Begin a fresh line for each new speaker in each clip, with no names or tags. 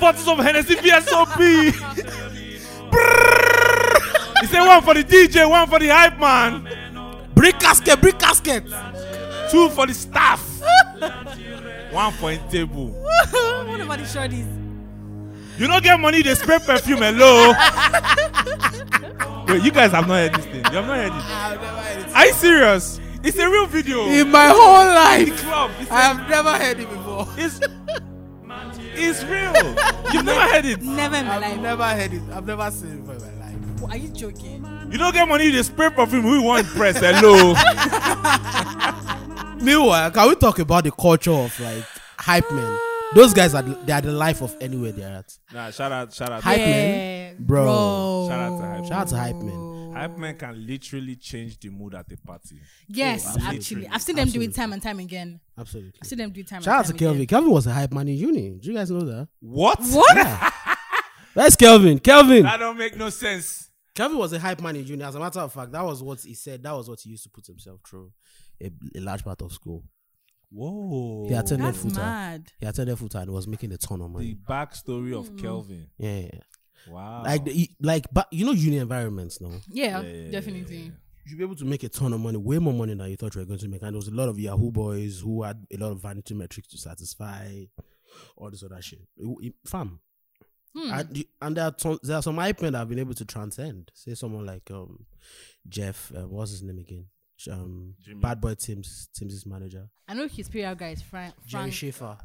bottles of Hennessy VSOP. he said one for the DJ, one for the hype man,
brick casket brick casket
two for the staff, one for a table.
what about the shorties?
You don't get money, they spray perfume. Hello. Wait, you guys have not heard this thing. You have not heard it.
i've never heard it
Are you serious? It's a real video.
in my whole life
club. It's,
i have never heard it before
it's, it's real. You've never heard it.
Never in my
i've
life.
never heard it i've never seen it before in my life
Um, Are you joking?
You don't get money, they spray perfume. Who you want press? Hello.
meanwhile can we talk about the culture of like hype men those guys are the- they are the life of anywhere they are at
nah, shout out, shout out.
Hype
Hype,
men? Bro.
Shout out to Hype
shout out to hype men
man can literally change the mood at the party.
Yes,
Oh, absolutely.
actually, I've seen them do it time and time again.
absolutely
I've seen them do it time.
shout out
and
to
time
kelvin
Again.
kelvin was a hype man in uni do you guys know that
What?
What?
where's kelvin kelvin
That don't make no sense.
Kelvin was a hype man in uni. As a matter of fact, that was what he said. That was what he used to put himself through a, a large part of school.
Whoa.
He attended
That's
futa.
mad.
He attended futa and was making a ton
The
of money.
backstory
Hmm.
of Kelvin.
Yeah, yeah, yeah.
Wow.
like the, he- like, but you know, uni environments now.
Yeah,
yeah, yeah,
definitely.
You'll be able to make a ton of money, way more money than you thought you were going to make. And there was a lot of Yahoo boys who had a lot of vanity metrics to satisfy, all this other shit. It- it- Fam,
Hmm.
and, you- and there are ton, there are some hype men that have been able to transcend. Say someone like um Jeff, uh, what's his name again? Sh- Um,
Jimmy.
Bad Boy Tim's Tim's manager,
I know his period guy is Frank.
Jerry
Frank.
Schaefer.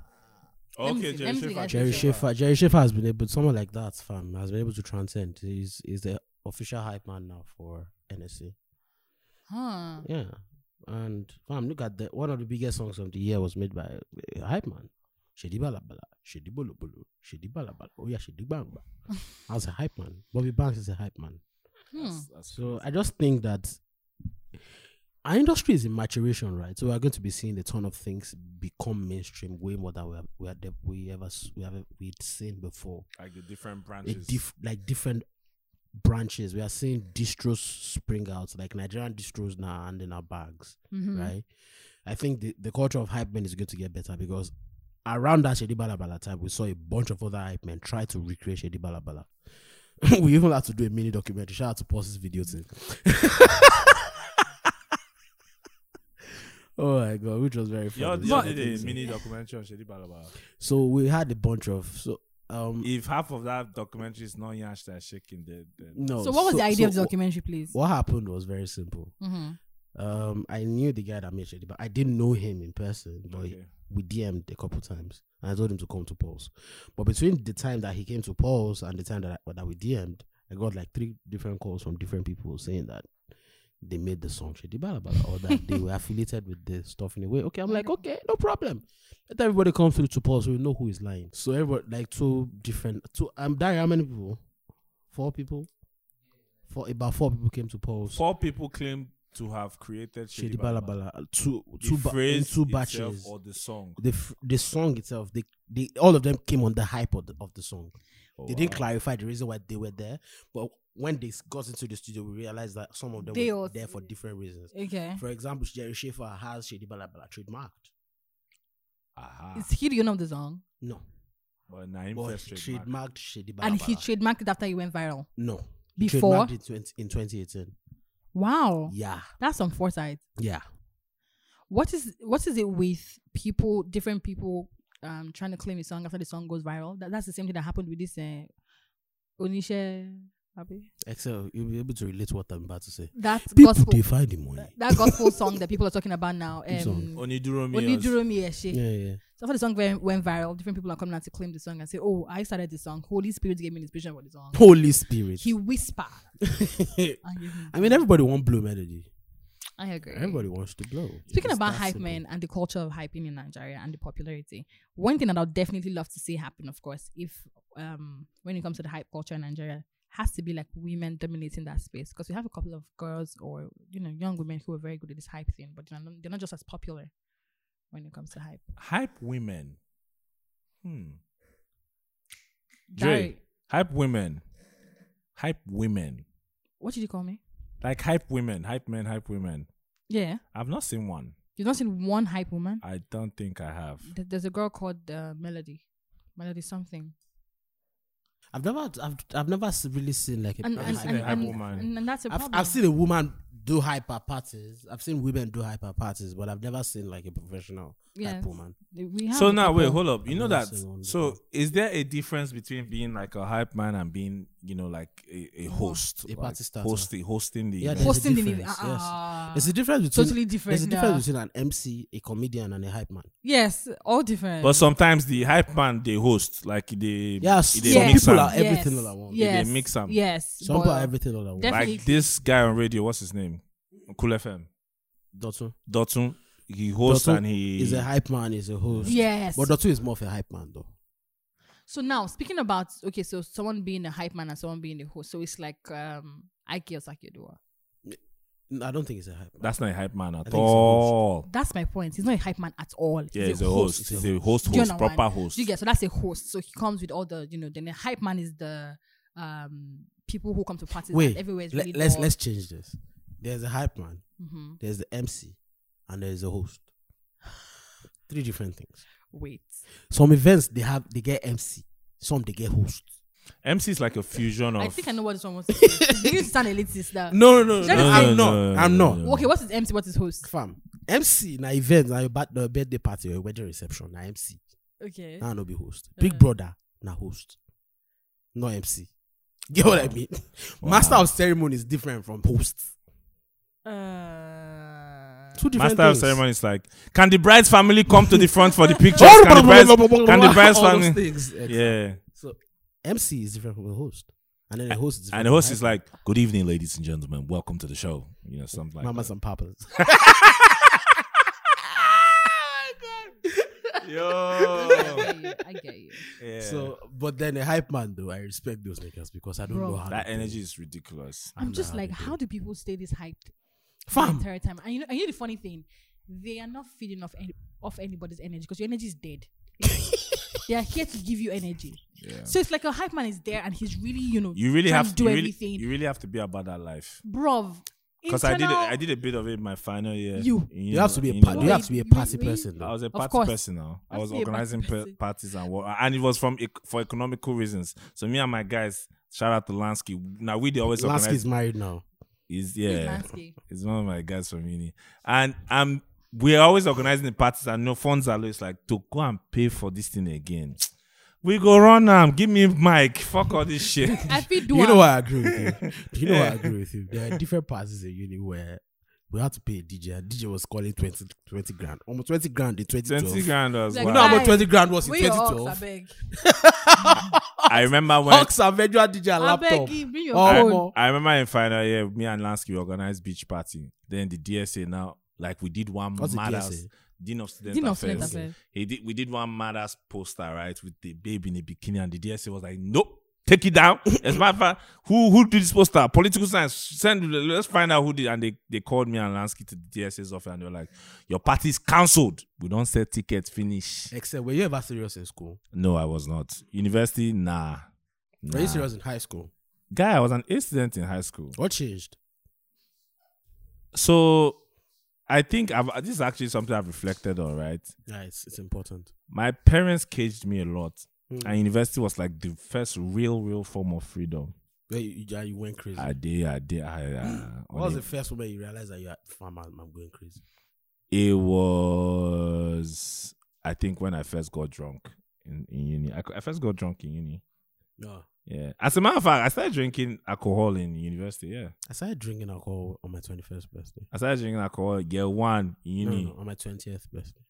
Let me
Okay,
see,
Jerry
let me see,
Schaefer.
guys.
Jerry Schaefer. Jerry Schaefer has been able. Someone like that, fam, has been able to transcend. He's is the official hype man now for NSC.
Huh.
Yeah, and fam, look at the one of the biggest songs of the year was made by a hype man. Shedi balabala, shedi bolobolo, shedi balabala. Oh yeah, shedi bangba. As a hype man, Bobby Banks is a hype man.
Hmm.
So I just think that our industry is in maturation, right? So we are going to be seeing a ton of things become mainstream way more than we have, we, had, we ever s- we have we'd seen before.
like the different
A
branches.
diff, like different branches, we are seeing distros spring out, like Nigerian distros now and in our bags,
Mhm.
right? I think the, the culture of hype men is going to get better because around that Shady Balabala time, we saw a bunch of other hype men try to recreate Shady Balabala. we even had to do a mini documentary. Shout out to Pause's video team. oh my god, which was very
Y'all,
funny.
y'all
So I
did
think
a
so.
mini documentary on Shady Balaba.
So we had a bunch of so um
If half of that documentary is not Yash that shaking, then, then
no.
So, what was the idea of the
Oh, so
documentary, please?
What happened was very simple.
Mm-hmm.
Um, I knew the guy that made Shady, but I didn't know him in person. But
Okay.
we DM'd a couple times, and I told him to come to Pulse. But between the time that he came to Pulse and the time that I, that we DM'd, I got like three different calls from different people saying that they made the song Shady Balabala or that they were affiliated with the stuff in a way. Okay, I'm like, okay, no problem. Let everybody come through to Pulse. We know who is lying. So everybody like two different two. I'm dying. How many people? Four people. Four about four people came to Pulse.
four people claim to have created
Shady
Shady, Balaba.
Balabala, uh, two
The
two ba- in
phrase
two
itself
batches.
or the song.
The f- the song itself, they, they all of them came on the hype of the, of the song.
Oh,
they didn't
wow.
clarify the reason why they were there, but when they s- got into the studio, we realized that some of them
They
were
all-
there for different reasons.
Okay.
For example, Jerry Schaefer has Shady Balabala trademarked.
Aha.
Is he the owner of the song?
No,
But Naim
but
first
he
trademark.
trademarked Shady Balabala.
And he trademarked it after he went viral.
no He
Before? Oh.
trademarked it 20, in 2018.
Wow.
Yeah,
That's some foresight.
yeah.
What is what is it with people, different people, um, trying to claim a song after the song goes viral? That, that's the same thing that happened with this uh, Onisha. Abi?
Excel, you'll be able to relate what I'm about to say.
That
People
gospel,
defy the money.
that gospel song that people are talking about now.
Which song?
Um,
Oniduro Miyos.
Oniduro Miyeshe.
Yeah, yeah.
So after the song went, went viral, different people are coming out to claim the song and say, "Oh, I started the song. Holy Spirit gave me the inspiration for the song."
Holy Spirit.
He whisper. I
I mean, everybody wants blue melody.
I agree.
Everybody wants to blow.
Speaking
It's
about
that
hype
simple.
men and the culture of hyping in Nigeria and the popularity, one thing that I'll definitely love to see happen, of course, if um when it comes to the hype culture in Nigeria, has to be like women dominating that space because we have a couple of girls or you know young women who are very good at this hype thing, but they're not, they're not just as popular when it comes to hype.
Hype women. Hmm. Dre.
Dari,
Hype women. Hype women.
what did you call me?
Like hype women. Hype men, hype women.
Yeah,
I've not seen one.
you've not seen one hype woman.
I don't think I have.
Th- There's a girl called uh, Melody, Melody something.
I've never, I've, I've never s- really seen like a.
And, and,
seen
and,
a hype
and,
woman.
and, and that's a
I've,
problem.
I've seen a woman do hyper parties. I've seen women do hyper parties, but I've never seen like a professional
Yes.
hype woman.
we have
So
a
now, wait,
couple-
hold up. You
I've
know
never
that.
seen one
So,
before.
is there a difference between being like a hype man and being, you know, like a, a host,
A
like
party starter.
hosting, hosting the
Yeah,
event?
there's a
Hosting the new-
difference, yes.
ah,
There's a difference between
totally different.
there's a
yeah.
difference between an MC, a comedian, and a hype man.
Yes, all different.
But sometimes the hype man they host, like they
Yeah,
they
some
mix
people
am.
are everything all at once.
They- they
Yes,
mix 'em.
Yes,
Some people
but-
are everything all at once.
Def-
like
Definitely.
this guy on radio. What's his name? Cool FM.
Dotun
Dotun. He hosts
Dotun
and he
is a hype man, is a host.
Yes.
But Dotun is more of a hype man though.
so now speaking about okay, so someone being a hype man and someone being a host, so it's like um Ike Osakiodua.
No, I don't think it's a hype man.
That's not a hype man
think
at
he's a host.
all.
That's my point. He's not a hype man at all.
Yeah, he's a host. He's a host,
Do you
host,
know what I
proper
mean?
host.
Do you get so that's a host. So he comes with all the you know. Then the hype man is the um people who come to parties.
Wait,
and everywhere is
let,
really
us
dull.
let's change this. There's a hype man,
Mhm.
there's the MC, and there's a host. Three different things.
wait.
Some events they have they get MC, some they get host.
MC is like a fusion
I
of.
think I know what this one wants to say. Do you sound elitist now?
No, no, no,
Just- no,
I'm
no,
not.
no, no,
I'm
no,
not.
no, no.
Okay, what is MC? What is host?
Fam, MC na event na your bat- your birthday party or your wedding reception na MC.
Okay.
Ah.
Now no be host. Big
Uh-huh.
brother na host, no MC. Get what I mean?
Wow.
Master of ceremony is different from host.
Uh,
Two different
Master of
things.
ceremony is like, can the bride's family come to the front for the pictures? Can the bride's, can the bride's
All those
family?
things.
Yeah.
So MC is different from the host, and then the host is different
And the host
from
is like, good evening, ladies and gentlemen. Welcome to the show. You know, something like uh,
mamas and papas.
that. Yo.
I get you. I get you.
yeah.
So, but then a hype man though, I respect those niggas because I don't
Bro.
know how
that
they
energy
do it.
is ridiculous.
I don't
I'm
know
just
how
like,
they do
how
it.
do people stay this hyped the
fam?
entire time? And you know, and you know the funny thing, they are not feeding off any, off anybody's energy because your energy is dead. they are here to give you energy.
Yeah.
So it's like a hype man is there and he's really, you know,
You really
trying
have
to do
you really,
everything.
You really have to be about that life.
Bruv,
Because I did
internal-
I did a bit of it my final year.
You.
in
You have to be a
uni-
party.
uni-
You
Wait,
have to be a
you-
party
wait.
person
I
though.
was a
Of
party
course.
person now. I
Have
was
to be a party
organizing pa-
person.
parties and what, and it was from ec- for economical reasons. So me and my guys, shout out to Lansky. Now we they always
Lansky is
organize.
married now.
Is
He's
yeah,
nasty.
he's one of my guys from uni, and um, we're always organizing the parties and no funds are low. It's like to go and pay for this thing again. We go run am. Give me mic. Fuck all this shit.
I feel do
You know
am.
what I agree with you. Do you know what I agree with you? There are different parties in uni where we had to pay a DJ. And DJ was calling 20, 20 grand, almost twenty grand in twenty twelve.
Twenty grand was
Like,
wild.
You know how much
Guys,
twenty grand was in
Where your
twenty
ox, I
twelve?
beg.
I remember when
Hawks and Virtual DJ and
I beg
laptop.
you, bring your
Oh,
phone.
more.
I remember in final year, me and Lansky we organized beach party. Then the DSA now, like we did one
What's the
mad
DSA?
ass Dean of Student
Dean of
Affairs.
Student Affairs.
He did we did one mad ass poster, right? With the baby in a bikini, and the DSA was like, Nope, take it down. As a matter of fact, who who did this poster? Political science. Send let's find out who did. And they, they called me and Lansky to the DSA's office and they were like, Your party's cancelled. We don't sell tickets, finish.
Except were you ever serious in school?
No, I was not. University, nah.
Were you
Nah.
serious in high school?
Guy, I was an A student in high school.
What changed?
So I think I've this is actually something I've reflected on, right?
Yeah, it's, it's important.
My parents caged me a lot.
Mm.
And university was like the first real, real form of freedom.
Where you, you, you went crazy.
I did, I did, I, I-
what
on
was the
it,
first moment you realized that you had fam? I'm, I'm going crazy.
it was, I think, when I first got drunk in, in uni. I, co- I first got drunk in uni.
No,
Yeah. As a matter of fact, I started drinking alcohol in university. Yeah.
I started drinking alcohol on my 21st birthday.
I started drinking alcohol year one in
No,
uni.
no, on my 20th birthday.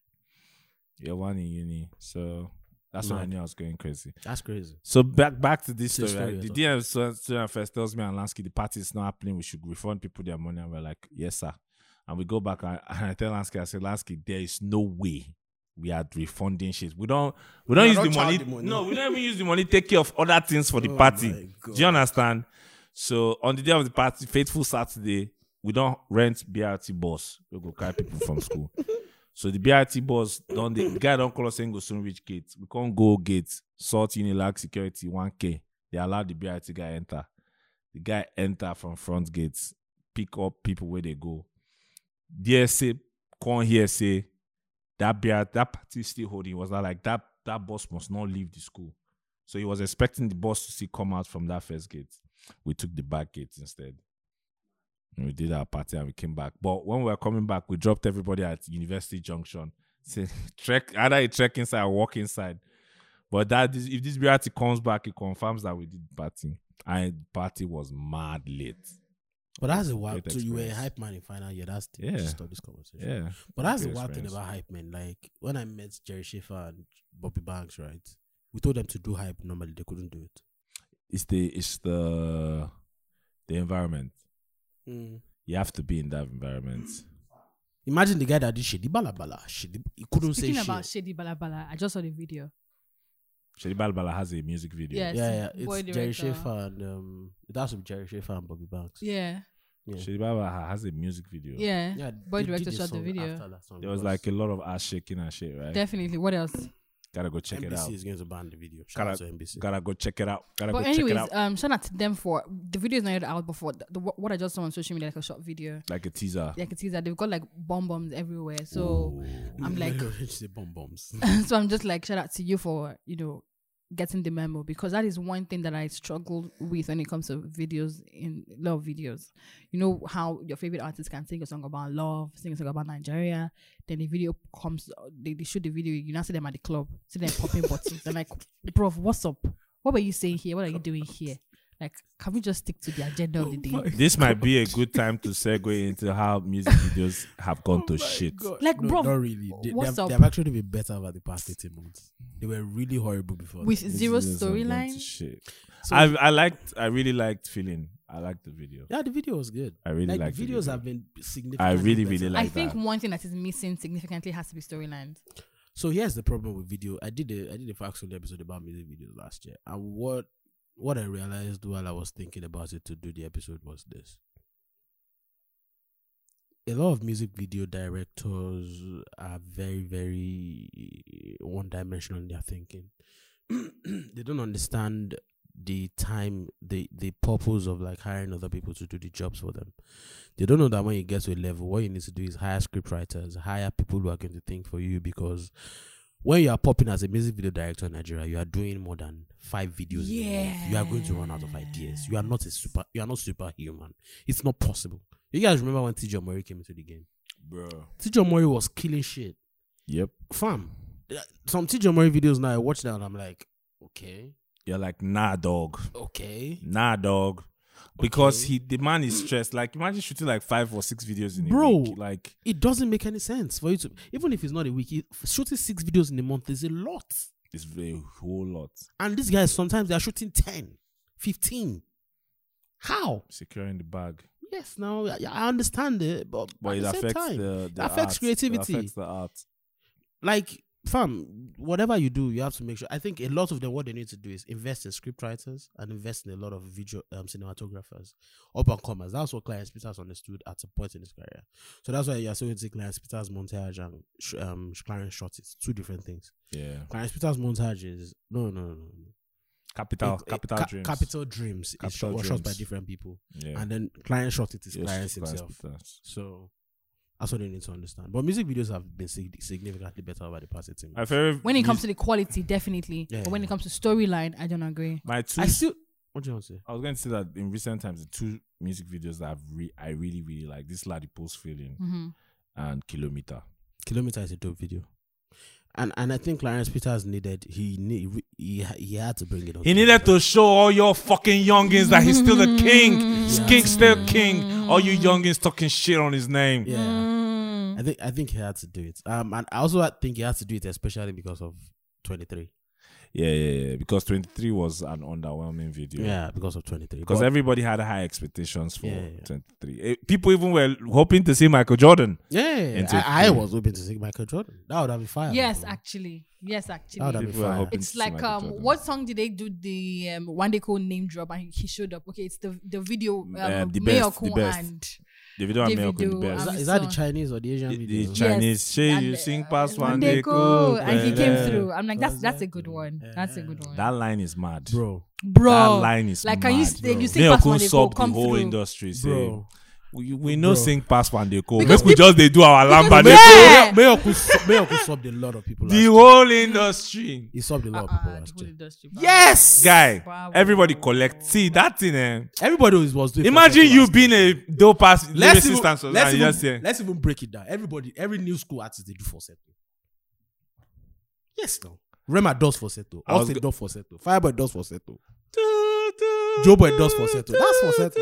Year one in uni. So that's when I
Mad.
knew I was going crazy.
That's crazy.
So back back to this
To the
story. right?
story,
The DM stu- student first tells me and Lansky the party is not happening. We should refund people their money. And we're like, yes, sir. And we go back and, and I tell Lansky, I said, Lansky, there is no way we are refunding shit. We don't we don't
We
use
don't
the
charge
money.
the money.
No, we don't even use the money. Take care of other things for the
Oh
party.
my
Do
God.
you understand? So on the day of the party, faithful Saturday, we don't rent BRT bus. We go carry people from school. So the BRT bus done the guy don't call us saying go soon reach gate. We can't go gate. Salt Unilag security 1K. They allowed the BRT guy enter. The guy enter from front gates, pick up people where they go. DSA come here say that BRT that party still holding It was not like that that bus must not leave the school. So he was expecting the boss to see come out from that first gate. We took the back gate instead. And we did our party and we came back. But when we were coming back, we dropped everybody at University Junction. Say trek either you trek inside or walk inside. But that this, if this reality comes back, it confirms that we did party. And the party was mad late.
But that's the wild.
Great
So you were a
experience.
hype man in final year. That's the
Yeah.
gist of this conversation.
Yeah.
But that's the
Great
wild thing
experience.
about hype men. Like when I met Jerry Schaefer and Bobby Banks, right? We told them to do hype. Normally they couldn't do it.
It's the it's the the environment.
Mm.
You have to be in that environment.
Imagine the guy that did shady bala bala. Shady, he couldn't
Speaking
say shit.
about Shady Balabala, I just saw the video.
Shadi Balbala has a music video.
Yeah.
yeah,
It's
yeah.
boy
It's Jerry
director.
Schaefer and um, that's with Jerry Schaefer and Bobby Banks.
Yeah,
yeah.
Shadi Balbala has a music video.
yeah,
Yeah,
Boy
they did
director
a
shot the
song
video.
after that song
There was
because
like a lot of ass shaking and shit, right?
definitely. What else?
Gotta go check
NBC
it out.
is going to ban the video. Shout out to NBC.
Gotta go check it out. Gotta
but
go check it
anyways,
out.
um, shout out to them for the video is not yet out before the, the, what I just saw on social media, like a short video.
Like a teaser.
Like it is that they've got like bomb bombs everywhere. So,
Ooh.
I'm like-
It's the bomb bombs.
so I'm just like shout out to you for you know getting the memo because that is one thing that I struggle with when it comes to videos in love videos. You know how your favorite artist can sing a song about love, sing a song about Nigeria, then the video comes, they, they shoot the video, you now see them at the club, see them popping bottles. They're like, bro, what's up? What were you saying here? What are you doing here? Like, can we just stick to the agenda
Oh
of the day?
this might be a good time to segue into how music videos have gone
Oh
to shit.
Like,
no,
bro,
not really. They,
what's
they have,
up?
they have actually been better over the past 18 months. They were really horrible before.
With
Music
zero
videos have gone to
storyline.
shit.
So-
I I liked I really liked feeling. I liked the video.
yeah, the video was good.
I really
like,
liked
the
the
videos
video.
have been significant.
I really, really like
I think
that.
one thing that is missing significantly has to be storylines.
So here's the problem with video. I did a I did a factual episode about music videos last year, and what what I realized while I was thinking about it to do the episode was this: a lot of music video directors are very very eh, one dimensional in their thinking. they don't understand the time the the purpose of like hiring other people to do the jobs for them they don't know that when you get to a level what you need to do is hire script writers hire people who are going to think for you because when you are popping as a music video director in nigeria you are doing more than five videos in a month. you are going to run out of ideas you are not a super you are not superhuman it's not possible you guys remember when tj mori came into the game
Bro.
tj mori was killing shit
Yep.
fam there are some tj mori videos now i watch now and i'm like okay
You're like, nah, dog.
okay
Nah, dog. Because
Okay.
he the man is stressed. Like imagine shooting like five or six videos in a
Bro.
week. Like
it doesn't make any sense for you to even if it's not a week it- shooting six videos in a month is a lot
it's a whole lot.
and these guys sometimes they are shooting 10 15 how
Securing the bag.
yes now i I understand it but,
But
at
it
the same
affects
time
the, the
affects
arts.
creativity.
It affects the art.
like fam whatever you do you have to make sure i think a lot of them what they need to do is invest in script writers and invest in a lot of video um, cinematographers up and comers that's what Clarence Peters understood at a point in his career so that's why you're going to see Clarence Peters montage and sh- um, Clarence Short it's two different things
Yeah.
Clarence Peters montage is no no no no
Capital
It- it-
capital
Ca-
dreams.
capital dreams is
Capital
shot, was shot by
Dreams.
different people
Yeah.
and then client shot it is
Yes,
clients
Clarence
himself.
Peters.
So that's what they need to understand. But music videos have been sig- significantly better over the past 18
My
months.
favorite
When it
mus-
comes to the quality, definitely.
Yeah,
but when
yeah.
it comes to storyline, I don't agree.
my two
I still. What do you want to say?
I was going to say that in recent times, the two music videos that I've re- I really, really like this Platypus Feeling
hmm
and Kilometer.
Kilometer is a dope video. And and I think Clarence Peters needed he need, he ha- he had to bring it on.
He needed to show all your fucking youngins that he's still the king. He's
Yeah.
King still king. All you youngins talking shit on his name.
Yeah.
Mm.
I think I think he had to do it. Um, and I also think he had to do it especially because of 23.
Yeah, yeah, yeah. Because 23 was an underwhelming video.
Yeah, because of 23.
Because
But-
everybody had high expectations for
Yeah, yeah, yeah.
23. Eh, People even were hoping to see Michael Jordan.
yeah, yeah, yeah.
into-
I, I was hoping to sing Michael Jordan. That would have been fire.
Yes,
bro.
actually. Yes,
uh, that would
actually.
have been
People were
fire.
hoping-
It's
to
like
Michael
um,
Jordan.
what song did they do the um, one they call name drop and he showed up? Okay, it's the the video um,
Um, the best,
Mayoko
the best.
and
The video and
The
Milk were the
video
best.
Is that,
and-
is that the Chinese or the Asian
the, the
video?
Chinese, say
and,
you
uh,
sing past one day,
Wandeko,
cool,
and he
yeah.
came through. I'm like, that's
Was
that's a
that-
good one. That's a good one,
That line is mad.
bro.
bro.
That line is
like,
mad.
can you say you
Neo
sing past
Kun
one day, go
subbed
come
the whole
through?
industry. Say,
Bro.
we, we no
Bro.
sing pass and they call.
Because
Make we
peop-
just they do our lamba.
because
They
peop-
call.
Yeah. Ah,
Mayor could su- Mayor could sub a lot of people.
The
last-
whole industry.
He subbed a lot of people
Uh-uh, the
last
whole
year.
industry, bro.
Yes, guy.
Bravo.
Everybody collect. See that thing. Eh?
Everybody was, was doing.
Imagine
successful
you
last
being a dope ass
year. let's even,
resistance.
let's,
Let's
even,
just say
let's even break it down. Everybody, every new school artist they do for Seto. Yes, no. Rema does for Seto.
I was
Austin
go-
does for Seto. Fireboy does for Seto. Joe Boy does for Seto. That's for Seto.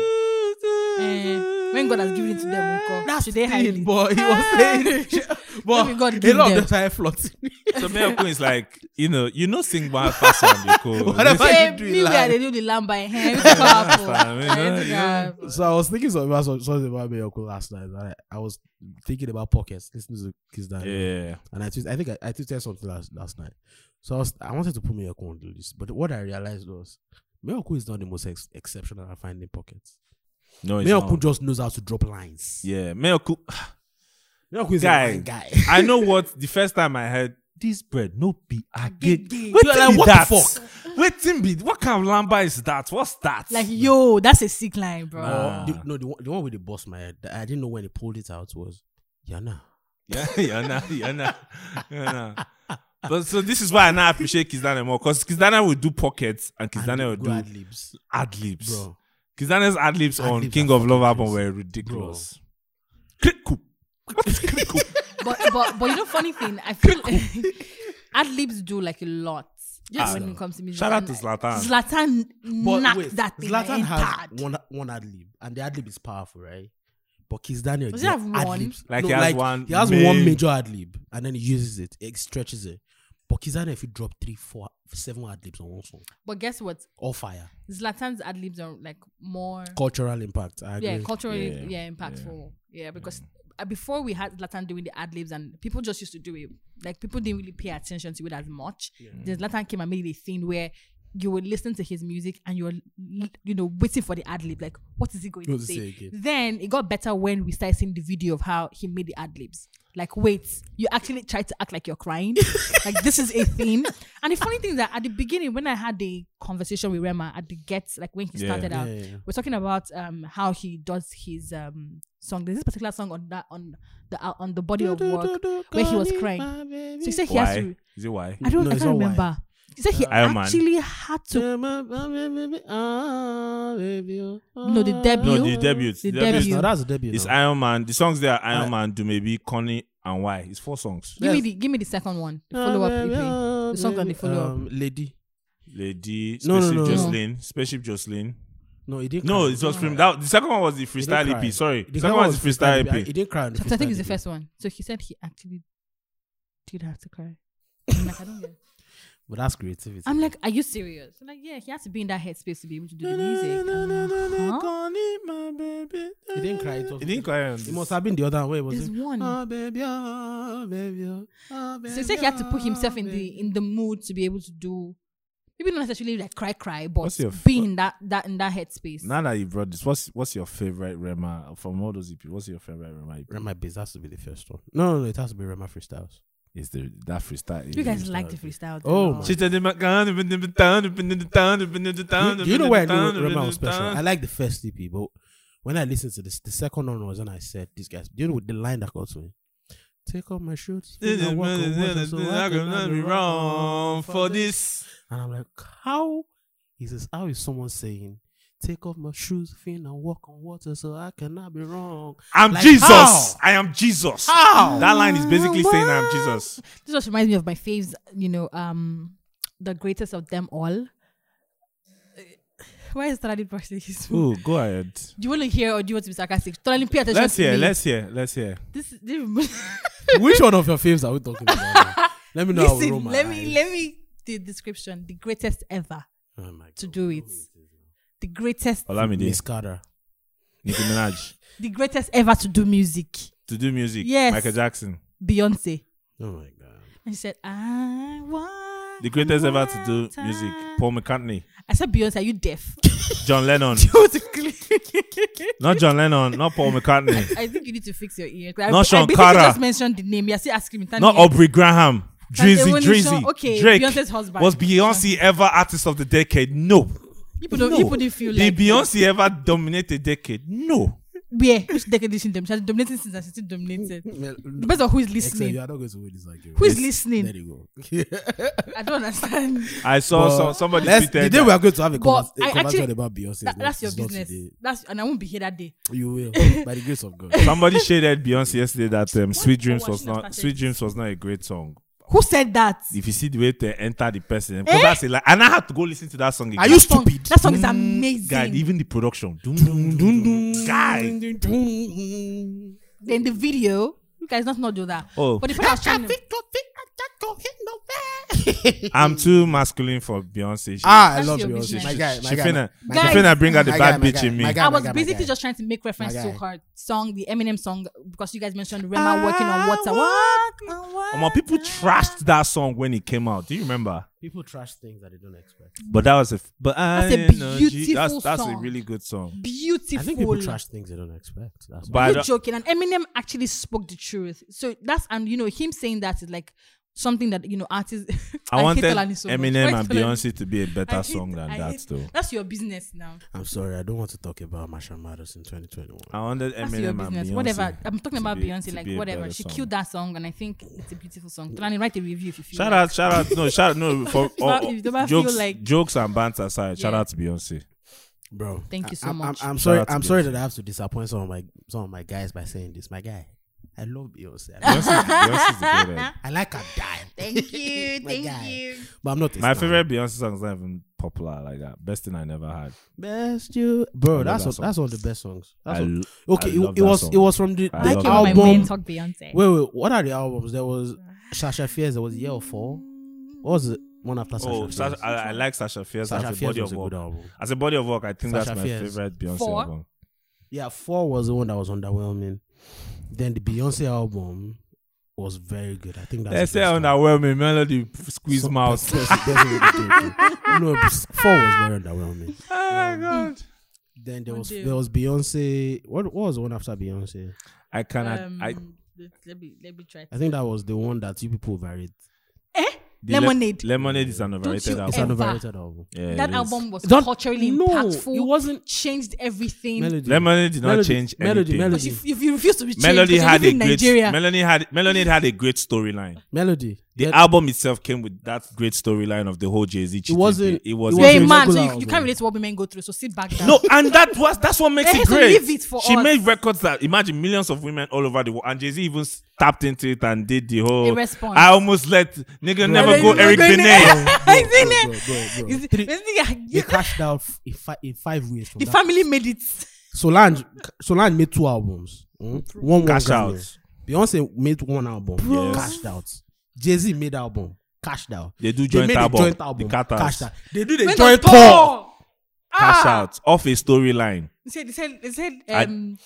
Eh, when God has given it to them, Uncle,
That's
should they hide
it,
it? Ah.
But he was saying,
Maybe
but
God
a
give
lot of
them.
them started flirting.
So Mayor Queen is like, you know, you know, sing one pass and they call.
Whatever.
This-
Why
Hey,
you do it
me where
live?
they do the lamb by hand. eh, We talk about food.
Fam, you know,
Everything
you know.
I-
So I was thinking something about something about Miracle last night. and I, I was thinking about pockets, listening to Kiss Daniel,
Yeah,
and I tweet, I think I, I tweeted something last last night. So I was I wanted to put Miracle on the list, but what I realized was Miracle is not the most ex- exceptional at finding pockets.
no, it's
Miracle
not.
just knows how to drop lines.
Yeah, Mayor Queen.
Miracle is
Guy.
a line guy.
I know what the first time I heard this bread no be again.
You are like, what the fuck?
Waiting be what kind of lamba is that? What's that?
Like, yo, that's a sick line, bro.
Nah.
Or the, no, the, one- the one with the boss my head. that I didn't know when he pulled it out was Yana.
yeah, yeah, nah, yeah, nah, yeah, nah. But so this is why I now appreciate Kizana more because Kizana will do pockets and Kizana will
and
do
ad libs,
ad libs.
bro.
Kizana's ad libs on
Ad-libs
King
are
of Love
fucking
album
crazy.
were ridiculous. Crickle. What's crickle?
but but but you know, funny thing, I feel ad libs do like a lot.
Yes.
when it comes to music.
Shout out
and
to
like,
Zlatan.
Zlatan knocked that thing. eh,
Zlatan
like,
has
hard.
one one ad lib, and the ad lib is powerful, right? But Kiss Daniel
Does he
their
have one?
ad-libs-
Like, he has one
He has
main-
one major ad lib, and then he uses it, it stretches it. But Kiss Daniel, if you drop three, four, seven ad libs on one song,
But guess what?
all fire,
Zlatan's ad libs are like more
cultural impact. I agree.
yeah, culturally
Yeah,
yeah, impactful. Yeah, because uh before we had Zlatan doing the ad libs and people just used to do it. Like people didn't really pay attention to it as much. Then Zlatan came and made a thing where you would listen to his music and you're you know waiting for the ad lib. Like what is he going
What
to
to
say?
say again.
Then it got better when we started seeing the video of how he made the ad libs. Like wait, you actually try to act like you're crying. like this is a thing. And the funny thing is that at the beginning when I had the conversation with Rema at the get like when he
Yeah.
started
Yeah,
out,
yeah, yeah.
we're talking about um how he does his um song. There's this particular song on that on the uh, on the body of work. where he was crying. So he said he has
Why?
to.
Is it why?
I don't.
No,
I
it's not
can't
why.
remember. He said he
Iron Man.
actually had to.
No,
No, the debut.
No, the debut. The debut.
The debut.
It's not, that's a debut.
It's
now.
Iron Man. The songs there are Iron
Uh,
Man, Do Maybe, Connie, and Why. It's four songs.
Give me
Yes.
the give me the second one. The follow up. EP. The song on the follow-up.
Um, Lady.
Lady,
No, no,
Spaceship
no, no.
Jocelyn, Spaceship Jocelyn.
No, he didn't.
No,
cry.
it was from that. The second one was the
He didn't
freestyle
cry.
EP. Sorry,
The
the second one was the freestyle E
EP. He
EP.
didn't cry. on the
So I think it's the
freestyle
first one. So he said he actually did have to cry. I'm like, I don't get it.
But that's creativity.
I'm like, are you serious? I'm like, yeah, he has to be in that headspace to be able to do the music. Uh-huh. I'm like, huh?
Connie, my baby.
He didn't cry. It, was,
He didn't cry. on
it
this.
must have been the other one. where it was
There's
it,
one.
"Ah, baby, ah, baby, ah,
So
baby,
he said he had to put himself in
ah,
the in the mood to be able to do maybe not necessarily like cry cry, but
What's your f-
being that that in that headspace.
Now that you brought this, what's what's your favorite Rema from all those EP? What's your favorite Rema EP?
Rema Biz has to be the first one. No, no, no, it has to be Rema Freestyles.
Is the that freestyle?
You guys
freestyle.
like the freestyle.
Oh
though.
my
She said, "Do
Do you, do
you
you know why I knew Rema was special? I like the first EP, but when I listened to this, the second one was when I said, "This guy's." Do you know the line that got to me? Take off my shoes.
This is
and walk on water, so I
I
can
cannot be wrong for this.
And I'm like, how is this? How is someone saying, take off my shoes, fin, and walk on water so I cannot be wrong?
I'm
Like,
Jesus.
how?
I am Jesus.
How?
That line is basically saying I'm Jesus.
This just reminds me of my faves, you know, um the greatest of them all. Where Uh, is Tonali person? He's- Do
Ooh, go ahead.
you want to hear or do you want to be sarcastic? Tonali, pay attention
Let's
to
hear.
me.
Let's hear. Let's hear.
This, this
Which one of your faves are we talking about? now? let me know. how I will roll my
listen, let me
eyes.
let me the description. The greatest ever
Oh my
to
God.
do it. The greatest
Olamide,
Miss Carter.
Nicki Minaj,
the greatest ever to do music.
to do music.
Yes.
Michael Jackson,
Beyonce.
Oh my god.
And she said, I want
the greatest ever to do
time."
music. Paul McCartney,
I said, Beyonce, are you deaf?
John Lennon, not John Lennon, not Paul McCartney,
I think you need to fix your ears. I,
Not
I
Sean
basically
Carter.
just mentioned the name. You're still asking me.
not Aubrey Graham, Drizzy, Drizzy,
Okay,
Drake.
Beyonce's husband.
Was Beyonce ever artist of the decade? No.
People don't,
No.
people didn't feel
Did
like
Beyonce ever dominate a decade? No.
Where? Which decade is she in domination? She's dominating since and she's still dominated.
Well, no,
Depends on who is
Excel, you
listening.
are not going to win this argument.
Who is
Yes. There
listening?
you go.
I don't understand.
I saw
But
some, somebody
Let's, the
tweeted
day
that.
we are going to have a,
But
convers- a
I
conversation
actually-
about Beyonce.
That,
no,
that's your
it's not
business.
today.
That's and I won't be here that day.
You will, by the grace of God.
Somebody shaded Beyonce yesterday that um, "Sweet
oh,
Dreams"
I
was
shouldn't have
not
started
"Sweet
this.
Dreams" was not a great song.
Who said that?
If you see the way they enter the person,
Eh?
because that's a lie. And I had to go listen to that song again.
Are you
That song-
stupid?
That song is
Mm,
amazing.
guy? Even the production, Dum, dum, dum, dum. guy.
Then the video, you guys not not do that.
Oh,
But the fact I was trying to-
I'm too masculine for Beyonce. She,
Ah, I
That's
love
your
Beyonce.
business.
My guy, my
she
guy.
finna,
my
she
guy.
finna bring out the
My
bad
guy, my
bitch
guy,
in me.
my guy.
I was
my
busy
guy.
just trying to make reference
My
to
guy.
her song, the Eminem song, because you guys mentioned Rema working
Ah,
on water. What?
Omo, people trashed that song when it came out. Do you remember?
People trash things that they don't expect.
But that was a, f- but
That's a
I know you-
beautiful
that's, that's a
song.
really good song.
Beautiful.
I think people trash things they don't expect. That's
But I
You're
don't-
joking. And Eminem actually spoke the truth. So that's and you know him saying that is like something that you know artists.
I,
hate
wanted
Tolani so much.
Eminem
Why
and
Tolani?
Beyonce to be a
I
better
hate-
song than
I
that,
hate-
though.
That's your business now.
I'm sorry, I don't want to talk about Marsha Matters in 2021.
I wanted
That's
Eminem
your
and
business.
Beyonce.
Whatever. I'm talking
to
about
be- to
Beyonce, like
be a
whatever.
better
She
song.
killed that song, and I think it's a beautiful song. Tolani, write a review if you feel.
Shout
like.
out, shout out, no, shout no for all,
If the man feel
jokes,
like-
jokes and banter aside. Shout
Yeah.
out to Beyonce.
Bro,
Thank you so
I, I'm-
much.
I'm, I'm
Shout
sorry.
out to
I'm sorry
Beyonce.
that I have to disappoint some of my some of my guys by saying this. My guy, I love Beyonce. I,
Beyonce's, Beyonce's the greatest.
I like her dime.
Thank you,
My
thank
guy.
you.
but I'm not a
My
stan.
favorite Beyonce song is not even popular like that. Best thing I never had.
Best you,
I
bro.
love
That's
that
one-
song.
that's one of the best songs. That's
I
one-
l-
okay,
I
it,
love
it
that
was
song.
it was from the,
I
the
love
Like you,
that
my
song.
main
album.
talk Beyonce.
Wait, wait. What are the albums? There was Sasha Fierce. There was Year of Four. What was the one after Sasha?
Oh, Sasha,
Fierce?
I, I like Sasha Fierce
Sasha
as a
Fierce
body
was
of
a good
work.
album.
As a body of work, I think
Sasha
that's my
Fierce.
favorite Beyonce
Four.
album.
Yeah, Four was the one that was underwhelming. Then the Beyonce album was very good. I think that's
Let's say
the best album.
underwhelming melody, squeeze
So-
mouth.
that's- that's- that's what we did, too. no, s- four was very underwhelming.
Oh
Ah,
Mm.
my god!
Then there
Oh,
was
dear.
there was Beyonce. What, what was the one after Beyonce?
I cannot.
Um,
I
let- let me let me try.
I think that was the one that you people varied.
the le-
Lemonade.
lemonade is an
you
overrated
It's
album.
an
ever-
overrated album.
Yeah, it
that
is.
album was
Don't-
culturally
no,
impactful.
it wasn't-
changed everything.
Melody.
Lemonade did not
Melody-
change
Melody-
anything.
Melody.
Because if, if you refuse to be changed,
Melody
because you
had
live
a
in
great.
Nigeria.
Melody had Melody had a great storyline.
Melody.
The
Then-
album itself came with that great storyline of the whole Jay Z.
wasn't-
It was.
it wasn't-
You're
not
was
a
a
man, so
regular
you, you can't
album.
relate to what women go through. So sit back down.
no, and that was that's what makes
Eh,
it
so
great.
leave it for
she
us.
made records that imagine millions of women all over the world, and Jay Z even s- tapped into it and did the whole.
A response.
I almost let nigga never
then
go
you
Eric
go in
Benet.
Isn't it?
Bro, bro, bro,
Is
bro.
it-
Three-
this nigga-
They
you-
crashed out f- in, fi- in five ways. From
the
that.
family made it.
Solange, Solange made two albums. Mm? One won
Cash
Grammy.
out.
Beyonce made one album.
Yes.
Cashed out. Jay Z made album. Cashed out.
They do
They
joint
made
album.
a joint album.
The Carters.
Cashed out. They do the
Went on
joint
tour.
tour.
Cash
Ah.
out off a storyline.
They said, they said, they said,
I-
um,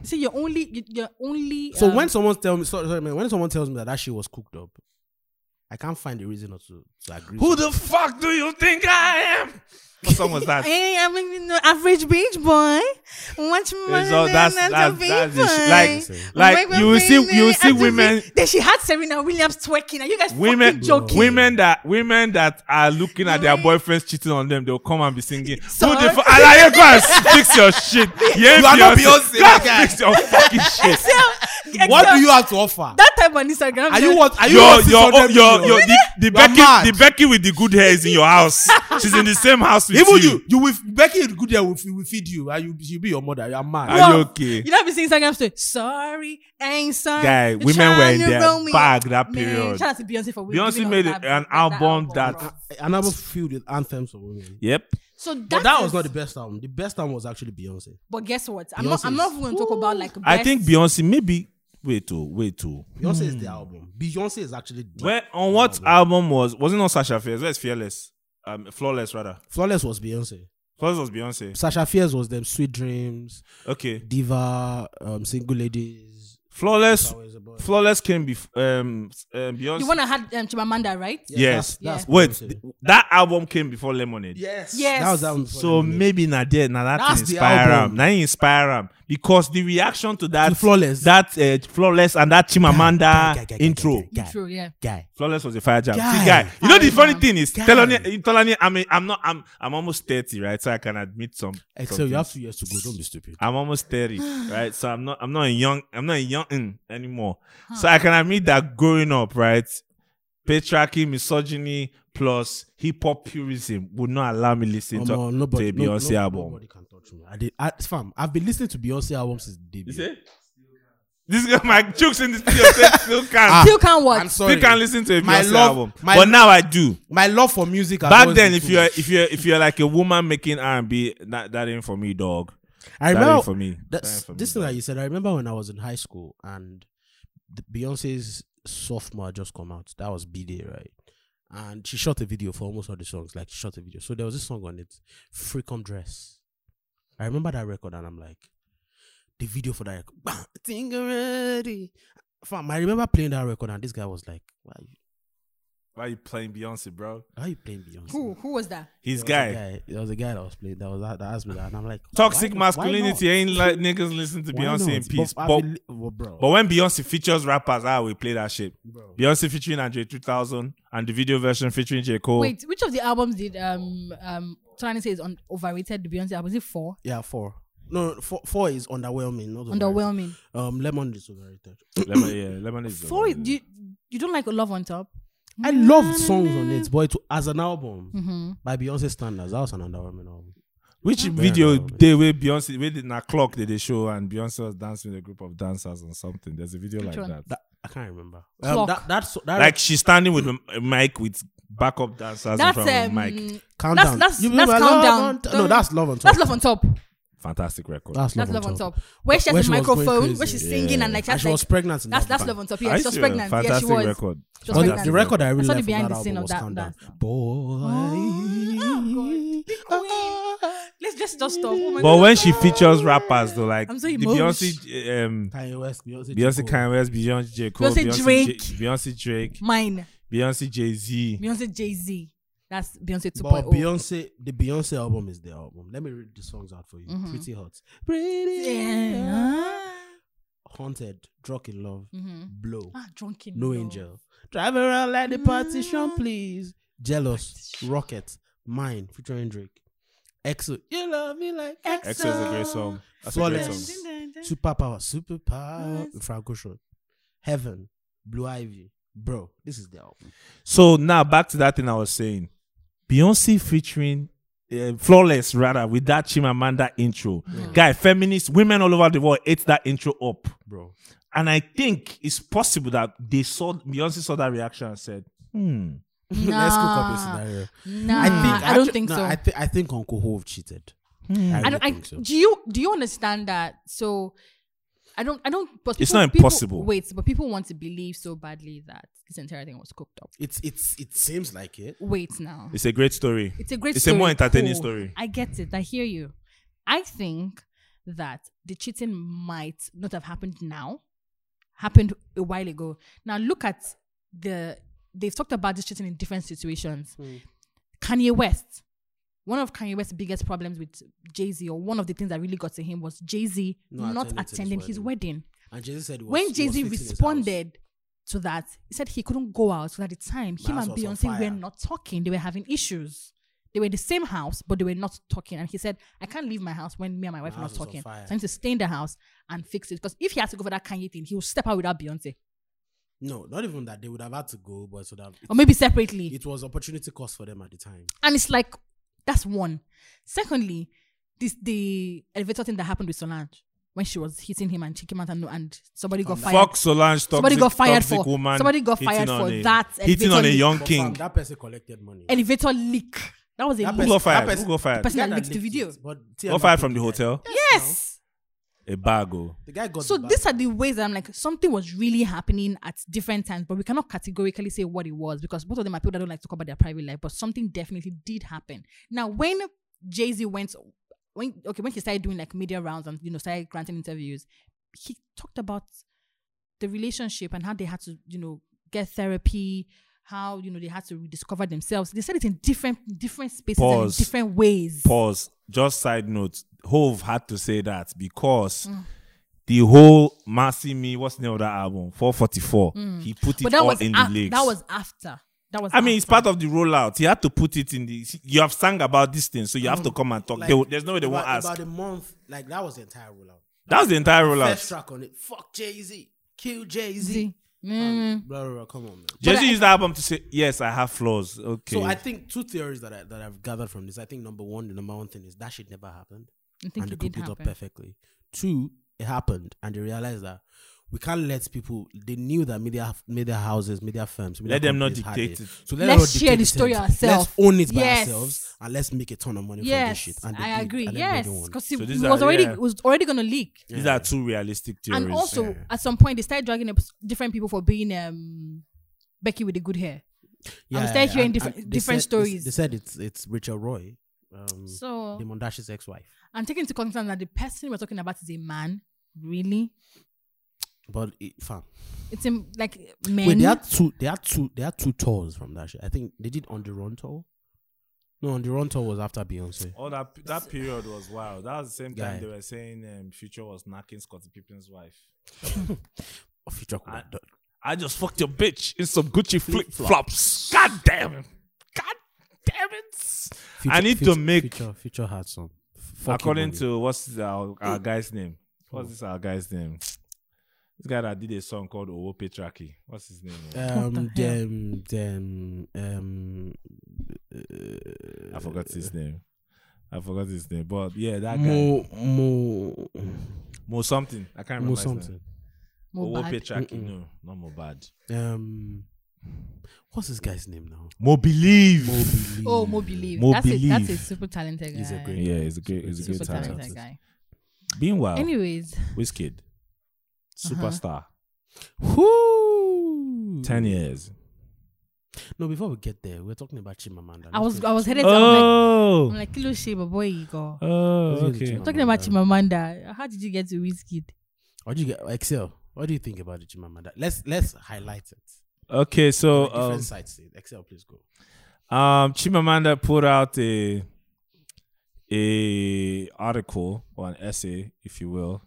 they said you're only, you- you're only.
So
um,
when someone tells me, sorry, sorry, man, when someone tells me that that shit was cooked up, I can't find a reason not to, to agree.
Who
with
the fuck do you think I am? What song was that?
Hey, I'm an you know, average beach boy. Watch my
all- that's- that's- that's the sh-
like-
like, you will see- you will see women-
Then she had Serena Williams twerking. Are you guys
women,
fucking joking?
women that women that are looking at their boyfriends cheating on them, they'll come and be singing. Who
Sorry.
the fuck? Alaye, go and fix your shit. You, ain't
You are not Beyonce,
Go and
my guy.
fix your fucking shit.
What
Excel-
do
Excel-
you have to offer?
That time on Instagram.
Are you
said-
what? Are you
Your
what
your oh,
600
your
million?
your the, the
are mad.
Becky the Becky with the good hair is in your house. She's in the same house with
Even
you.
you, you will Becky Goodyear will, will feed you, and you you be your mother. You are mad.
Are you
Bro,
okay?
You know, I've been seeing Instagram story. Sorry, I ain't sorry.
Guy,
You're
women
trying
were in
to
their
roll me.
bag that
Man,
period.
shout out to Beyonce for
Beyonce
giving us
made
that-
an
that
album that-
bro.
An album filled with anthems of women.
Yep.
So that,
But that was
is-
not the best album. The best album was actually Beyonce.
But guess what? I'm not. I'm
Beyonce's.
not even going to talk about like. Best,
I think Beyonce maybe wait to wait to
Beyonce is the album. Beyonce is actually the
where on what
album.
album was wasn't on Sasha Fierce? Where's Fearless? Um, Flawless rather.
Flawless was Beyonce.
Flawless was Beyonce.
Sasha Fierce was them. Sweet Dreams,
Okay.
Diva, um, Single Ladies.
Flawless.
Flowers About-
Flawless came before um, s- um Beyonce.
the one I had um, Chimamanda, right?
yes.
that's-
Wait,
Beyonce.
th- that album came before Lemonade.
yes,
Yes.
That was that one before
So
Lemonade.
maybe na there na that
That's the
inspire am.
album.
Na him inspire am because the reaction to that
flawless.
that uh, flawless and that Chimamanda
Guy, guy, guy, guy,
intro.
guy, guy,
True, yeah.
guy.
Flawless was a fire jam.
Guy.
See, guy, you know the
Fire
funny
jam.
thing is,
Guy.
Tolani, Tolani, I mean, I'm not, I'm, I'm almost thirty, right? So I can admit some.
Excel,
some
you
things.
have two years to go. Don't be stupid.
I'm almost thirty, right? So I'm not, I'm not a young, I'm not a young mm, anymore.
Huh.
So I can admit that growing up, right, patriarchy, misogyny, plus hip hop purism would not allow me listen
Omo,
to,
nobody,
to a Beyonce
no, no,
album.
Nobody can touch me. I did. I, fam, I've been listening to Beyonce album since the
You
debut.
see? This guy, my jokes in the studio said still can't.
Ah,
Still can't watch.
I'm
Still
sorry.
can't listen to a
My
Beyonce
love-
album,
my
but
lo-
now I do.
My love for music. has
Back
always
then,
been
if
too
you're
much.
if you're if you're like a woman making R and B, that that ain't for me, dog.
I
that
remember
ain't for me. That
That's
ain't for me,
this thing
dog.
that you said. I remember when I was in high school and the Beyonce's sophomore had just come out. That was B Day, right? And she shot a video for almost all the songs. Like she shot a video. So there was this song on it, Freakum Dress. I remember that record, and I'm like, the video for that record. Bam, Think already. Fam, I remember playing that record, and this guy was like, "Why are you,
Why you playing Beyonce, bro?
why are you playing Beyonce?"
Who who was that?
His
There was a
guy.
There was a guy that was playing. That was that, that asked me that, and I'm like,
Toxic
why- why
masculinity
not?
ain't like niggas listen to
Why
Beyonce
not?
in peace.
I've
But,
been li- well, bro,
but when Beyonce features rappers, I will play that shit.
bro.
Beyonce featuring Andre 3000 and the video version featuring J. Cole.
Wait, which of the albums did um um Tolani say is on overrated the Beyonce album? Is it four?
Yeah, four. No, no, four, four is underwhelming. Not overrated.
Underwhelming.
Um, lemon is overrated.
Lemon, yeah, Lemon is the
Four
one.
you you don't like Love on Top?
I
Mm.
loved songs on it, but it, as an album
Mm-hmm.
by Beyonce standards, that was an underwhelming album.
Which
Yeah.
video
Yeah.
day where Beyonce where did na clock did they show and Beyonce was dancing with a group of dancers or something? There's a video
Which
like
one?
that.
That I can't remember. Um,
Clock.
that that's that
Like she's standing with a mic with backup dancers
That's
in front
um
of a mic.
countdown.
that's-
You
that's
remember
Countdown.
Love on Top?
Don't-
No, that's love on top.
that's Love on Top.
Fantastic record.
That's
That's
love,
Love on Top.
Where
Where
she
she has the
was going
microphone,
crazy.
where she's singing and like
And
that's
she
like
was pregnant. in
that's
that
that's
band.
Love on Top.
Are
Yeah,
you
she was
serious?
pregnant. Yeah, she
Fantastic
was.
record.
She was
But
pregnant.
the, the record I
I
really
saw the
liked from
behind
that
the
album
scene of
was
that-
Countdown.
that-
Boy,
Oh, God. The Let's just just stop. Oh my
But
God.
when she features rappers though, like
I'm so
the
emotional.
Beyonce um
Kanye West, Beyonce, oh.
Beyonce
J. Cole.
Kanye West, Beyonce J. Cole,
Beyonce Drake.
J- Beyonce Drake,
mine
Beyonce Jay Z.
Beyonce Jay Z. That's Beyonce oh.
But
2.0.
Beyonce, the Beyonce album is the album. Let me read the songs out for you.
Mhm.
Pretty Hot, Pretty Hot.
Yeah.
Haunted, Drunk in Love,
Mm-hmm.
Blow,
Ah, drunken.
No
love.
Angel, Drive Around Like the Partition,
Mm.
Please, Jealous, Rocket, Mine, featuring Drake, EXO, You Love Me Like
Eh.
Exo is a great song. That's a great
Flawless.
song.
Superpower, Superpower,
Nice.
Franco Shot, Heaven, Blue Ivy. Bro, this is the album.
So now back to that thing I was saying. Beyonce featuring uh, Flawless rather with that Chimamanda intro.
Mhm.
Guy, feminists, women all over the world ate that intro up.
Bro,
And I think it's possible that they saw Beyonce saw that reaction and said, hmm.
let's cook up a
Nah.
scenario.
Nah, I,
I think
don't
actu-
think
no,
so.
I, th- I think Uncle Hove cheated.
hmm.
I
I don't,
don't
I,
think so.
Do you do you understand that? So, I don't. I don't. But
It's
people-
not
people-
impossible.
Wait, but people want to believe so badly that this entire thing was cooked up.
It's it's it seems like it.
Wait now.
It's a great story.
It's a great.
It's a
story.
more entertaining
Cool.
story.
I get it. I hear you. I think that the cheating might not have happened now. Happened a while ago. Now look at the. They've talked about this cheating in different situations. Kanye West. One of Kanye West's biggest problems with Jay Z, or one of the things that really got to him, was Jay Z
Not
not,
attending to his
attending his wedding.
And Jay Z said it was,
when
was
Jay Z
fixing his house.
responded to that, he said he couldn't go out. So at the time, him
house
and
was on
Beyonce
fire.
were not talking. They were having issues. They were in the same house, but they were not talking. And he said, I can't leave my house when me and my wife
My
are
house
not
is on
talking. So
fire."
I need to stay in the house and fix it. Because if he has to go for that Kanye thing, he will step out without Beyonce.
no, not even that they would have had to go, but so that it,
Or Oh, maybe separately.
it was opportunity cost for them at the time.
And it's like, that's one. Secondly, this the elevator thing that happened with Solange when she was hitting him and she came out and, and somebody got fired.
Fuck Solange, toxic,
Somebody got fired
toxic
for-
woman.
somebody got
hitting
fired
on
for
a-
that
Hitting on a
evidently.
young
But fam,
king.
that person collected money.
Elevator leak. That was a
Who
That
leak.
person-
got fired?
that person-
Who got
The
fired?
person
guy
that leaked the
leaked
video.
it, but
Got
TMI
fired from the
leaked it.
hotel.
yes.
A oh. bago.
The guy got
So
the
these
bag.
are the ways that I'm like something was really happening at different times, but we cannot categorically say what it was because both of them are people that don't like to talk about their private life, but something definitely did happen. Now, when Jay Z went, when okay, when he started doing like media rounds and you know started granting interviews, he talked about the relationship and how they had to you know get therapy, how you know they had to rediscover themselves. They said it in different different spaces and in
Pause.
different ways.
Pause. Just side note. Hove had to say that because
Mm.
the whole Massey Me, what's the name of that album? 444. He put it
Mm. But that
all
was
in
af-
the lyrics.
that was after. That was.
I mean, it's
after.
part of the rollout. He had to put it in the. You have sang about this thing, so you
Mm.
have to come and talk. They will- there's no way they won't
about,
ask.
About a month, like that was the entire rollout.
That's the entire rollout.
First track on it. Fuck Jay Z. Kill Jay Z.
Z. Mm.
Blah, blah, blah. Come on, man.
Jay
But
Z
I-
used the album to say, "Yes, I have flaws." Okay.
So I think two theories that I that I've gathered from this. I think number one, the number one thing is that shit never happened,
I think
and
it
they
did
cooked it up
happen.
perfectly. Two, it happened, and they realized that we can't let people. They knew that media media houses, media firms, media
Let them not
companies had
dictate
it.
it.
So
Let's
not
share the
dictate it
story
to us.
ourselves.
Let's own it by
Yes.
ourselves, and let's make a ton of money from
Yes,
this shit. And they
I
did,
agree.
and then they
Yes,
did one.
because it
So
it
these
was
are-
already
yeah.
it was already gonna leak.
These are two realistic theories.
and also
Yeah.
at some point they started dragging up s- different people for being um Becky with the good hair. I'm still hearing
and-
different-
and they
different
said- they-
stories.
They said it's it's Rachel Roy, um,
So
Damon Dash's ex-wife.
I'm taking into consideration that the person we're talking about is a man. Really,
But it, fam,
it's in, like men.
Wait, they had two. They had two. They had two tours from that shit. I think they did on the run tour. No, on the run tour was after Beyonce.
Oh, that that period was wild. That was the same time
Guy.
they were saying um, Future was knocking Scottie Pippen's wife.
Oh, Future could
I,
have done.
I just fucked your bitch in some Gucci flip flops. God damn it! God damn it!
Future,
I need to
Future-
make-
Future, Future had some.
According to what's our, our
Mm.
guy's name? What's this our guy's name? This guy that did a song called Owo Petraki. What's his name?
um,
What the hell?
them, them, um, uh,
I forgot his name. I forgot his name. But yeah, that guy.
Mo, Mo,
Mo something. I can't remember
Mo
his name.
something.
Owo
Mohbad.
Petraki.
Mm-mm.
No, not Mobad.
Um, what's this guy's name now?
Mo Believe.
Mo Believe.
Oh, Mo Believe.
Mo
that's A, that's a
Believe.
super talented guy.
He's a great-
Yeah, he's a great, he's a
super
great
talent.
talent.
talented guy.
Meanwhile,
Anyways,
Wizkid,
Uh-huh.
superstar,
Whoo!
ten years.
No, before we get there, we're talking about Chimamanda.
I
Let's
was
go-
I was headed. down, I'm
Oh,
like, I'm like kilo shape, boy, you go.
oh,
Let's get
okay.
to
Talking about
Chimamanda.
Chimamanda, how did you get to Whiskey?
What do you get, Excel? What do you think about the Chimamanda? Let's let's highlight it.
Okay, so
Like, different
um,
sites. Excel, please go.
Um, Chimamanda put out a a article or an essay, if you will,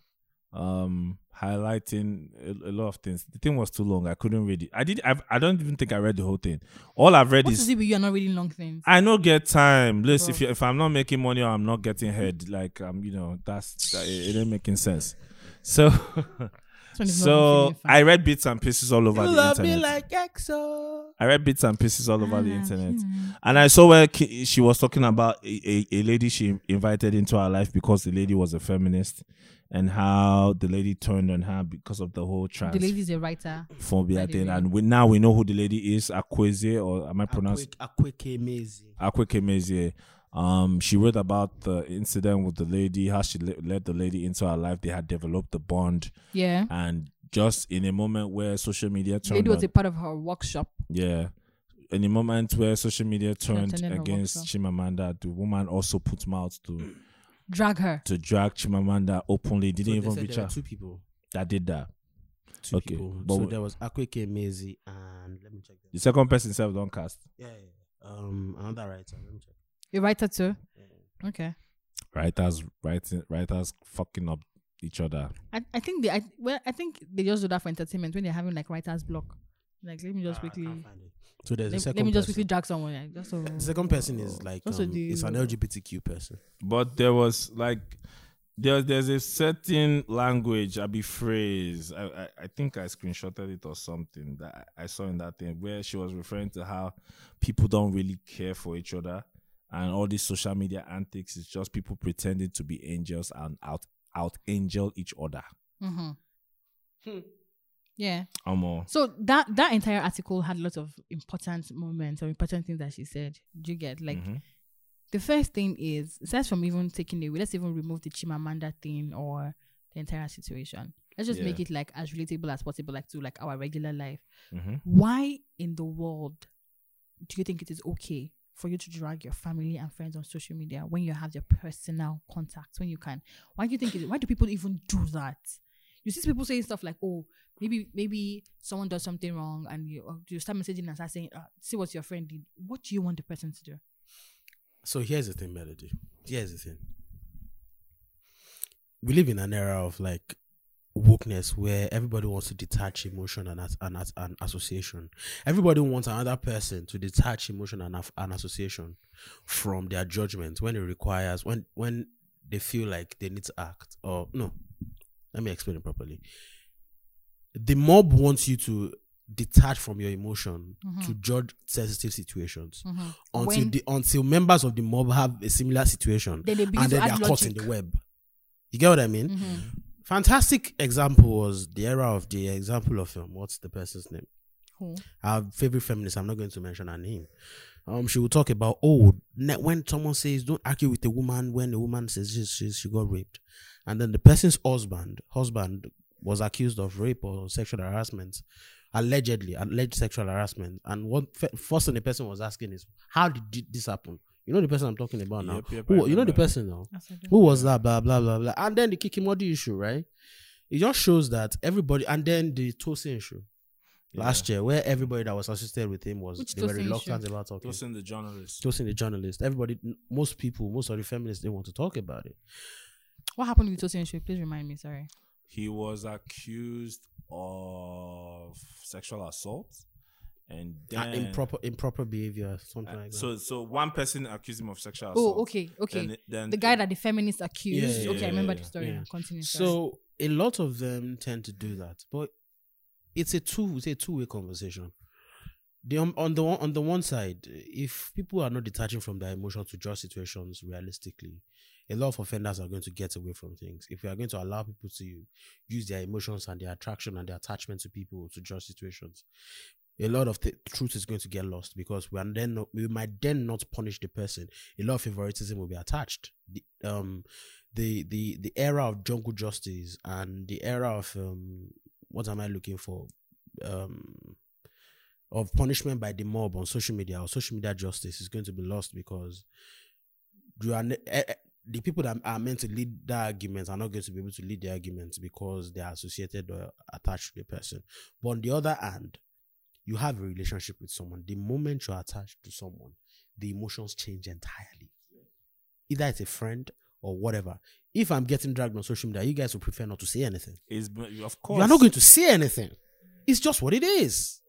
um, highlighting a, a lot of things. The thing was too long; I couldn't read it. I did. I've, I don't even think I read the whole thing. All I've read
What
is
is it Oh. with you are not reading long things?
I no get time. Listen, if you, if I'm not making money or I'm not getting head, like um, you know, that's that, it, it ain't making sense. So,
This one is not
so
even
I read bits and pieces all over the internet.
Excel.
I read bits and pieces all over the
Ah,
internet.
hmm.
And I saw where ki- she was talking about a, a, a lady she invited into her life because the lady was a feminist and how the lady turned on her because of the whole
fun. The
transphobia
lady's a writer. By the
thing.
way.
And we, now we know who the lady is, Akweze, or am I pronouncing
Akweke Mezi.
Akwe Kemezie. Um, she wrote about the incident with the lady, how she le- led the lady into her life. They had developed a bond,
Yeah.
and just in a moment where social media
The
turned,
lady was
on-
a part of her workshop.
yeah. In the moment where social media turned
attended her
against
workshop.
Chimamanda, the woman also put mouth to
Drag her.
to drag Chimamanda openly. Didn't even reach out.
Two people.
That did that.
Two
Okay,
people.
but
so
we-
there was Akweke Mezi and let me check. That.
The second person self don't cast.
Yeah, yeah, yeah. Um, another writer. Let me check.
A writer too. Okay.
Writers writing writers fucking up each other.
I, I think they I well I think they just do that for entertainment when they're having like writer's block. Like let me
Ah, I
just quickly
can't find it. So there's
let,
a
let
second.
me just
person.
quickly drag someone. Like, just so,
The second person is like um,
Also the-
it's an LGBTQ person.
but there was like there's there's a certain language i be phrase I, I i think i screenshotted it or something that i I saw in that thing where she was referring to how people don't really care for each other and all these social media antics is just people pretending to be angels and out out angel each other
hmm Yeah.
Omo.
So that that entire article had lots of important moments or important things that she said. Do you get like
Mhm.
the first thing is aside from even taking away, let's even remove the Chimamanda thing or the entire situation. Let's just
Yeah.
make it like as relatable as possible, like to like our regular life.
Mhm.
Why in the world do you think it is okay for you to drag your family and friends on social media when you have their personal contacts when you can? Why do you think it? Why do people even do that? You see people saying stuff like, "Oh, maybe maybe someone does something wrong," and you or you start messaging and start saying, uh, "See what your friend did." What do you want the person to do?
So here's the thing, Melody. Here's the thing. we live in an era of like wokeness where everybody wants to detach emotion and as, and as an association. Everybody wants another person to detach emotion and af- an association from their judgment when it requires when when they feel like they need to act or no. Let me explain it properly. The mob wants you to detach from your emotion
Mm-hmm.
to judge sensitive situations until
When-
the until members of the mob have a similar situation
Then they begin
and
to
then they
add
are caught in
logic.
the
Mm-hmm.
web. You get what I mean? Fantastic example was the era of the example of um, what's the person's name?
Who?
Our favorite feminist. I'm not going to mention her name. Um, she will talk about oh, ne- when someone says don't argue with a woman when a woman says she, she she got raped, and then the person's husband husband was accused of rape or sexual harassment, allegedly alleged sexual harassment. And what fe- first thing the person was asking is how did thi- this happen? You know the person I'm talking about now.
Yep, yep, I
Who, you know
remember.
the person now. Who was that? Blah blah blah blah. And then the Kikimodi issue, right? It just shows that everybody, and then the Tosin issue last year, where everybody that was associated with him was
Which
they were
Tosin
reluctant
issue?
about talking.
Tosin the journalist.
Tosin, the journalist, everybody, n- most people, most of the feminists, they want to talk about it.
What happened with Tosin Show? Please remind me. Sorry.
He was accused of sexual assault and
Uh,
then
improper, improper behavior, something
Uh,
like that.
So, so one person accused him of sexual assault.
Oh, okay, okay.
Then, then
the guy that the feminists accused.
Yeah,
okay,
yeah,
I remember
yeah,
the story.
yeah.
Continue. sorry.
So a lot of them tend to do that, but it's a two it's a two way conversation. The, um, on the one, on the one side, if people are not detaching from their emotions to judge situations realistically, a lot of offenders are going to get away from things. If we are going to allow people to use their emotions and their attraction and their attachment to people to judge situations, a lot of the truth is going to get lost because we are then not, we might then not punish the person. A lot of favoritism will be attached. The, um, the the the era of jungle justice and the era of um, what am I looking for? Um, of punishment by the mob on social media or social media justice is going to be lost because you are ne- eh, eh, the people that are meant to lead the arguments are not going to be able to lead the arguments because they are associated or attached to the person. But on the other hand, you have a relationship with someone. The moment you're attached to someone, the emotions change entirely. Either it's a friend or whatever. If I'm getting dragged on social media, you guys will prefer not to say anything.
is of course
You are not going to say anything. It's just what it is.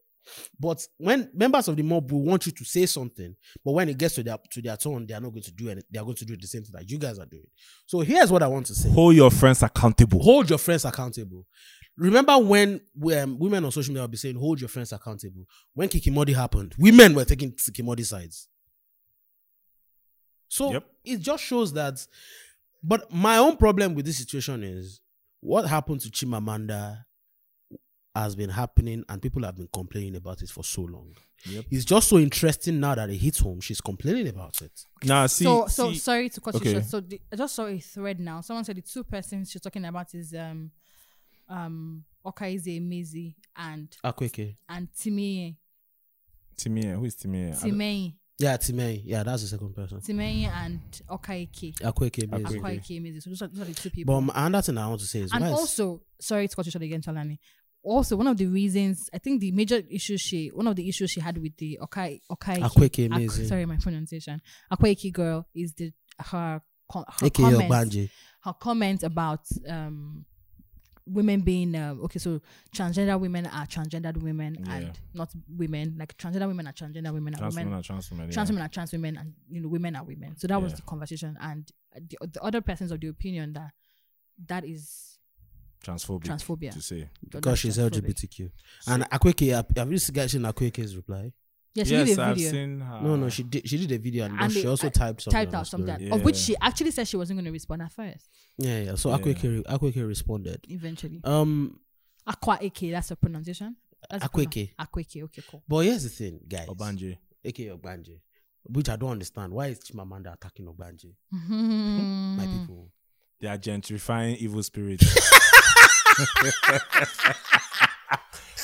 But when members of the mob will want you to say something, but when it gets to their to their turn, they are not going to do it. They are going to do the same thing that you guys are doing. So here's what I want to say:
hold your friends accountable.
hold your friends accountable. Remember when um, women on social media will be saying, "Hold your friends accountable." When Kikimodi happened, women were taking Kikimodi sides. So
Yep.
it just shows that. But my own problem with this situation is what happened to Chimamanda has been happening, and people have been complaining about it for so long.
Yep.
It's just so interesting now that it hits home. She's complaining about it.
Now, see,
so so
see-
sorry to cut
okay.
you short. So the, I just saw a thread now. Someone said the two persons she's talking about is um um Okaize Mezi and
Akweke.
and Timeye
Timia, who is Timia? I don't-
Timei
Yeah, Timei. Yeah, that's the second person.
Timei and Okaike
Akweke. Maize.
Akweke.
Okaike Mezi. So those are, those are the two people.
But um, another thing I want to say is
and
why is-
also sorry to cut you short again, Chalani. Also, one of the reasons I think the major issue she one of the issues she had with the Okai Okaike
Akweke
Ak-
Maize.
sorry my pronunciation Akwaiki girl is the her co- her
aka
comments
Ogbanje.
her comment about um women being uh, okay so transgender women are transgendered women
Yeah.
and not women like transgender women are transgender women are
Trans women
women
are trans women. yeah.
trans women are trans women and you know women are women so that was
Yeah.
the conversation and the, the other person's of the opinion that that is
Transphobic.
transphobia
To say.
Because she's
That's transphobic.
LGBTQ. And Akweke, have- have you guys seen Akweke's reply?
yeah she
yes,
did a
I've
video
seen her.
No, no, she did. She did a video and,
And
she
they-
also
I-
typed something.
typed
on
out
the
something
story.
story.
of which
Yeah.
she actually said she wasn't going to respond at first
Yeah, yeah. So
Yeah.
Akweke, Akweke responded.
eventually
Um,
Akwa Eke, that's her pronunciation That's the
Akweke.
pronoun- Akweke okay cool
but here's the thing, guys.
Obanje.
aka Ogbanje, which I don't understand. Why is Chimamanda attacking Ogbanje? My people.
They are gentrifying evil spirits.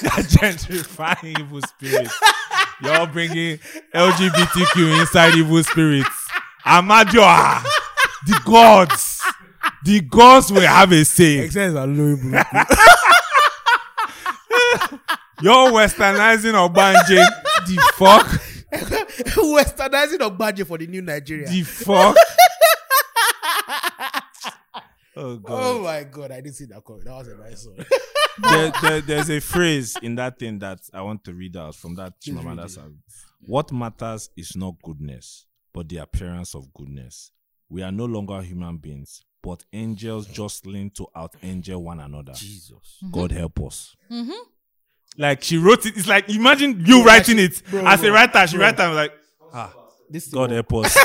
they are gentrifying evil spirits. Y'all bringing LGBTQ inside evil spirits. Amadioa, the gods, the gods will have a say.
Except that Lori
You're westernizing Obanje. the fuck,
Westernizing Ogbanje for the new Nigeria.
the fuck. Oh god.
Oh my god, I didn't see that coming. That was a nice one.
there, there, there's a phrase in that thing that I want to read out from that
Please read
Chimamanda
it.
Sab- What matters is not goodness, but the appearance of goodness. We are no longer human beings, but angels jostling to out angel one another.
Jesus.
God help us.
Mm-hmm.
Like she wrote it. It's like imagine you writing it
Bro,
as a
bro,
writer. She
bro.
write and like, ah,
This
God
thing,
help us.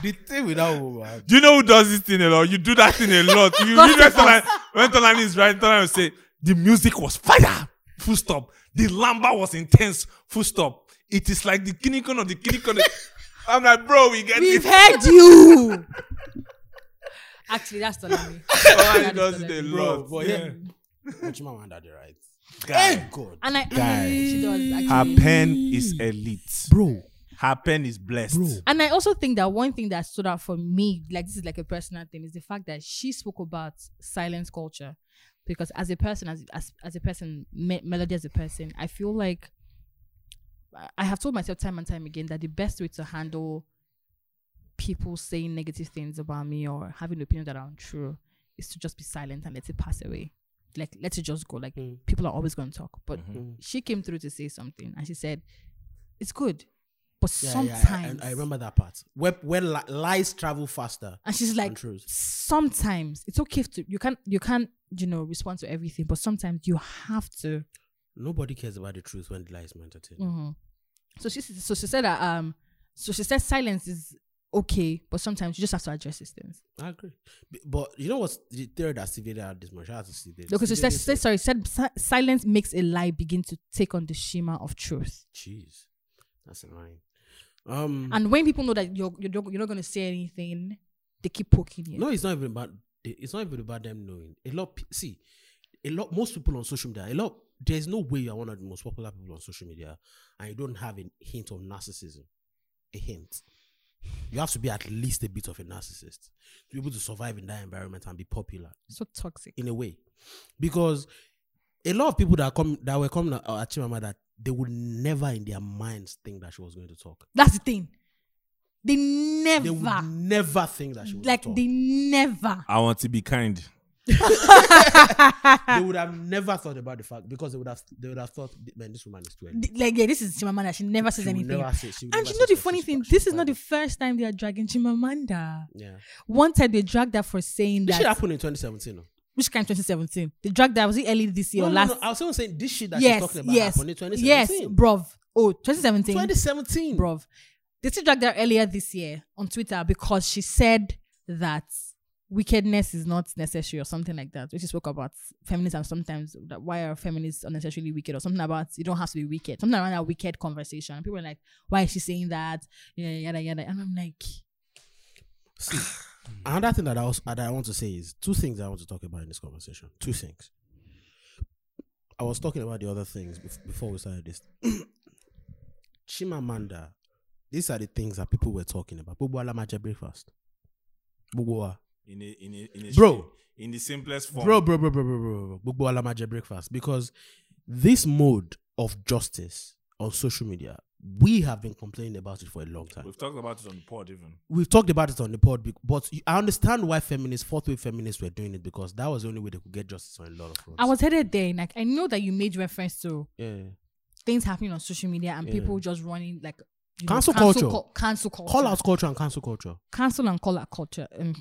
the thing with that woman.
Do you know who does this thing a lot? You do that thing a lot. You
God
read
help
Restaurant, when Tolani is right, Tolani will say, the music was fire, full stop. The lamba was intense, full stop. It is like the kinikon of the kinikon. I'm like, bro, we get
We've
it.
heard you. Actually, that's Tolani.
Oh Tolani does it a
Bro,
lot.
but
yeah.
yeah. Chimamanda, they right.
Guy.
Thank God.
And I,
Guys.
she does actually.
Her pen is elite.
Bro,
Her pen is blessed.
Bro.
And I also think that one thing that stood out for me, like this is like a personal thing, is the fact that she spoke about silence culture. Because as a person, as as, as a person, me- melody as a person, I feel like I- I have told myself time and time again that the best way to handle people saying negative things about me or having opinions that are untrue is to just be silent and let it pass away. Like let it just go. Like
Mm.
people are always going to talk, but
Mhm.
Mm-hmm.
she came through to say something and she said, "It's good." But
Yeah, yeah,
sometimes
I- I, I remember that part. Where, where li- lies travel faster
and she's
than
like
truth.
sometimes it's okay to you can't you can't you know respond to everything but sometimes you have to
Nobody cares about the truth when lies meant entertained.
Mhm. so she so she said that um so she said silence is okay but sometimes you just have to address these things
I agree. B- But you know what's the theory that Stevie had this much? Shout out to Stevie.
because she
Stevie
said,
Nicks
said sorry said "Si- silence makes a lie begin to take on the shimmer of truth
Jeez, that's annoying. Um,
and when people know that you're you're not, you're not going to say anything they keep poking you
no, it's not even about it's not even about them knowing. A lot, pe- see, a lot. Most people on social media, a lot. There's no way you are one of the most popular people on social media, and you don't have a hint of narcissism. A hint. You have to be at least a bit of a narcissist to be able to survive in that environment and be popular.
so toxic
in a way because a lot of people that come that were coming at uh, at Chimamanda that they would never in their minds think that she was going to talk.
that's the thing they
They would
never
never think that she would
like
talk.
they never
I want to be kind.
Ah.
They would have never thought about the fact because they would have they would have thought, man, this woman is too early.
Th- like yeah, this is Chimamanda. She never says
She would
anything.
never say- she would
and
never
you
say
know the
she's
funny
fat,
thing,
she's
this is
fat.
not the first time they are dragging Chimamanda.
Yeah,
One time they dragged her for saying
this
that
shit happened in 2017. No?
which kind 2017. They dragged her was it early this year
No,
or
no,
last?
no, I was even saying this shit that she's
yes,
talking about
yes,
happened in
yes,
2017.
bruv. Oh, 2017,
2017,
bruv. They still dragged her earlier this year on Twitter because she said that wickedness is not necessary or something like that. Which she spoke about feminism sometimes that why are feminists unnecessarily wicked or something about you don't have to be wicked. Something around that wicked conversation. And people are like, why is she saying that? Yeah, yada yada. And I'm like,
See, another thing that I also that I want to say is two things I want to talk about in this conversation. Two things. I was talking about the other things bef- before we started this. Chimamanda, these are the things that people were talking about. Gbogbo wa la ma jẹ breakfast. Gbogbo wa.
In a, in a, in a
Bro.
in the simplest form.
Bro, bro, bro, bro, bro, bro, bro. Gbogbo wa la ma jẹ breakfast because this mode of justice on social media, we have been complaining about it for a long time.
We've talked about it on the pod even.
we've talked about it on the pod, bec- but you- I understand why feminists, fourth wave feminists, were doing it because that was the only way they could get justice on a lot of fronts.
I was headed there. and, Like I know that you made reference to
yeah.
things happening on social media and
Yeah.
people just running like you
Cancel culture.
cul- cancel culture,
call out culture and cancel culture.
cancel and call out culture. Um,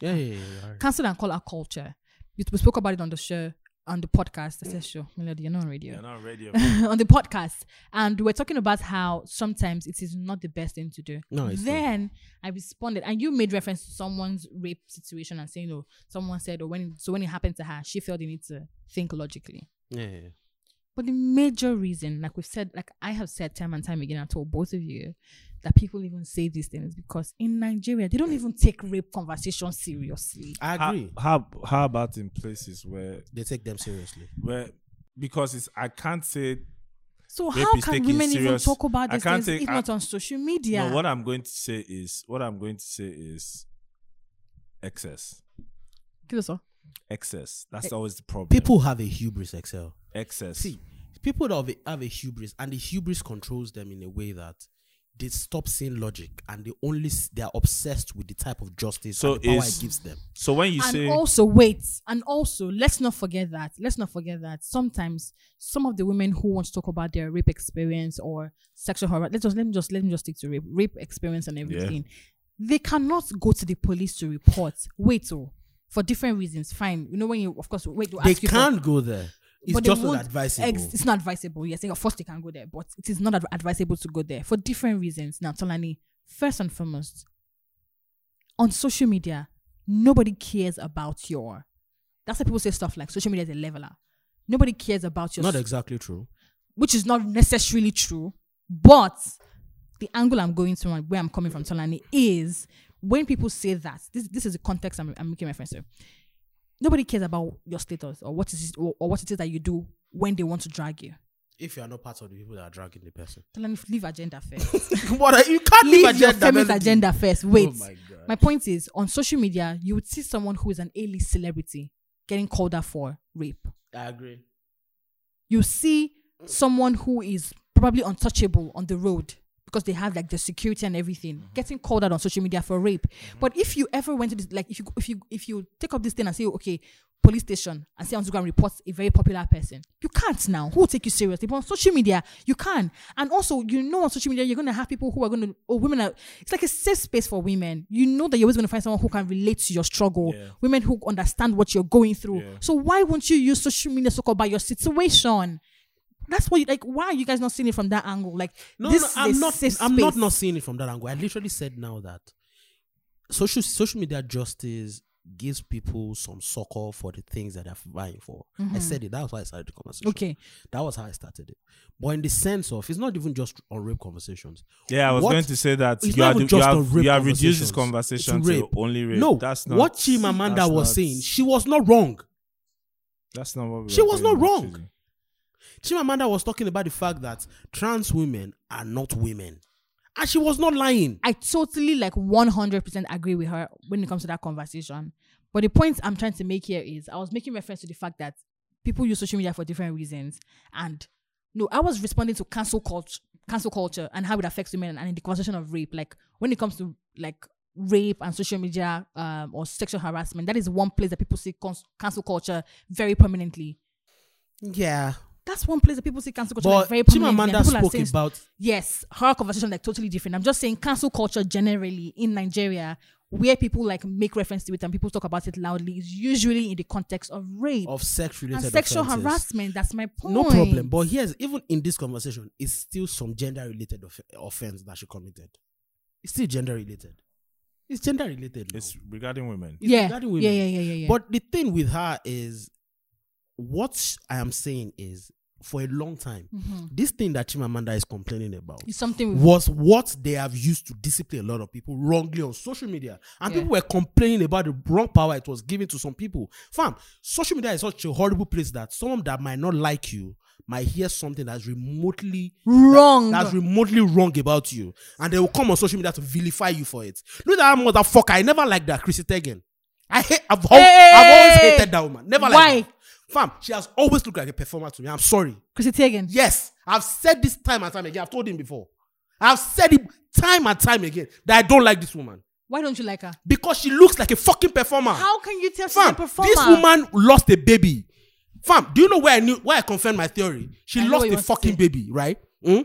Yeah, yeah, yeah. yeah, alright.
cancel and call our culture. We, we spoke about it on the show, on the podcast. I said show, Melody, you're not on radio.
You're not ready.
on the podcast, and we we're talking about how sometimes it is not the best thing to do.
No, it's not.
then I responded, and you made reference to someone's rape situation and saying, "Oh, someone said, or when so when it happened to her, she felt the need to think logically."
yeah, yeah, yeah.
But the major reason, like we've said, like I have said time and time again, I told both of you that people even say these things because in Nigeria they don't even take rape conversation seriously.
I
How,
agree.
how how about in places where
They take them seriously.
where because it's I can't say
So
Rape
how
is
can
taken
women even
serious.
talk about
I
these
can't
things
take-
if
I-
not on social media?
no what I'm going to say is what I'm going to say is excess.
Kill us all.
Excess. That's always the problem.
Eh, People have a hubris, Excel.
excess.
See, people that have a, have a hubris, and the hubris controls them in a way that they stop seeing logic and they only s- they are obsessed with the type of justice
So
and the power
is-
it gives them.
So when you
and
say
also wait and also let's not forget that let's not forget that sometimes some of the women who want to talk about their rape experience or sexual harassment let's just let me just let me just stick to rape rape experience and everything they cannot go to the police to report wait oh for different reasons fine you know when you of course wait they'll
They
ask you for-
can't go there. It's
but they
just not
won't
advisable.
ex- it's not advisable. Yes, of course they can go there, but it is not adv- advisable to go there for different reasons. Now, Tolani, first and foremost, on social media, nobody cares about your. That's why people say stuff like social media is a leveler. Nobody cares about your,
not exactly true.
which is not necessarily true, but the angle I'm going to and where I'm coming from, Tolani, is when people say that this this is the context I'm, I'm making reference to. Nobody cares about your status or what is or, or what it is that you do when they want to drag you.
If you are not part of the people that are dragging the person,
Tolani, leave agenda first.
what are, you can't
leave
leave
your
agenda.
feminist
melody.
agenda first. Wait.
Oh my
my,
god.
point is, on social media, you would see someone who is an A-list celebrity getting called out for rape.
I agree.
You see someone who is probably untouchable on the road because they have like the security and everything getting called out on social media for rape. But if you ever went to this, like if you if you if you take up this thing and say, okay, police station and say I want to go and report a very popular person, you can't now. Who will take you seriously? But on social media, you can. And also, you know, on social media, you're gonna have people who are gonna or women are it's like a safe space for women. You know that you're always gonna find someone who can relate to your struggle,
Yeah.
women who understand what you're going through.
Yeah.
So why won't you use social media to talk about your situation? That's what you like. Why are you guys not seeing it from that angle? Like,
No,
this
no,
is a
I'm not.
safe
I'm not
space.
not seeing it from that angle. I literally said now that social social media justice gives people some succor for the things that they're vying for. I said it. That was why I started the conversation.
Mm-hmm. Okay.
That was how I started it. But in the sense of, it's not even just on rape conversations.
Yeah, I was
What-
going to say that
It's
you
not
are
even
the- you
just
have,
on rape
you have reduced this
conversations.
conversation to
It's rape.
only rape.
No,
that's not
what Chimamanda
that's
was
not-
saying, she was not wrong.
That's not what we
She
were
was
talking
not
about,
wrong.
Susie.
Chimamanda was talking about the fact that trans women are not women, and she was not lying.
I totally like 100% agree with her when it comes to that conversation. But the point I'm trying to make here is I was making reference to the fact that people use social media for different reasons. And no, I was responding to cancel culture, cancel culture and how it affects women and in the conversation of rape. Like when it comes to like rape and social media um, or sexual harassment, that is one place that people see cons- cancel culture very prominently.
Yeah,
That's one place that people see cancel culture like,
but
very prominently. and
Chimamanda
people are
spoke
saying
about
yes, her conversation like totally different. I'm just saying cancel culture generally in Nigeria, where people like make reference to it and people talk about it loudly, is usually in the context of rape
of sex
and
related
sexual
offenses.
harassment. That's my point.
No problem. But here's even in this conversation, it's still some gender related of- offense that she committed. It's still gender related. It's gender related.
It's regarding women.
It's
yeah.
regarding women.
yeah, yeah, yeah, yeah, yeah.
But the thing with her is, what I am saying is, for a long time,
Mhm.
this thing that Chimamanda is complaining about
it's something we
was what they have used to discipline a lot of people wrongly on social media. And
Yeah.
people were complaining about the wrong power it was giving to some people. Fam, social media is such a horrible place that someone that might not like you might hear something that's remotely
wrong.
that's remotely wrong about you. And they will come on social media to vilify you for it. Look at that motherfucker. I never liked that Chrissy Teigen. I hate I've, al- I've
Hey!
always hated that woman. Never
Why?
liked her. Fam, she has always looked like a performer to me. I'm sorry.
Chrissy Teigen.
Yes, I've said this time and time again. I've told him before. I've said it time and time again that I don't like this woman
Why don't you like her?
because she looks like a fucking performer.
How can you tell she's a
Ah. Fam,
performer?
this woman lost a baby. Fam, do you know where I knew where I confirmed my theory? She
I know
lost
what you
a
want to
fucking
say.
baby, right? Hmm?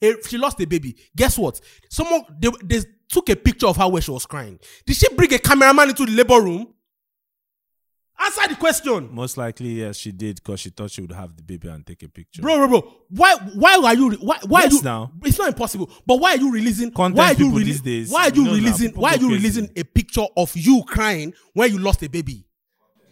Eh, She lost a baby. Guess what? Someone they, they took a picture of her where she was crying. Did she bring a cameraman into the labor room? Answer the question.
Most likely, yes, she did because she thought she would have the baby and take a picture.
bro, bro, bro. Why, why are you? re- Why, why
Yes,
are you?
now.
It's not impossible. But why are you releasing?
Content
why are you
people these days,
Why are
you
you
know now,
releasing?
people
Why are
go
you
crazy.
releasing a picture of you crying when you lost a baby,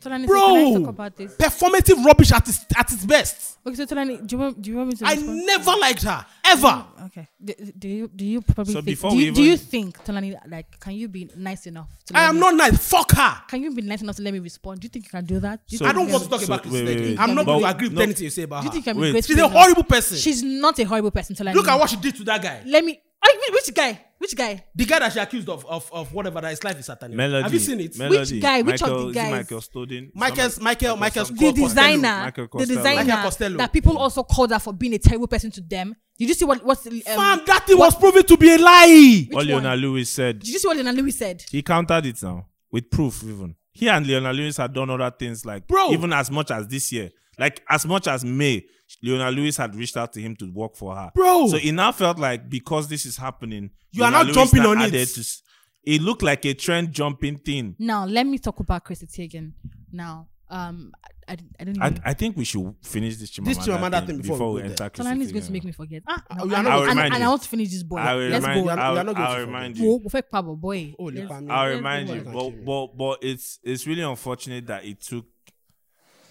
Tolani, so
bro?
can I talk about this?
Performative rubbish at its at its best.
Okay, so Tolani, do you want, do you want me to
I
respond?
never liked her ever.
Okay. Do, do you do you probably
So
think,
before
do,
we
you, do
even-
you think Tolani like can you be nice enough? To
I
let
am
me-
not nice. Fuck her.
Can you be nice enough to let me respond? Do you think you can do that? Do you
So-
think
I don't
you
want
can-
to talk about
So,
Christy.
wait, wait,
again.
wait.
I'm not
But-
going to agree with
no.
anything you say
Do
about
you
her.
think you can be
Wait.
great?
She's
to
a
her?
horrible person.
She's not a horrible person. Tolani.
Look at what she did to that guy.
Let me. I, which guy? Which guy?
The guy that she accused of of, of whatever that his life is satanic.
Melody.
Have you seen it?
Melody.
guy? Which of
Michael,
the
is it
guys?
Michael Stoden.
Michael's Michael Michael's
something.
the
Michael Costello.
designer,
Michael
the
Costello.
designer
Michael Costello.
that people also called her for being a terrible person to them. Did you see what what's the, um,
Fam, that thing was proven to be a lie.
which
What
one?
Leona Lewis said.
Did you see what Leona Lewis said?
He countered it now with proof, even. He and Leona Lewis had done other things, like
Bro.
even as much as this year, like as much as May, Leona Lewis had reached out to him to work for her,
Bro.
So it now felt like because this is happening,
You
Leona
are not
Lewis
jumping
now
on it.
added to s- it looked like a trend jumping thing.
Now let me talk about Chrissy Teigen. Now, um, I, I, I don't know.
I, I think we should finish this Chimamanda,
This Chimamanda
thing,
thing before
before,
we
we
go there.
enter.
Solani
Chrissy
is going to
Teigen.
make me forget. Ah,
Ah,
no,
you are not
and,
going
and,
to
and,
forget.
I want to finish this boy.
I will
Let's
remind
go.
you.
You are-
I
you Oh, are
will,
not going
I
to
will
forget.
remind you.
Wo- wo- fe pa bo boy.
Holy
Let's-
fam.
I'll
let's
remind
go.
you,
Thank
but,
you.
but but it's it's really unfortunate that it took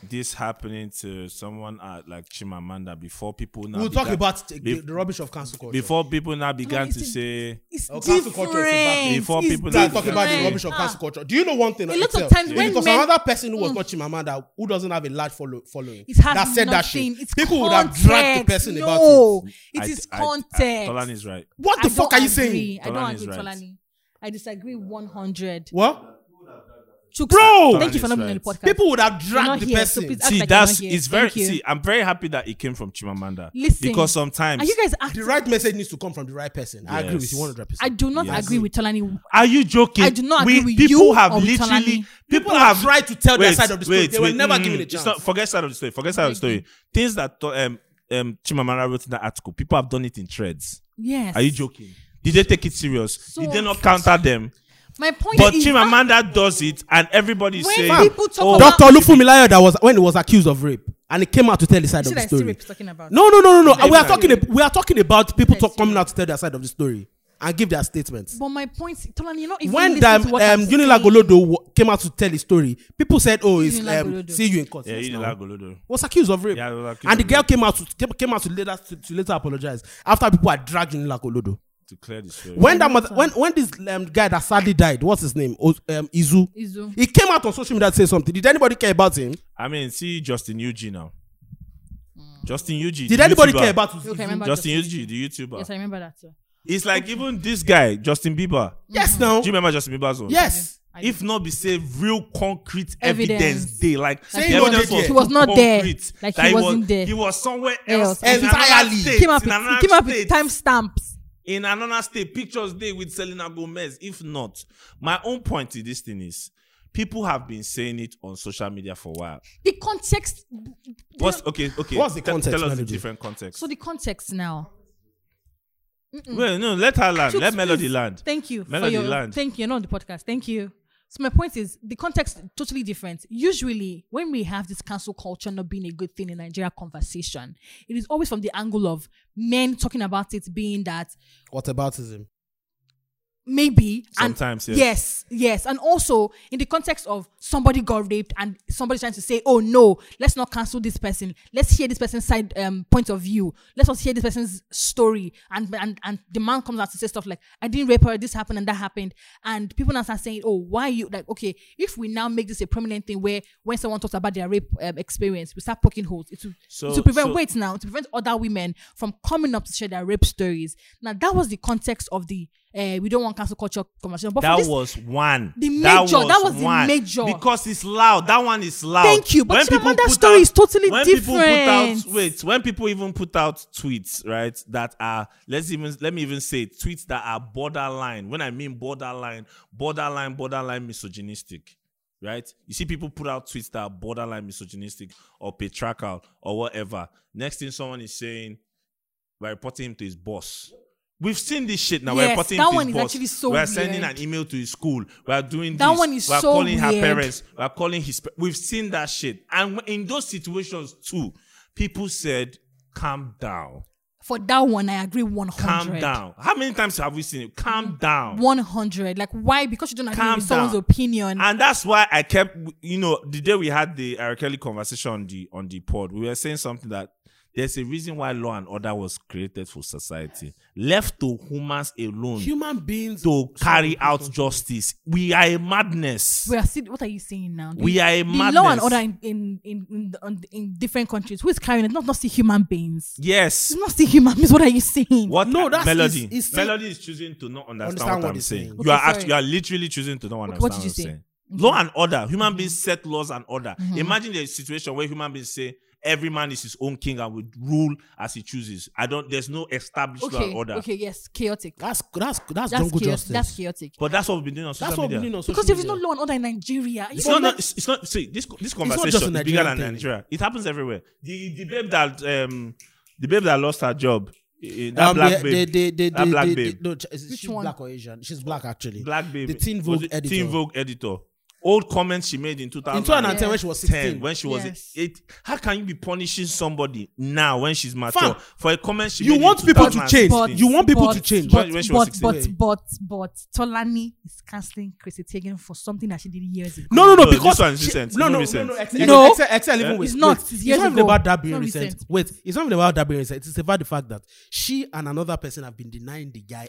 this happening to someone at like Chimamanda before people now
We'll
began,
talk about the,
be-
the rubbish of cancel culture.
before people now began
No, it's
to
a-
say
It's
Oh, cancel
different.
culture is back.
Before
It's
people
Let's
That's
talk about the
different.
rubbish of
Ah.
cancel culture. Do you know one thing?
A lot of
itself?
times when
because
men- Mm.
another person who was not Chimamanda who doesn't have a large follow, following
It has
that said that
nothing.
shit,
It's
people would have dragged the
context.
person
no,
about it.
I-
it is
I- I-
context.
Tolan is right.
What the
I
fuck
don't
are you
agree.
saying?
I don't
Tolani is
agree,
right.
Tolani. I disagree 100.
What?
Chooks,
Bro!
thank you for
Tolani is
not being on the
right.
podcast.
People would have
You're not
dragged the
here, so
person.
please act
See,
like you're
that's
not here.
it's very.
Thank you.
See, I'm very happy that it came from Chimamanda.
Listen.
because sometimes
Are you guys acting?
the right message needs to come from the right person. I agree with you
Yes.
100%.
I do not
Yes.
agree with Tolani.
Are you joking?
I do not
We-
agree with
people
you
have
or with
literally
Tolani.
people
People
have
have tried to tell their side of the story. They were never given a
mm, it's
chance.
Not, forget side of the story. Forget side of the story. Things that um um Chimamanda wrote in that article, people have done it in threads.
Yes.
Are you joking? Did they take it serious?
So
Did they not counter them?
My point
But
is.
Chimamanda does it, and everybody
When
says,
people talk
"Oh,
about-
Dr. Olufumilayo that was when he was accused of rape and he came out to tell his side of
You see
the
that I see
story.
rape is talking about.
No, no, no, no, no. We are
Exactly.
talking. ab- We are talking about people
Yes,
talk, coming out to tell their side of the story and give their statements.
But my point, is- Tolani, you know, if
When
you
the,
listen
um,
to what I'm saying-
Unilagolodo w- came out to tell his story, people said, "Oh, it's um,
Unilagolodo.
see you in court."
yeah,
Yes,
you
now.
did that Golodo."
was accused of rape,
Yeah, he was accused
and the
of
girl
rape.
came out to came, came out to later to, to later apologize after people had dragged Unilagolodo.
to clear the story.
When that mother, when when this um, guy that sadly died, what's his name? O- um, Izu.
Izu.
He came out on social media to say something. Did anybody care about him?
I mean, see Justin Yuji now. Justin Yuji.
Did
the
anybody
YouTuber.
care about Izu?
Okay, I remember
Justin
Justin
Yuji, the YouTuber?
Yes, I remember that too.
It's like even this guy, Justin Bieber.
Yes, now.
Mm-hmm.
Do you remember Justin Bieber's one?
Yes.
I do.
If not be say real concrete
Evidence.
evidence, day. Like
Say
the
he
evidence
wasn't there. He
was not there.
concrete,
Like, he
that
wasn't there.
He was somewhere
Else.
else.
And
in
he-
another
Entirely.
state,
He came up
in
with,
another
he came up with
state,
timestamps.
in another state. Pictures day with Selena Gomez. If not, my own point to this thing is people have been saying it on social media for a while.
The context.
What's okay, okay.
What's the
Tell-
context,
Tell us the
Melody?
different context.
So the context now.
Well, no, let her land.
Chooks,
Let Melody
please.
land.
Thank you.
Melody
for your,
land.
Thank you. You're not on the podcast. Thank you. So my point is the context is totally different. Usually, when we have this cancel culture not being a good thing in Nigeria conversation, it is always from the angle of men talking about it being that
What about him?
maybe
Sometimes,
and
yes.
yes yes and also in the context of somebody got raped and somebody's trying to say oh no let's not cancel this person let's hear this person's side um point of view let's us hear this person's story and and and the man comes out to say stuff like i didn't rape her this happened and that happened and people now start saying oh why you like okay if we now make this a prominent thing where when someone talks about their rape um, experience we start poking holes it will
So-
to prevent
so-
wait now to prevent other women from coming up to share their rape stories now that was the context of the uh, we don't want cancel culture conversation but for
that
this,
was one.
The
That
major, that was the
one.
major.
Because it's loud. That one is loud.
Thank you, but
people
Chinamanda's
put
story is totally
when People put
different.
out, wait, when people even put out tweets, right, that are let's even let me even say it, tweets that are borderline. When I mean borderline, borderline, borderline misogynistic. Right, you see people put out tweets that are borderline misogynistic or patriarchal or whatever. Next thing someone is saying, we're reporting him to his boss. We've seen this shit now.
Yes,
we're reporting
that
him to
one
his
is
boss.
actually so
we're sending
weird.
an email to his school. We're doing
That
this.
one is
we're
so
calling her
weird.
parents. We're calling his. pa- We've seen that shit. And w- in those situations too, people said, "Calm down,
for that one i agree 100
calm down." How many times have we seen it? Calm down.
100 like why because you don't agree
Calm
with someone's
down.
opinion
And that's why I kept, you know, the day we had the Eric Kelly conversation on the on the pod, we were saying something that There's a reason why law and order was created for society. Left to humans alone
Human beings
to carry out justice. We are a madness.
We are see, what are you saying now? The-
We are a
the
madness.
law and order in in in, in, the- on, in different countries. Who is carrying it? Not not see human beings.
Yes.
It's not see human beings. What are you saying?
What
No, that's-
melody?
it's- it's still-
melody is choosing to not understand,
Understand
what,
what
I'm
it's
saying.
saying.
You are
Okay,
actually,
sorry.
you are literally choosing to not understand
what
what,
did
I'm
you say?
saying. Law and order. Human beings set laws and order. Imagine the situation where human beings say every man is his own king and will rule as he chooses. I don't. There's no established law
Okay.
and order.
Okay. Yes. Chaotic.
That's that's that's,
That's
jungle
chaotic.
justice.
That's chaotic.
But that's what we've been doing on
That's
social
what we
media.
need on social
Because there is
media.
no law and order in Nigeria.
It's
But
not,
like-
it's, it's not. See, this this
just
conversation
a
is bigger
Nigerian
than
thing.
Nigeria. It happens everywhere. The the babe that um the babe that lost her job, eh, that
Um,
black
they-
babe,
they- they-
that
they-
black
they-
babe,
they- no, ch- is
Which
she
one?
black or Asian? She's black actually.
black babe,
the Teen
was
Vogue
it
editor.
Teen Vogue editor. Old comments she made in 2000,
In 2010
Yeah.
when she was
10,
16.
when she was
Yes.
eight. How can you be punishing somebody now when she's mature
Fam,
for a comment she
you
made
want
in
people to change.
2016?
You want people to change.
When-
But
when she was
but,
16.
but but but Tolani is canceling Chrissy Teigen for something that she did years ago.
No, no, no,
No,
because
this one is
she-
recent. It's
No, no,
not
no,
recent.
no, ex-
No.
ex- ex- excel even
Yeah.
with-
It's not.
wait,
It's
It's
years
not even
ago.
about that being
Not
recent.
recent.
Wait, it's not even about that being recent. It's about the fact that she and another person have been denying the guy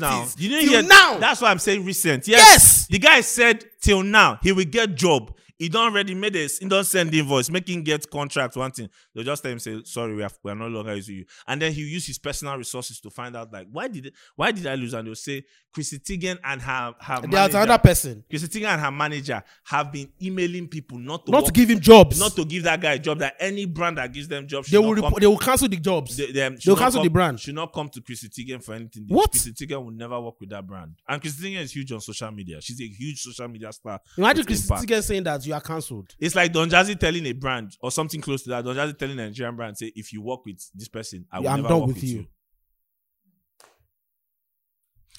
Yes, now you know
till
hear
now.
That's why I'm saying recent. Yes.
Yes!
the guy said till now he will get job. He don't already made a he don't send invoice, make him get contract. One thing they just tell him say sorry, we are we are no longer using you, and then he use his personal resources to find out like why did why did I lose? And they'll say Chrissy Teigen and her her
There's
manager,
another person.
Chrissy Teigen and her manager have been emailing people not to
Not
work-
to give him jobs.
not to give that guy a job. That any brand that gives them job, should
they will
not come
report, they will cancel the jobs.
they, they,
They'll cancel the brand.
Should not come to Chrissy Teigen for anything.
What?
Chrissy Teigen will never work with that brand. And Chrissy Teigen is huge on social media. She's a huge social media star.
Imagine
with
Christy
impact.
Teigen saying that you are cancelled.
It's like Don Jazzy telling a brand or something close to that. Don Jazzy telling a Nigerian brand, say, if you work with this person, I will
Yeah, I'm
never
done
work
with
with
you."
you.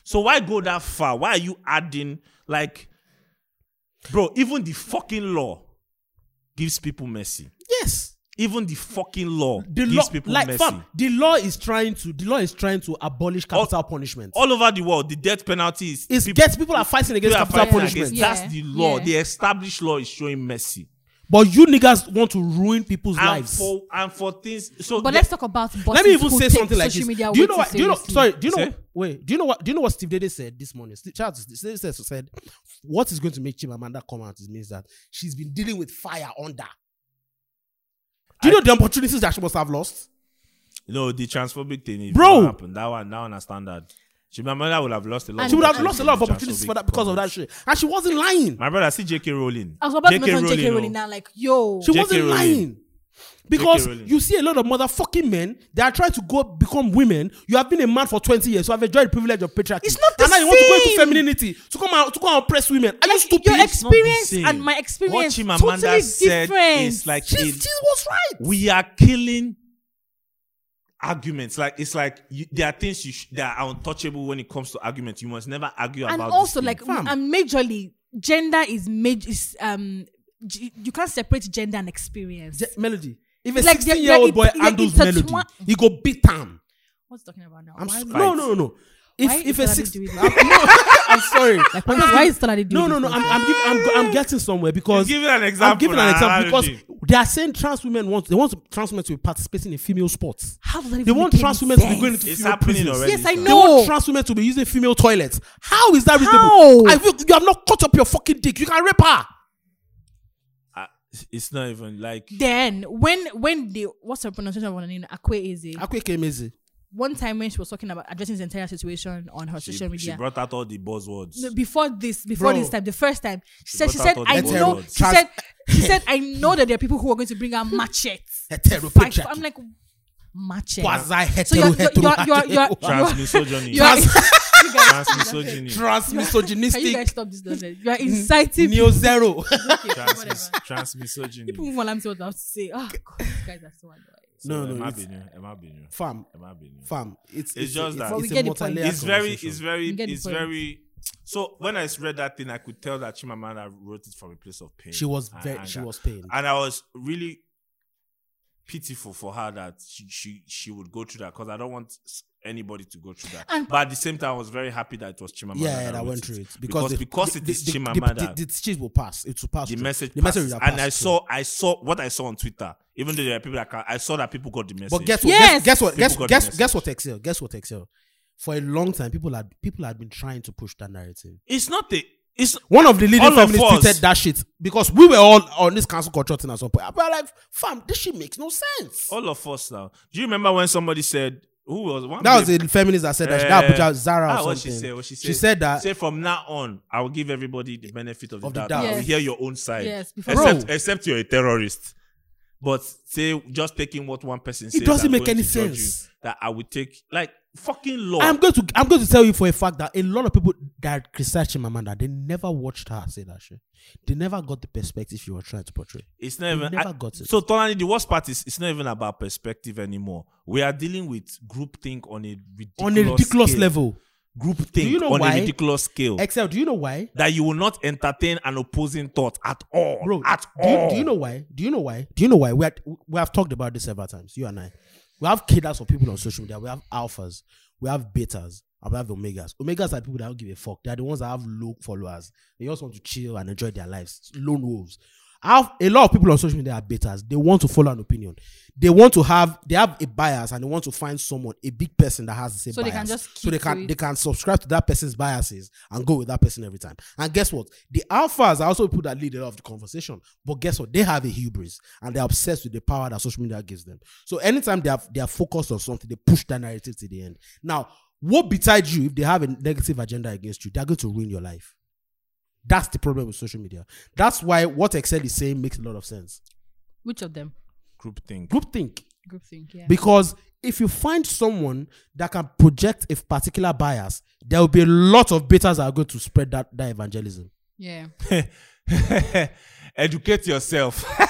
So why go that far? Why are you adding like, bro? Even the fucking law gives people mercy.
Yes.
Even the fucking law
The
gives
law,
people
like
mercy.
fam, the law is trying to the law is trying to abolish capital punishment.
All over the world, the death penalty is
It's
people-
gets people are fighting against
People are
capital
fighting
punishment.
against-
Yeah,
That's the law.
yeah.
The established law is showing mercy.
But you niggas want to ruin people's
And
lives.
for, and for things. So
But
the-
let's talk about
Let me
bosses
even
who
say
take
something like
social
this.
media
do you
way
know
too
what? Do you know?
seriously.
Sorry. Do you know?
Say?
Wait. Do you know what? Do you know what Steve Dede said this morning? Steve, Charles, Steve Dede said what is going to make Chimamanda come out is means that she's been dealing with fire under. Do you know the opportunities that she must have lost?
no, the transphobic thing. It
Bro!
won't Happen. That one, that one, I stand that. She, my mother would have lost a lot.
And-
She would have
Opportunities
lost a lot of
from the
opportunities
transphobic
for that because of that shit, and she wasn't lying.
My brother, see J.K. Rowling.
I was about to
J.K.
mention JK
Rowling,
Rowling
oh.
no.
now, like, yo.
She
J.K.
wasn't
Rowling.
lying. Because
Rowling.
you see a lot of motherfucking men they are trying to go become women. You have been a man for 20 years, so I've enjoyed the privilege of patriarchy.
It's not the
and now you want to go into
same.
femininity to come out to go and oppress women. Are you
Like,
stupid?
your
It's not the
experience
same.
and my experience
What Chimamanda
totally
said
different.
is like
she
a-
still was right.
we are killing arguments. Like it's like you, there are things you sh- that are untouchable when it comes to arguments. You must never argue
and
about.
also
this
like
thing.
Fam.
and majorly gender is major is um g- you can't separate gender and experience
Je- melody. If a
Like,
16 year old
like,
boy
like, like,
handles
it's a
melody,
twa-
he go beat him.
what's talking about now
I'm
why,
so-
would-
no, no, no. If
why
if
is
a
Tolani
six,
doing
I'm,
that?
no, I'm sorry.
like, why, why is Tolani doing
No, no, no.
this now?
I'm, I'm, giving, I'm, I'm getting somewhere because
Give it an
I'm
example.
giving an
and
example
analogy.
because they are saying trans women want they want trans women to be participating in female sports.
how does that
They
even
want
make
trans
any
women to be
sense?
going into
It's
female
happening
prisons.
already.
yes I
They
They want
know
trans women to be using female toilets. How is that
How?
reasonable? I feel you have not cut up your fucking dick. You can rape her.
Uh, it's not even like
then when when the what's her pronunciation of her name Akwe Eze
Akweke Emezi.
one time when she was talking about addressing the entire situation on her
she,
social
she
media
brought out all the buzzwords.
No, before this before
Bro.
this time the first time she said she
brought out
said
all
I
the
know
buzzwords.
she
Trans-
said she said I know that there are people who are going to bring out machetes
Hetero
Fight for-"
patriarchy.
I'm like machetes
Quasi
so you're
hetero
you're you're you're, you're,
hetero.
Trans
you're,
misogyny.
you're
Trans-
you
Trans
guys-
misogyny.
Trans
Can you guys
misogynistic
stop this nonsense? You are inciting
neo zero.
okay,
Trans,
whatever.
mis- trans misogyny.
People won't allow me to what I have to say. Oh, God, you guys are so annoying.
No, no,
Am I
it's-
being you? Am I being you?
Fam,
Am I being you?
fam. It's,
It's just that- But
we get the point.
multi-layered
It's very,
conversation.
it's very,
You get the
it's
point.
very. So when I read that thing, I could tell that Chimamanda wrote it from a place of pain.
She was
and
very. She
anger.
was pained.
and I was really pitiful for her that she she, she would go through that because I don't want s- anybody to go through that.
And-
but at the same time, I was very happy that it was Chimamanda.
yeah, yeah, that
wrote
went through it
because
the-
because
the-
it is
the- the-
Chimamanda.
The, the, the, cheese will pass. It will pass.
the
through.
message
The message
passes.
will
and
pass
I
through.
saw I saw what I saw on Twitter Even though there are people that can, I saw that people got the message.
But guess what? Guess,
Yes!
guess what?
People
Guess
got the
guess
message.
guess what? Excel. Guess what? Excel. For a long time, people had people had been trying to push that narrative.
it's not the it's
One of the leading
All of
families
us.
tweeted that shit because we were all on this cancel culture thing at some point. But like, fam, this shit makes no sense.
all of us now. Do you remember when somebody said who was one?
that was
babe-
the feminist that said
Eh,
that. shit. that Abuja Zara or
ah,
something.
what she said. What she said.
She said that.
Say from now on, I will give everybody the benefit of the
Of the
doubt.
doubt.
I will
Yes.
hear your own side.
Yes, before-
except
Bro.
except you're a terrorist. But say just taking what one person says.
doesn't
I'm
make
going
any
to judge you,
sense.
That I would take like fucking law.
I'm going to I'm going to tell you for a fact that a lot of people that research Mamanda they never watched her say that shit. They never got the perspective you were trying to portray.
It's not even.
never
I-
got it.
So, Tonani, the worst part is it's not even about perspective anymore. We are dealing with groupthink on a ridiculous
on a ridiculous
scale.
level.
Groupthink
Do you know
on
why?
a ridiculous scale
Excel, do you know why?
that you will not entertain an opposing thought at all.
Bro,
at
do,
all.
you, do you know why? Do you know why? Do you know why? We, had, we have talked about this several times, you and I. We have killers of people on social media. We have alphas. We have betas. And we have omegas. Omegas are people that don't give a fuck. They are the ones that have low followers. They just want to chill and enjoy their lives. Lone wolves. I have a lot of people on social media are betas. They want to follow an opinion. They want to have. They have a bias and they want to find someone, a big person that has the same.
So they
bias.
can just
so they
keep to
can
it.
they can subscribe to that person's biases and go with that person every time. And guess what? The alphas are also people that lead a lot of the conversation. But guess what? They have a hubris and they're obsessed with the power that social media gives them. So anytime they are they are focused on something, they push that narrative to the end. Now, what betide you if they have a negative agenda against you? They're going to ruin your life. That's the problem with social media. That's why what Excel is saying makes a lot of sense.
Which of them?
groupthink?
Group think.
Group think. Yeah.
Because if you find someone that can project a particular bias, there will be a lot of betas that are going to spread that, that evangelism.
yeah.
Educate yourself.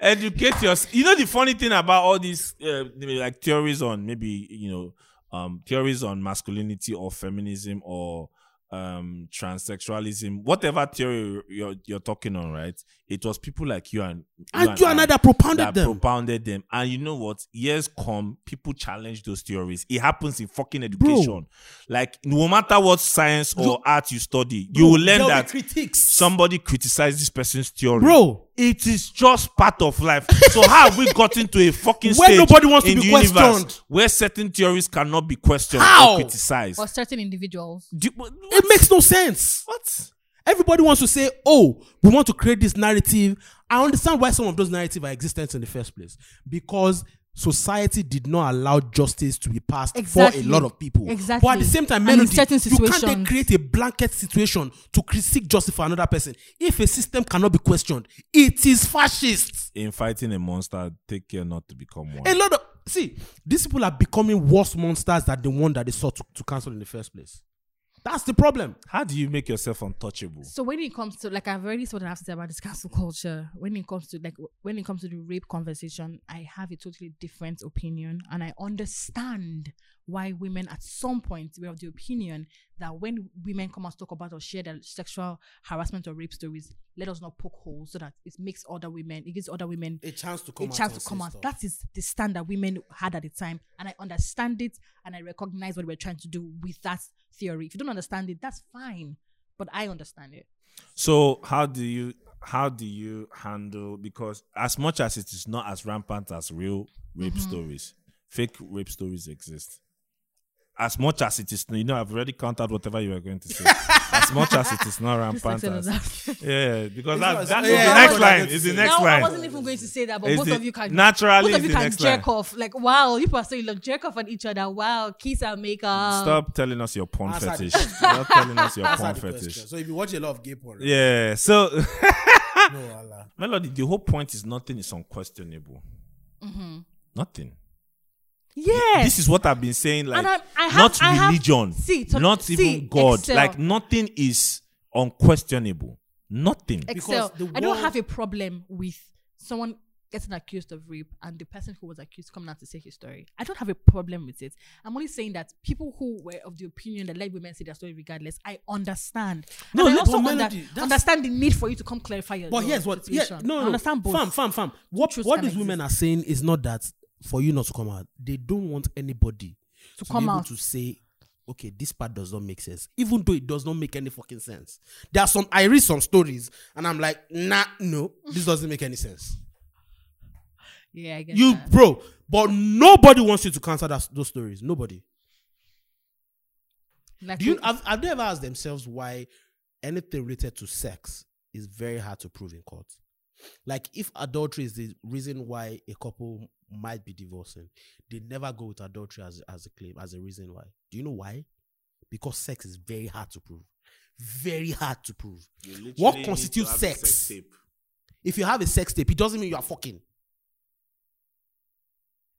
Educate yourself. You know the funny thing about all these uh, maybe like theories on maybe you know um theories on masculinity or feminism or um transsexualism, whatever theory you're you're talking on, right? It was people like you and
And you and I that propounded
that
them.
propounded them. And you know what? Years come, people challenge those theories. It happens in fucking education. Like no matter what science or art you study, you will learn
There'll be
that
critiques.
somebody criticized this person's theory.
Bro,
It is just part of life. So how have we gotten to a fucking
Where
stage
nobody wants to
in
be
the universe
questioned.
where certain theories cannot be questioned
How?
or criticized?
For certain individuals.
Do you- what?
it makes no sense.
what?
Everybody wants to say, oh, we want to create this narrative. I understand why some of those narratives are existent in the first place. Because society did not allow justice to be passed
Exactly.
for a lot of people.
Exactly.
But at the same time,
And in
Melody,
certain
you can't then
situations.
create a blanket situation to cri- seek justice for another person. If a system cannot be questioned, it is fascist.
In fighting a monster, take care not to become one.
A lot of see, these people are becoming worse monsters than the one that they sought to, to cancel in the first place. That's the problem.
How do you make yourself untouchable?
So when it comes to like I've already sort of have to say about this cancel culture. When it comes to like w- when it comes to the rape conversation, I have a totally different opinion, and I understand why women at some point were of the opinion that when women come out to talk about or share their sexual harassment or rape stories, let us not poke holes so that it makes other women, it gives other women
A chance to
a chance to come out. That is the stand that women had at the time, and I understand it, and I recognize what we're trying to do with that theory. If you don't understand it, that's fine, but I understand it.
So how do you how do you handle because as much as it is not as rampant as real rape
Mm-hmm.
stories, fake rape stories exist. As much as it is, you know, I've already counted whatever you were going to say. as much as it is not rampant, as, yeah, because that's, that's
yeah,
the
that's
next
what I
line.
was
It's the
saying.
next
now,
line.
I wasn't even going to say that, but
It's
both
the-
of you can
naturally
both of
is
you
the
can
next
jerk off. Like wow, you people are saying look jerk off on each other. Wow, kiss and make up.
Stop telling us your porn
Answer the
fetish. Stop telling us your porn
That's the
fetish.
question. So if you watch a lot of gay porn,
Yeah. So,
no, Allah.
Melody, the whole point is nothing is unquestionable.
Mm-hmm.
Nothing.
Yes.
This is what I've been saying. Like,
And I'm- I have-
not
I have-
religion,
see, to-
not
see,
even God.
Excel.
Like, nothing is unquestionable. Nothing.
Because
Excel.
the
I don't
world-
have a problem with someone getting accused of rape and the person who was accused coming out to say his story. I don't have a problem with it. I'm only saying that people who were of the opinion that let women say their story regardless, I understand.
No,
and I
no,
also
but
under-
Melody, that's-
understand the need for you to come clarify your
But
your
here's what. Yeah,
situation.
no,
I
no.
understand both.
Fam, fam, fam. What
Truth
what
can
these women are saying is not that for you not to come out. They don't want anybody to,
come
be able
out.
to say okay, this part does not make sense, even though it does not make any fucking sense. There are some I read some stories and I'm like, nah, no, this doesn't make any sense.
Yeah, I get
You,
that.
bro, but nobody wants you to cancel that, those stories. Nobody.
Like,
Do you have, have they ever asked themselves why anything related to sex is very hard to prove in court? Like if adultery is the reason why a couple might be divorcing, they never go with adultery as as a claim, as a reason why. Do you know why? Because sex is very hard to prove. Very hard to prove. What constitutes sex? If you have a sex tape, it doesn't mean you are fucking.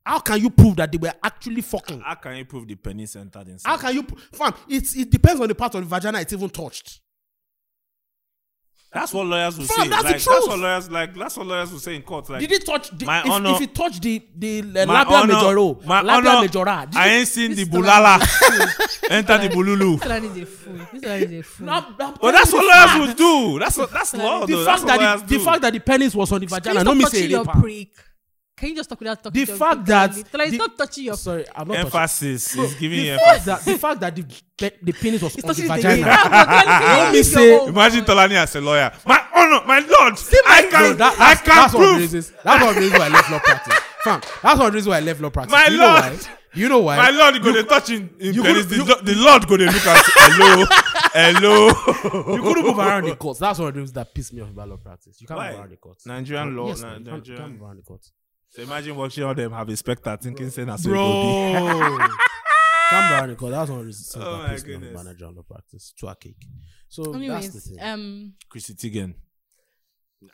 How can you prove that they were actually fucking?
How can you prove the penis entered inside?
How can you, pr- fam? It's it depends on the part of the vagina it's even touched.
That's what lawyers will
Fam,
say.
that's the
like, That's
truth.
what lawyers like. That's what lawyers will say in court. Like,
Did it touch the,
My
if,
honor-
if it touched the the uh,
my
labia
honor-
majora,
my
labia
honor,
majora? Did
I
you-
ain't seen the
this is what
bulala enter the bululu.
This one is a fool. This one is a fool.
That- that
But Oh, that's
penis-
what lawyers would do. That's what that's
The
law.
the
though.
fact
That's what
that
lawyers
the,
do.
the fact that the penis was on the
Can
vagina.
you
No
stop
me say
touching your
rape. her.
prick? Can you just talk without
The
touching your
fact
prick,
that
Stanley? Stanley,
the-
stop touching your
Sorry, I'm not touching.
emphasis is giving you
The
emphasis.
fact that the fact that the pe- the penis was on the
touching the
vagina.
vagina.
Let
me say-
Imagine Tolani as a lawyer. My honor, my lord, I
No,
can,
that-
I
that's-
can
that's What the
prove.
reason, is- that's one of the reasons why I left law practice. Fam, that's one of the reasons why I left law practice.
My
you know
lord.
why? You know why?
My lord, go to touch in, in
you
penis.
could-
The,
you-
lo- the lord go to look at. Hello, hello.
you couldn't move around the courts. That's one of the reasons that pissed me off about law practice. You can't
Why?
move around the courts.
Nigerian law.
yes,
na-
man, you can't, you can't
Nigerian.
move around the courts.
So imagine watching all them have a spectator thinking saying as
Bro. Calm down, Nicole. That's one of the reasons
Oh
that
my
pissed me off
goodness.
about Nigerian law practice. To our cake. So that's the
Anyways,
thing.
um,
Chrissy Teigen.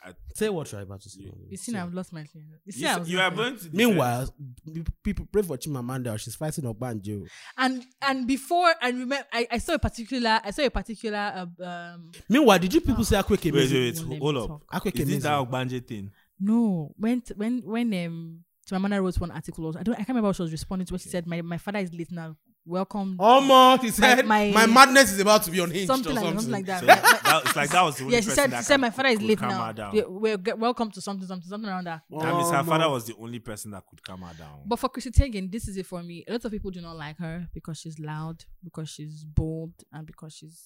I-
Say what you're about to say.
you see, I've lost my thing. You see,
You,
I
s-
was
you are
laughing.
going to.
Meanwhile, p- people pray for Chimamanda. She's fighting Obanjo.
and and before and remember, I, I saw a particular, I saw a particular. uh, Um,
Meanwhile, did you people say Akweke
Wait,
Mezu?
wait,
Well,
wait.
let
Hold
me
up.
talk.
Akweke
Is it that
Mezu.
Ogbanje thing?
no, when t- when when um, Chimamanda wrote one article, also- I don't, I can't remember what she was responding to. What she said, my my father is late now. Welcome.
Oh, Omo, he said,
my-
my, madness is about to be unhinged
Something
or
like,
something.
something like that.
So
My- my-
that, it's like that was the only
yeah, she
person
said.
that
She said
can-
my father is
could
late
calm
now.
her down.
Yeah, we're get, welcome to something, something, something around that.
That means her
Oh,
father
no.
was the only person that could calm her down.
But for Chrissy Teigen, this is it for me. A lot of people do not like her because she's loud, because she's bold, and because she's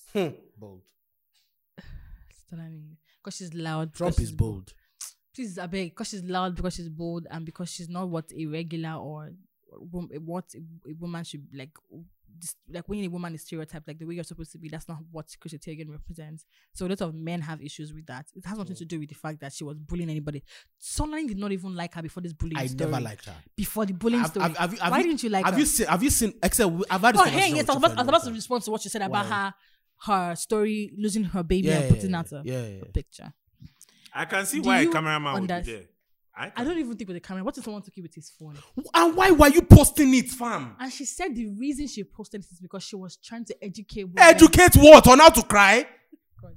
bold.
because she's loud.
Trump
because
is
she's
bold.
Please, I beg, because she's loud, because she's bold, and because she's not what a regular or wom- what a, a woman should like. dis- Like when a woman is stereotyped, like the way you're supposed to be, that's not what Chrissy Teigen represents. So a lot of men have issues with that. It has nothing
Mm.
to do with the fact that she was bullying anybody. Someone did not even like her before this bullying
I
story.
never liked her.
before the bullying
Have-
story.
have- have you- have
Why
you-
didn't you like
have
her?
you seen? Have you seen? Except we- I've had. this
oh, hey,
conversation
yes,
with
I was, about,
Chifa
I was about to
Nwoka.
respond to what you said about
Why?
her her story, losing her baby
Yeah,
and putting
yeah,
out a,
yeah, yeah.
a picture.
I can see
Do
why a
you
cameraman would
understand?
be there. I,
I
can,
don't even think with the camera. What if someone took it with his phone?
And why were you posting it, fam?
And she said the reason she posted it is because she was trying to educate women.
Educate what on how to cry?
God.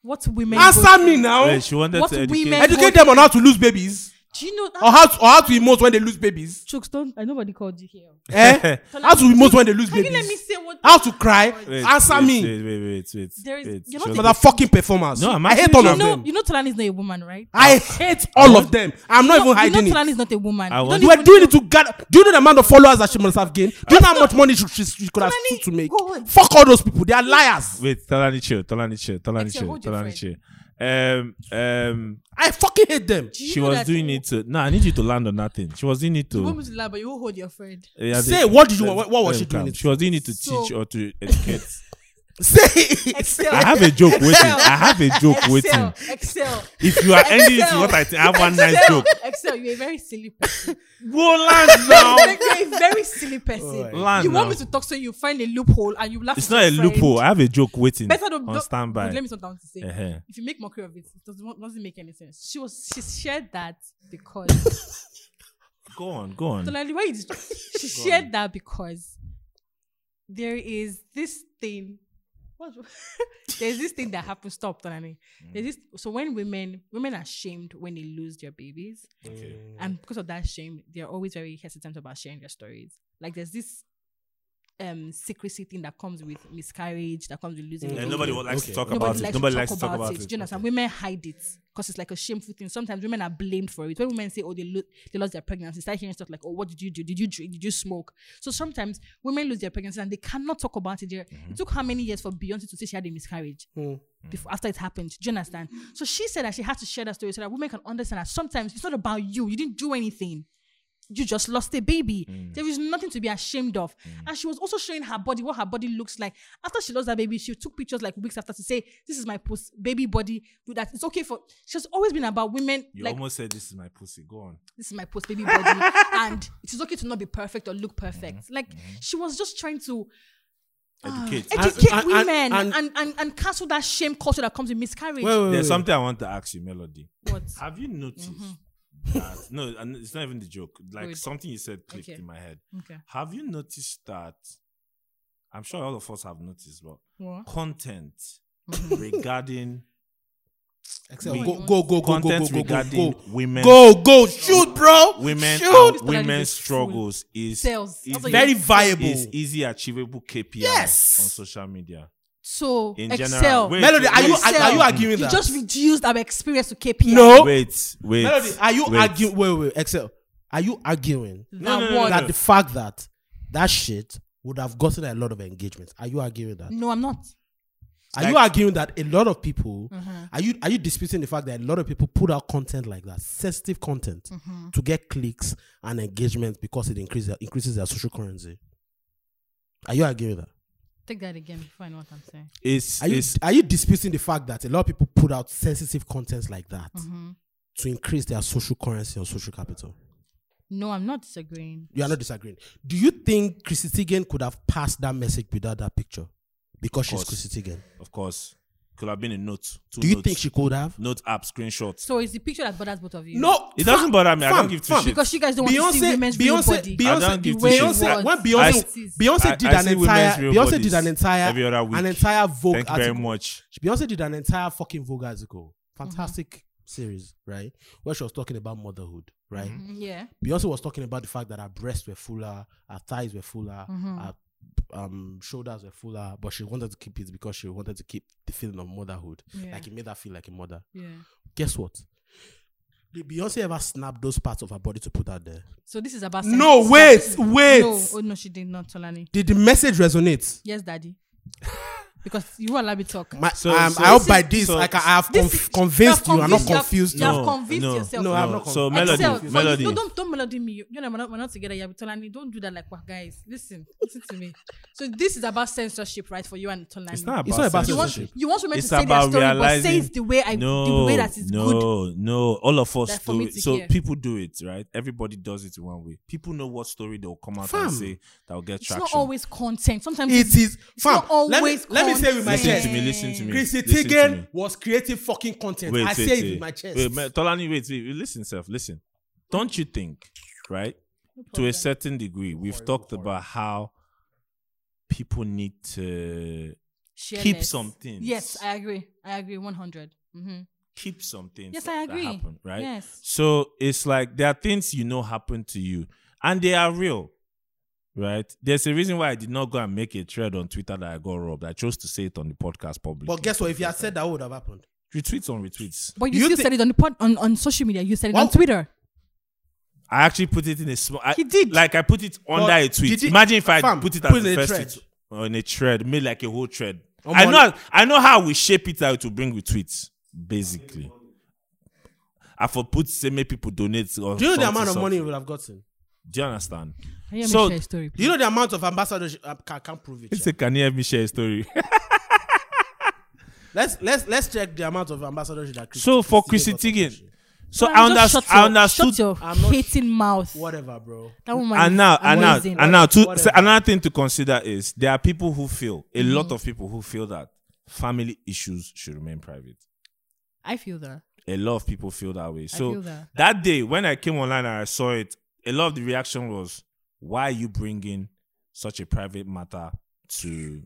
What women go
Answer
through.
me now.
Wait, she wanted
What
to educate.
women-
Educate them on how to lose babies
Do you know that?
or how to, or how to emote when they lose babies.
Chooks, don't. I nobody called you here.
Eh? how to emote when they lose
Can
babies.
you let me say what?
how to cry?
Wait,
Answer
wait,
me.
Wait, wait, wait, wait.
There is-
wait.
you're
She
not
was-
For that fucking performance.
No, I'm
I hate
actually
all
just-
You
of
know,
them.
you know, Talani is not a woman, right?
I hate all of them. I'm not even hiding
you
it.
know, Talani is not a woman.
I
You
want-
don't
You
even
were doing it to gather. Do you know the amount of followers that she must have gained? Do you know how much money she, she, she could have
Tolani,
stood to make?
go on.
Fuck all those people. They are liars.
Wait, Tolani chill, Tolani chill, Tolani
Except
chill,
hold your
Tolani chill. Um, um,
I fucking hate them.
Do you
she
know
was
that-
doing it to. No, I need you to land on that thing. She was doing it
You want
to.
me to lie, but you will hold your friend.
Yeah,
Say,
they-
what did you want?
let's-
What was she
let's calm.
doing it
She was doing it to
So-
teach or to educate.
Say it.
Excel.
I have a joke waiting.
Excel.
I have a joke waiting.
Excel. Excel.
If you are ending it to
Excel.
what I think, I have one nice
Excel,
joke.
Excel, you're a very silly person.
Go land now.
you're a very silly person.
Alright.
Land
you want
now.
me to talk so you find a loophole and you laugh.
It's
at
not a
your friend.
loophole. I have a joke waiting
Better don't,
on
don't-
standby.
Let me stop down to say.
Uh-huh.
If you make mockery of it, it doesn't, doesn't make any sense. She was she shared that because
Go on, go on.
so like, why you dis- she shared that because there is this thing. What? There's this thing that happens. Stop, Tonani.
Mm.
There's this. So when women women are shamed when they lose their babies,
Okay.
and because of that shame, they're always very hesitant about sharing their stories. Like there's this um secrecy thing that comes with miscarriage, that comes with losing.
Mm, And
a
nobody
baby.
likes to
Okay.
talk about it.
Mm, Nobody likes
Nobody
to
likes
talk about, it. Do you understand? Women hide it because it's like a shameful thing. Sometimes women are blamed for it. When women say, "Oh, they lo- they lost their pregnancy," start hearing stuff like, "Oh, what did you do? Did you drink? Did you smoke?" So sometimes women lose their pregnancy and they cannot talk about it. They're-
Mm-hmm.
It took how many years for Beyonce to say she had a miscarriage
Mm.
before after it happened? Do you understand? So she said that she had to share that story so that women can understand that sometimes it's not about you. You didn't do anything you just lost a baby.
Mm.
There is nothing to be ashamed of. And she was also showing her body, what her body looks like. After she lost that baby, she took pictures like weeks after to say, This is my post baby body. Do that. It's okay for she's always been about women
You
like
almost said this is my pussy. Go on.
this is my post baby body. and it is okay to not be perfect or look perfect.
Mm-hmm.
Like she was just trying to
Educate.
Ah, educate
and-
women and
and-
and, and, cancel that shame culture that comes with miscarriage.
Wait, wait, wait.
There's something I want to ask you, Melody.
what?
Have you noticed that? No, and it's not even the joke. Like
Good.
something you said clicked
Mm-hmm. Okay.
in my head.
Okay.
Have you noticed that? I'm sure all of us have noticed, but
What?
content
Mm-hmm.
regarding
Excel.
We-
Go, go, go, go, go, go,
content
go, go,
regarding
go.
women,
Go, go, shoot, bro.
women,
shoot.
and
This
women's
is full
struggles is
Sales. That's
is
what you-
Very viable.
is easy achievable KPI
Yes.
on social media.
So
In
Excel.
general, wait,
Melody, are you
Excel.
are, are you arguing
You
that?
just reduced our experience to KPI.
no.
Wait, wait.
Melody, are you
wait.
arguing? Wait, wait, Excel. Are you arguing
That
No, no, no,
one.
no,
that the fact that that shit would have gotten a lot of engagement? Are you arguing that?
No, I'm not.
Are
Like-
you arguing that a lot of people are you are you disputing the fact that a lot of people put out content like that, sensitive content, to get clicks and engagement because it increases their, increases their social currency? Are you arguing that?
Take that again before I know what I'm saying.
It's
Are you
it's
are you disputing the fact that a lot of people put out sensitive contents like that
Mm-hmm.
to increase their social currency or social capital?
No, I'm not disagreeing.
You are not disagreeing. Do you think Chrissy Teigen could have passed that message without that picture? Because she's
course.
Chrissy Teigen.
of course could have been a note. Two
Do you
notes,
think she could have?
note app screenshot?
So it's the picture that bothers both of you.
No,
It doesn't bother me. I
fam,
don't give two
fam.
shits.
because you guys don't want to see women's real body.
I don't
Beyonce,
give
Beyonce,
two shits.
Beyonce, when
I-
Beyonce, Beyonce
I-
did
I
an
see women's
entire,
real
Beyonce
bodies
did an entire,
every other week.
an entire Vogue
Thank you
article.
very much.
Beyonce did an entire fucking Vogue article,
Mm-hmm.
fantastic series, right? Where she was talking about motherhood, right?
Mm-hmm.
Mm, Yeah.
Beyonce was talking about the fact that her breasts were fuller, her thighs were fuller,
Mm-hmm.
her um, shoulders were fuller, but she wanted to keep it because she wanted to keep the feeling of motherhood.
Yeah.
Like it made her feel like a mother.
Yeah.
Guess what? Did Beyonce ever snap those parts of her body to put out there?
So this is about
No,
sensitive-
wait,
this is-
wait.
No, oh no, she did not, Tolani.
Did the message resonate?
Yes, daddy. because you won't let me talk.
My,
So-
um,
so-
I hope by
so-
this,
so-
like I have
This
conf-
is-
convinced you.
have
I'm not
you have-
confused.
you have
now.
No,
convinced
no,
yourself.
No, I'm not
So
confused.
Melody,
Excel, for you-
Melody,
No, don't, don't melody me. You know, we're not, we're not together yet. But Tolani, don't do that like what, guys. Listen, listen to me. So this is about censorship, right, for you and Tolani.
it's not about,
It's not about
you want,
censorship.
you want women
It's
to say their
about
story, but say
realizing-
it the way I,
no,
the way that is good.
no, no. All of us
Like, for
do
me
it.
to
So
hear.
people do it, right? Everybody does it in one way. People know what story they'll come out
Fam.
and say that will get
It's
traction.
not always content. Sometimes
It is.
It's
Fam,
not always
let me, let me say with my
listen
chest.
to me. Listen to me.
Chrissy
listen to
Teigen
me.
was creating fucking content.
Wait,
I
wait,
say it
wait.
with my chest.
Wait, ma- Tolani, wait, wait, wait. Listen, self. Listen. Don't you think, right? to a certain degree, we've talked about how people need to
Share
keep
less.
some things.
Yes, I agree. I agree. One Mm-hmm.
keep some things
Yes,
that,
I
that
agree.
happen, right?
Yes.
So it's like there are things you know happen to you and they are real, right? There's a reason why I did not go and make a thread on Twitter that I got robbed. I chose to say it on the podcast publicly.
But guess what? If you had said that, what would have happened?
retweets on retweets.
But you,
You
still
thi-
said it on the pod, on, on social media. You said it on
What-
Twitter.
I actually put it in a small. I,
He did.
Like I put it under
But
a tweet.
did it-
Imagine if I
fam,
put it
put
as
it
the
in a
first
thread.
tweet on a thread, made like a whole thread.
Oh,
I
mon-
know. I know how we shape it out to bring with tweets. Basically, I for put say make people donate. Or
Do you know the
something,
amount of money you
something.
would have gotten?
Do you understand?
Can you
So-
share a story?
Do you know the amount of ambassadors? I can't, can't prove it.
It's a
sha.
can you help me share a story?
Let's let's let's check the amount of ambassadors that. Chrissy-
so for
Chrissy
Chrissy
got
Teigen,
from that
so I, understood.
Tolani, just Shut your,
I understood.
Shut your
I'm not-
hating mouth.
shit. Whatever, bro.
That woman
and
is
now, and now,
amazing.
and now, two,
Whatever.
so another thing to consider is there are people who feel a lot of people who feel that family issues should remain private.
I feel that.
A lot of people feel that way. So
feel that.
day when I came online and I saw it, a lot of the reaction was, "Why are you bringing such a private matter to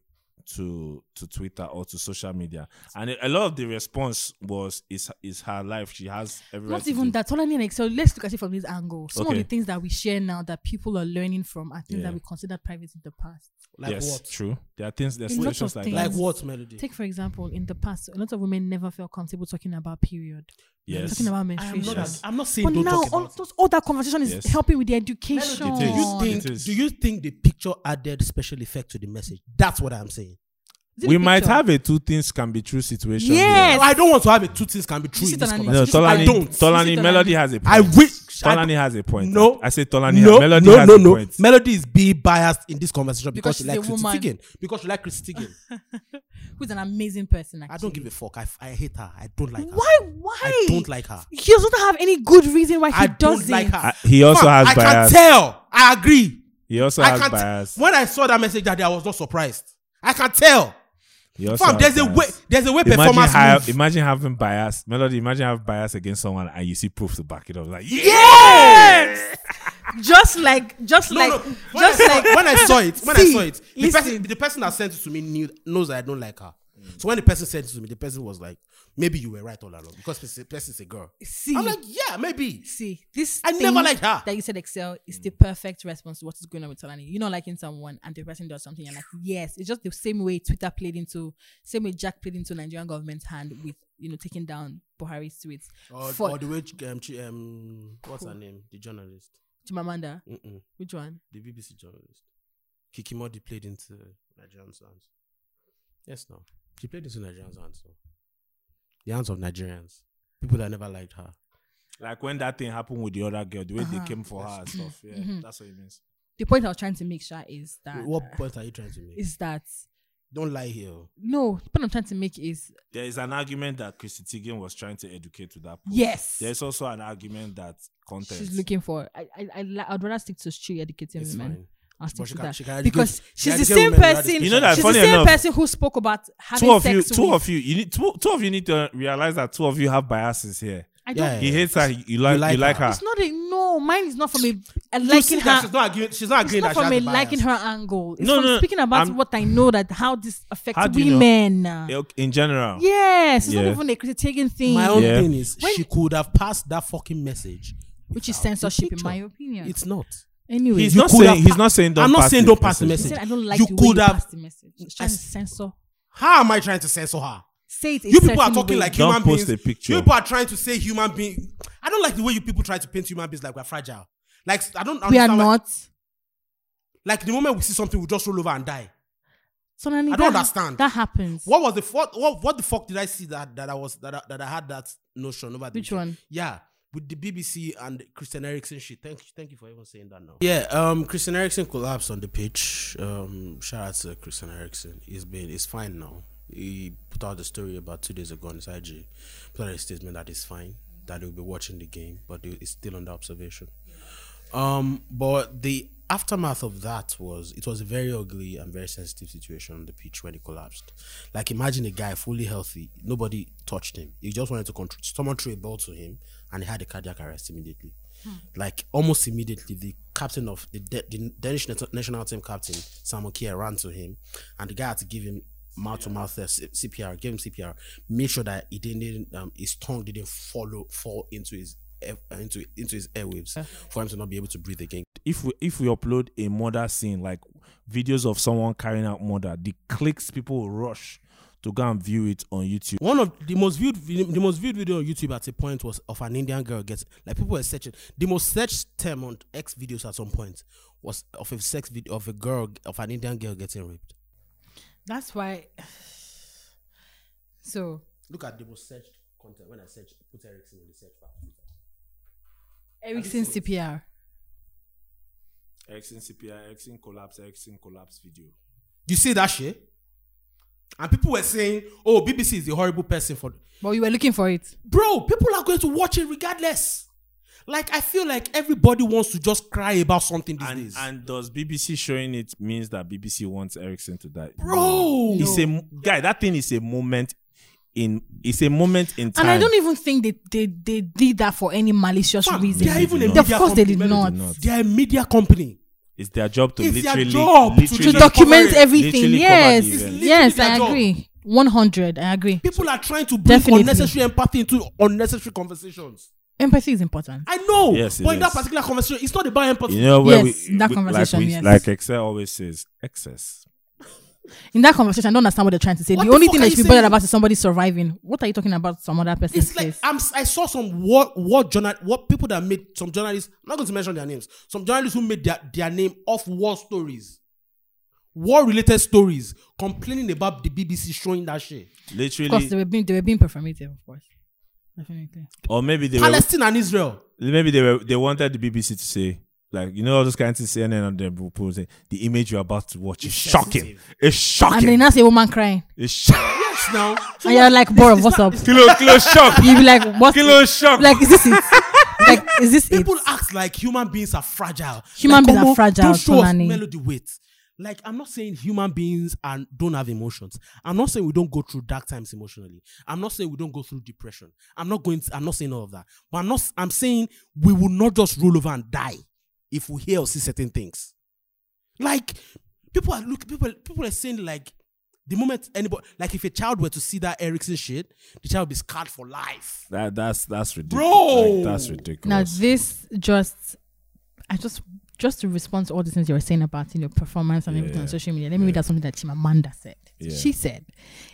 to to Twitter or to social media, and a lot of the response was is is her life. She has every right
Not
to
even
do-
that. Tolani and Excel, let's look at it from this angle. Some of
Okay.
the things that we share now that people are learning from are things
Yeah.
that we considered private in the past.
Like
yes,
what?
true. There are things. There's
Lots of
situations like
things.
that.
Like what melody?
Take, for example, in the past, a lot of women never felt comfortable talking about period,
yes,
talking about
I am
menstruation.
not.
Yes.
I'm not saying
But
don't
now,
talk
all,
about it.
those, all that conversation is
Yes.
helping with the education.
It
Do you
is.
think?
It is.
Do you think the picture added special effect to the message? That's what I'm saying.
Is it
we
a
might
picture?
have a two things can be true situation.
Yes.
here.
I don't want to have it. Two things can be true.
sit
In this
on an
No,
Just-
conversation.
Tolani,
I don't.
Is it
Tolani,
Tolani?
Melody has a point.
I wish. I
Tolani has a point.
No.
I say Tolani. has-
no,
Melody
no,
has
no,
a
no.
point.
Melody is being biased in this conversation because,
Because
she
she's a
likes Chrissy
woman.
Teigen. Because she likes Chrissy Teigen.
Who's an amazing person, actually.
I don't give a fuck. I, f- I hate her. I don't like her.
Why? Why?
I don't like her.
He doesn't have any good reason why he
I
doesn't.
don't like her.
I- he also
Fuck,
has
I
bias.
can tell. I agree.
He also
I
has
can
bias.
t- when I saw that message that day, I was not surprised. I can tell.
He also
Fam,
has
there's a
bias.
way. There's a way
Imagine,
performance
ha-
move.
imagine having bias, Melody. Imagine having bias against someone, and you see proof to back it up. Like, yeah,
Yes! just like, just
no,
like,
no. When
just
I,
like.
saw- when I saw it, when I
See,
saw it, the
listen.
person, the person that sent it to me knew, knows that I don't like her. So when the person sent it to me, the person was like, "Maybe you were right all along because the person's a girl."
See,
I'm like, "Yeah, maybe."
see, this
I never
thing
liked her.
That you said Excel is
Mm.
the perfect response to what is going on with Talani. You're not liking someone and the person does something, you're like, yes. It's just the same way Twitter played into, same way Jack played into Nigerian government's hand with, you know, taking down Buhari's tweets.
Or,
For-
or the way um, she, um, what's her name? The journalist,
Chimamanda,
Mm-mm.
which one?
the BBC journalist, Kikimodi played into Nigerian's hands. Yes, no, she played into Nigerian's hands. No? The hands of Nigerians, people that never liked her.
like when that thing happened with the other girl, the way
Uh-huh.
they came for her and stuff. Yeah,
Mhm.
that's what it means.
The point I was trying to make, Sha, is that
what point are you trying to make?
is that
Don't lie here. oh.
no, the point I'm trying to make is
There is an argument that Christy Teigen was trying to educate with that. post.
yes,
There's also an argument that content.
she's looking for. I, I, I li- I'd rather stick to she educating
It's
women.
fine.
I'll stick
But
to
she can-
that
she can
because
educate- she
she's
can
the
educate
same
women without
person.
You know that
she's the
funny
same
enough,
person who spoke about having
two of you,
sex
two
with.
of you, you need two, two of you need to realize that two of you have biases here.
I don't.
Yeah.
He hates her. You, like you like, her.
It's not a no. Mine is not from a, a
You see
liking
that
her.
She's not agreeing. She's not
It's
agreeing
not
that
from
she
a
has a bias.
liking her angle. It's
No,
from
no, no.
speaking about
I'm-
what I know that how this affects
How do you know?
women.
In general,
Yes, it's
Yeah.
not even a critiquing thing,
My own
Yeah.
thing is
When-
she could have passed that fucking message,
which is
without the
censorship, in
picture.
my opinion.
It's not.
anyway,
he's
You
not
could
saying
have
he's
pa-
not saying. Don't
I'm not
pass
saying
the
don't pass the
He
message.
message.
said, I don't like
You
the way
could
you
have-
pass the message. She's trying to
s-
censor.
How am I trying to censor her?
Say it. a
You people are
certain
talking
way.
like
Don't
human
post
beings.
a picture.
You people are trying to say human being. I don't like the way you people try to paint human beings like we're fragile. Like I don't.
we are
understand why-
not.
Like the moment we see something, we just roll over and die.
So Nani,
I don't
that-
understand.
That happens.
What was the what what, what the fuck did I see that that I was that I, that I had that notion over the
Which
weekend?
one?
Yeah, with the BBC and Christian Eriksen shit. Thank you, thank you for even saying that now. Yeah, um, Christian Eriksen collapsed on the pitch. Um, shout out to Christian Eriksen. He's been he's fine now. He put out the story about two days ago on his IG. Put out a statement that he's fine, that he'll be watching the game, but he- he's still under observation. Um, but the aftermath of that was it was a very ugly and very sensitive situation on the pitch when he collapsed. Like imagine a guy fully healthy, nobody touched him. He just wanted to control. Someone threw a ball to him, and he had a cardiac arrest immediately. Like almost immediately, the captain of the, De- the Danish nat- national team captain Simon Kier ran to him, and the guy had to give him mouth to mouth uh, CPR, give him CPR, make sure that he didn't um, his tongue didn't follow fall into his air- uh, into into his airwaves for him to not be able to breathe again.
if we if we upload a murder scene like videos of someone carrying out murder the clicks people will rush to go and view it on youtube
One of the most viewed vid- the most viewed video on YouTube at a point was of an Indian girl gets like people were searching the most searched term on X videos at some point was of a sex video of a girl of an Indian girl getting raped.
That's why. So
Look at the most searched content when I search put Ericsson in the search bar.
Ericsson CPR.
Ericsson cpr Ericsson collapse Ericsson collapse video
You see that shit? And people were saying, "Oh, BBC is a horrible person for."
But you were looking for it.
bro people are going to watch it regardless like i feel like everybody wants to just cry about something these
and
days
and does bbc showing it means that bbc wants Ericsson to die
bro
it's a guy that thing is a moment in it's a moment in time
And I don't even think they, they, they did that for any malicious
Fam,
reason.
they are even a
They
media
of course they
company.
did not.
not.
e-,
they are a media company
It's their job to
It's their
literally,
job to
literally
to
Literally
document
cover it.
everything.
Literally cover
Yes,
the event.
yes,
Literally
I
their job.
agree. One hundred, I agree.
People are trying to bring
Definitely.
unnecessary empathy into unnecessary conversations.
Empathy is important.
I know,
Yes, it
but in that
is.
particular conversation, it's not about empathy.
You know where
Yes,
we,
that
we- like,
conversation,
we,
yes.
like Excel always says, excess.
In that conversation, I don't understand what they're trying to say.
What
the,
the
only
fuck
thing
are
that
you
should be bothered
saying?
about is somebody surviving. What are you talking about? Some other person's
It's like
face.
I'm, I saw some what what journal what people that made some journalists. I'm not going to mention their names. Some journalists who made their, their name off war stories, war related stories, complaining about the BBC showing that shit.
Of course,
Literally,
they were being they were being performative, of course. Definitely.
or maybe they were,
Palestine and Israel.
maybe they were, they wanted the BBC to say, like you know all those kinds of things CNN and them people say the image you're about to watch is shocking. It's
And then
shocking.
that's a woman crying.
It's shocking.
Yes, now. So
and you're like, bro, what's up?
kilo kilo shock.
You'll be like, what's
Kilo shock.
Like, is this it? like, is this it?
people act like human beings are fragile.
Human
Like,
beings are
Omo,
fragile,
Don't show us
Tolani.
melody weight. Like I'm not saying human beings and don't have emotions. I'm not saying we don't go through dark times emotionally. I'm not saying we don't go through depression. I'm not going. To, I'm not saying all of that. But I'm not. I'm saying we will not just roll over and die if we hear or see certain things. Like people are look. People people are saying like the moment anybody like if a child were to see that Erickson shit, the child will be scarred for life.
That that's that's ridiculous.
Bro!
Like, that's
Now
ridiculous.
this just, I just just to respond to all the things you were saying about you know performance and everything on
Yeah.
social media. Let me read out something that Chimamanda said.
Yeah.
She said,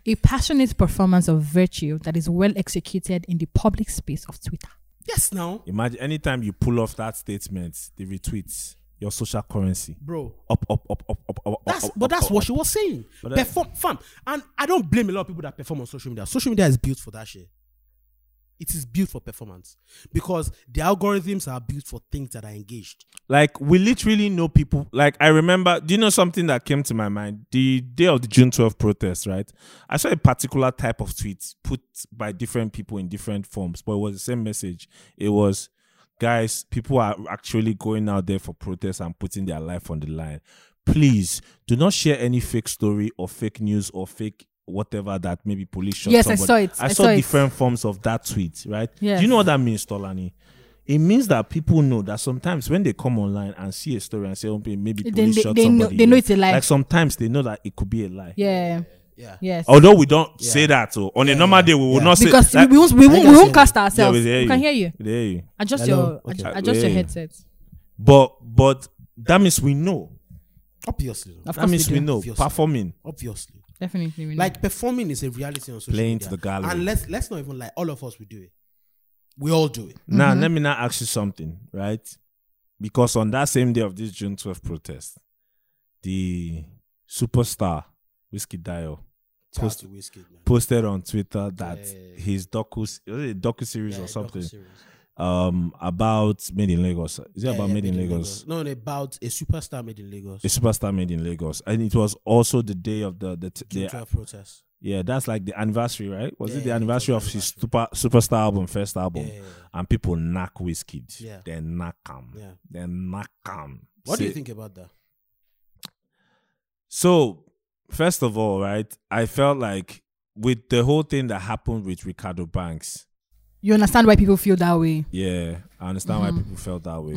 "A passionate performance of virtue that is well executed in the public space of Twitter."
Yes, now,
Imagine anytime you pull off that statement, the retweets, your social currency.
bro.
Up, up, up, up, up, up.
That's
up,
but
up,
that's
up,
what
up.
she was saying.
oh, But that-
Perform, fam, and I don't blame a lot of people that perform on social media. Social media is built for that shit. It is built for performance because the algorithms are built for things that are engaged.
Like we literally know people. Like I remember, do you know something that came to my mind? The day of the June 12 protest, right? I saw a particular type of tweet put by different people in different forms, but it was the same message. It was, guys, people are actually going out there for protest and putting their life on the line. Please do not share any fake story or fake news or fake whatever that maybe police shot
Yes, I
somebody.
saw it.
I,
I
saw,
saw it.
different forms of that tweet, right?
Yes.
Do you know what that means, Tolani? It means that people know that sometimes when they come online and see a story and say, "Oh, maybe
Then
police
they-
shot
they know-
somebody,"
they know
here,"
it's a lie.
Like sometimes they know that it could be a lie.
Yeah.
Yeah.
Yes.
Although we don't say that, so on a normal day we will
yeah.
not say
because
like-
we, won't, we,
I
won't, we
guess
won't
it-
cast
Yeah,
ourselves.
we hear
we
you.
can hear you.
We hear you.
Adjust
Hello?
your
Okay.
adjust, adjust your
Hey.
headset.
But but that means we know.
Obviously,
Of Mm.
That
course,
means
we,
we
do.
know
Obviously.
performing.
obviously,
Definitely, we know.
like performing is a reality on social
Playing
media.
to the gallery.
And let's let's not even lie. All of us we do it. We all do it.
Mm-hmm.
Now let me now ask you something, right? Because on that same day of this June 12th protest, the superstar Whiskey Dio
Shout out
Post-
to Wizkid, man.
posted on Twitter that
Yeah.
his docu was it a docu series
Yeah,
or something
docuseries.
um about Made in Lagos. Is it
Yeah,
about
yeah,
Made in Lagos?
No, no, about a superstar made in Lagos.
A superstar made in Lagos, and it was also the day of the the, t-
June
the
12 protest.
yeah that's like the anniversary, right? Was
Yeah,
it
yeah,
the
it was
anniversary of
the
his super superstar album, first album?
Yeah, yeah, yeah.
And people knock whiskey.
Yeah.
They knock him.
Yeah.
They knock him.
What do you
Say-
think about that?
So, first of all, right, I felt like with the whole thing that happened with Ricardo Banks,
you understand why people feel that way.
yeah, I understand
Mm-hmm.
Mhm.
why people felt that way.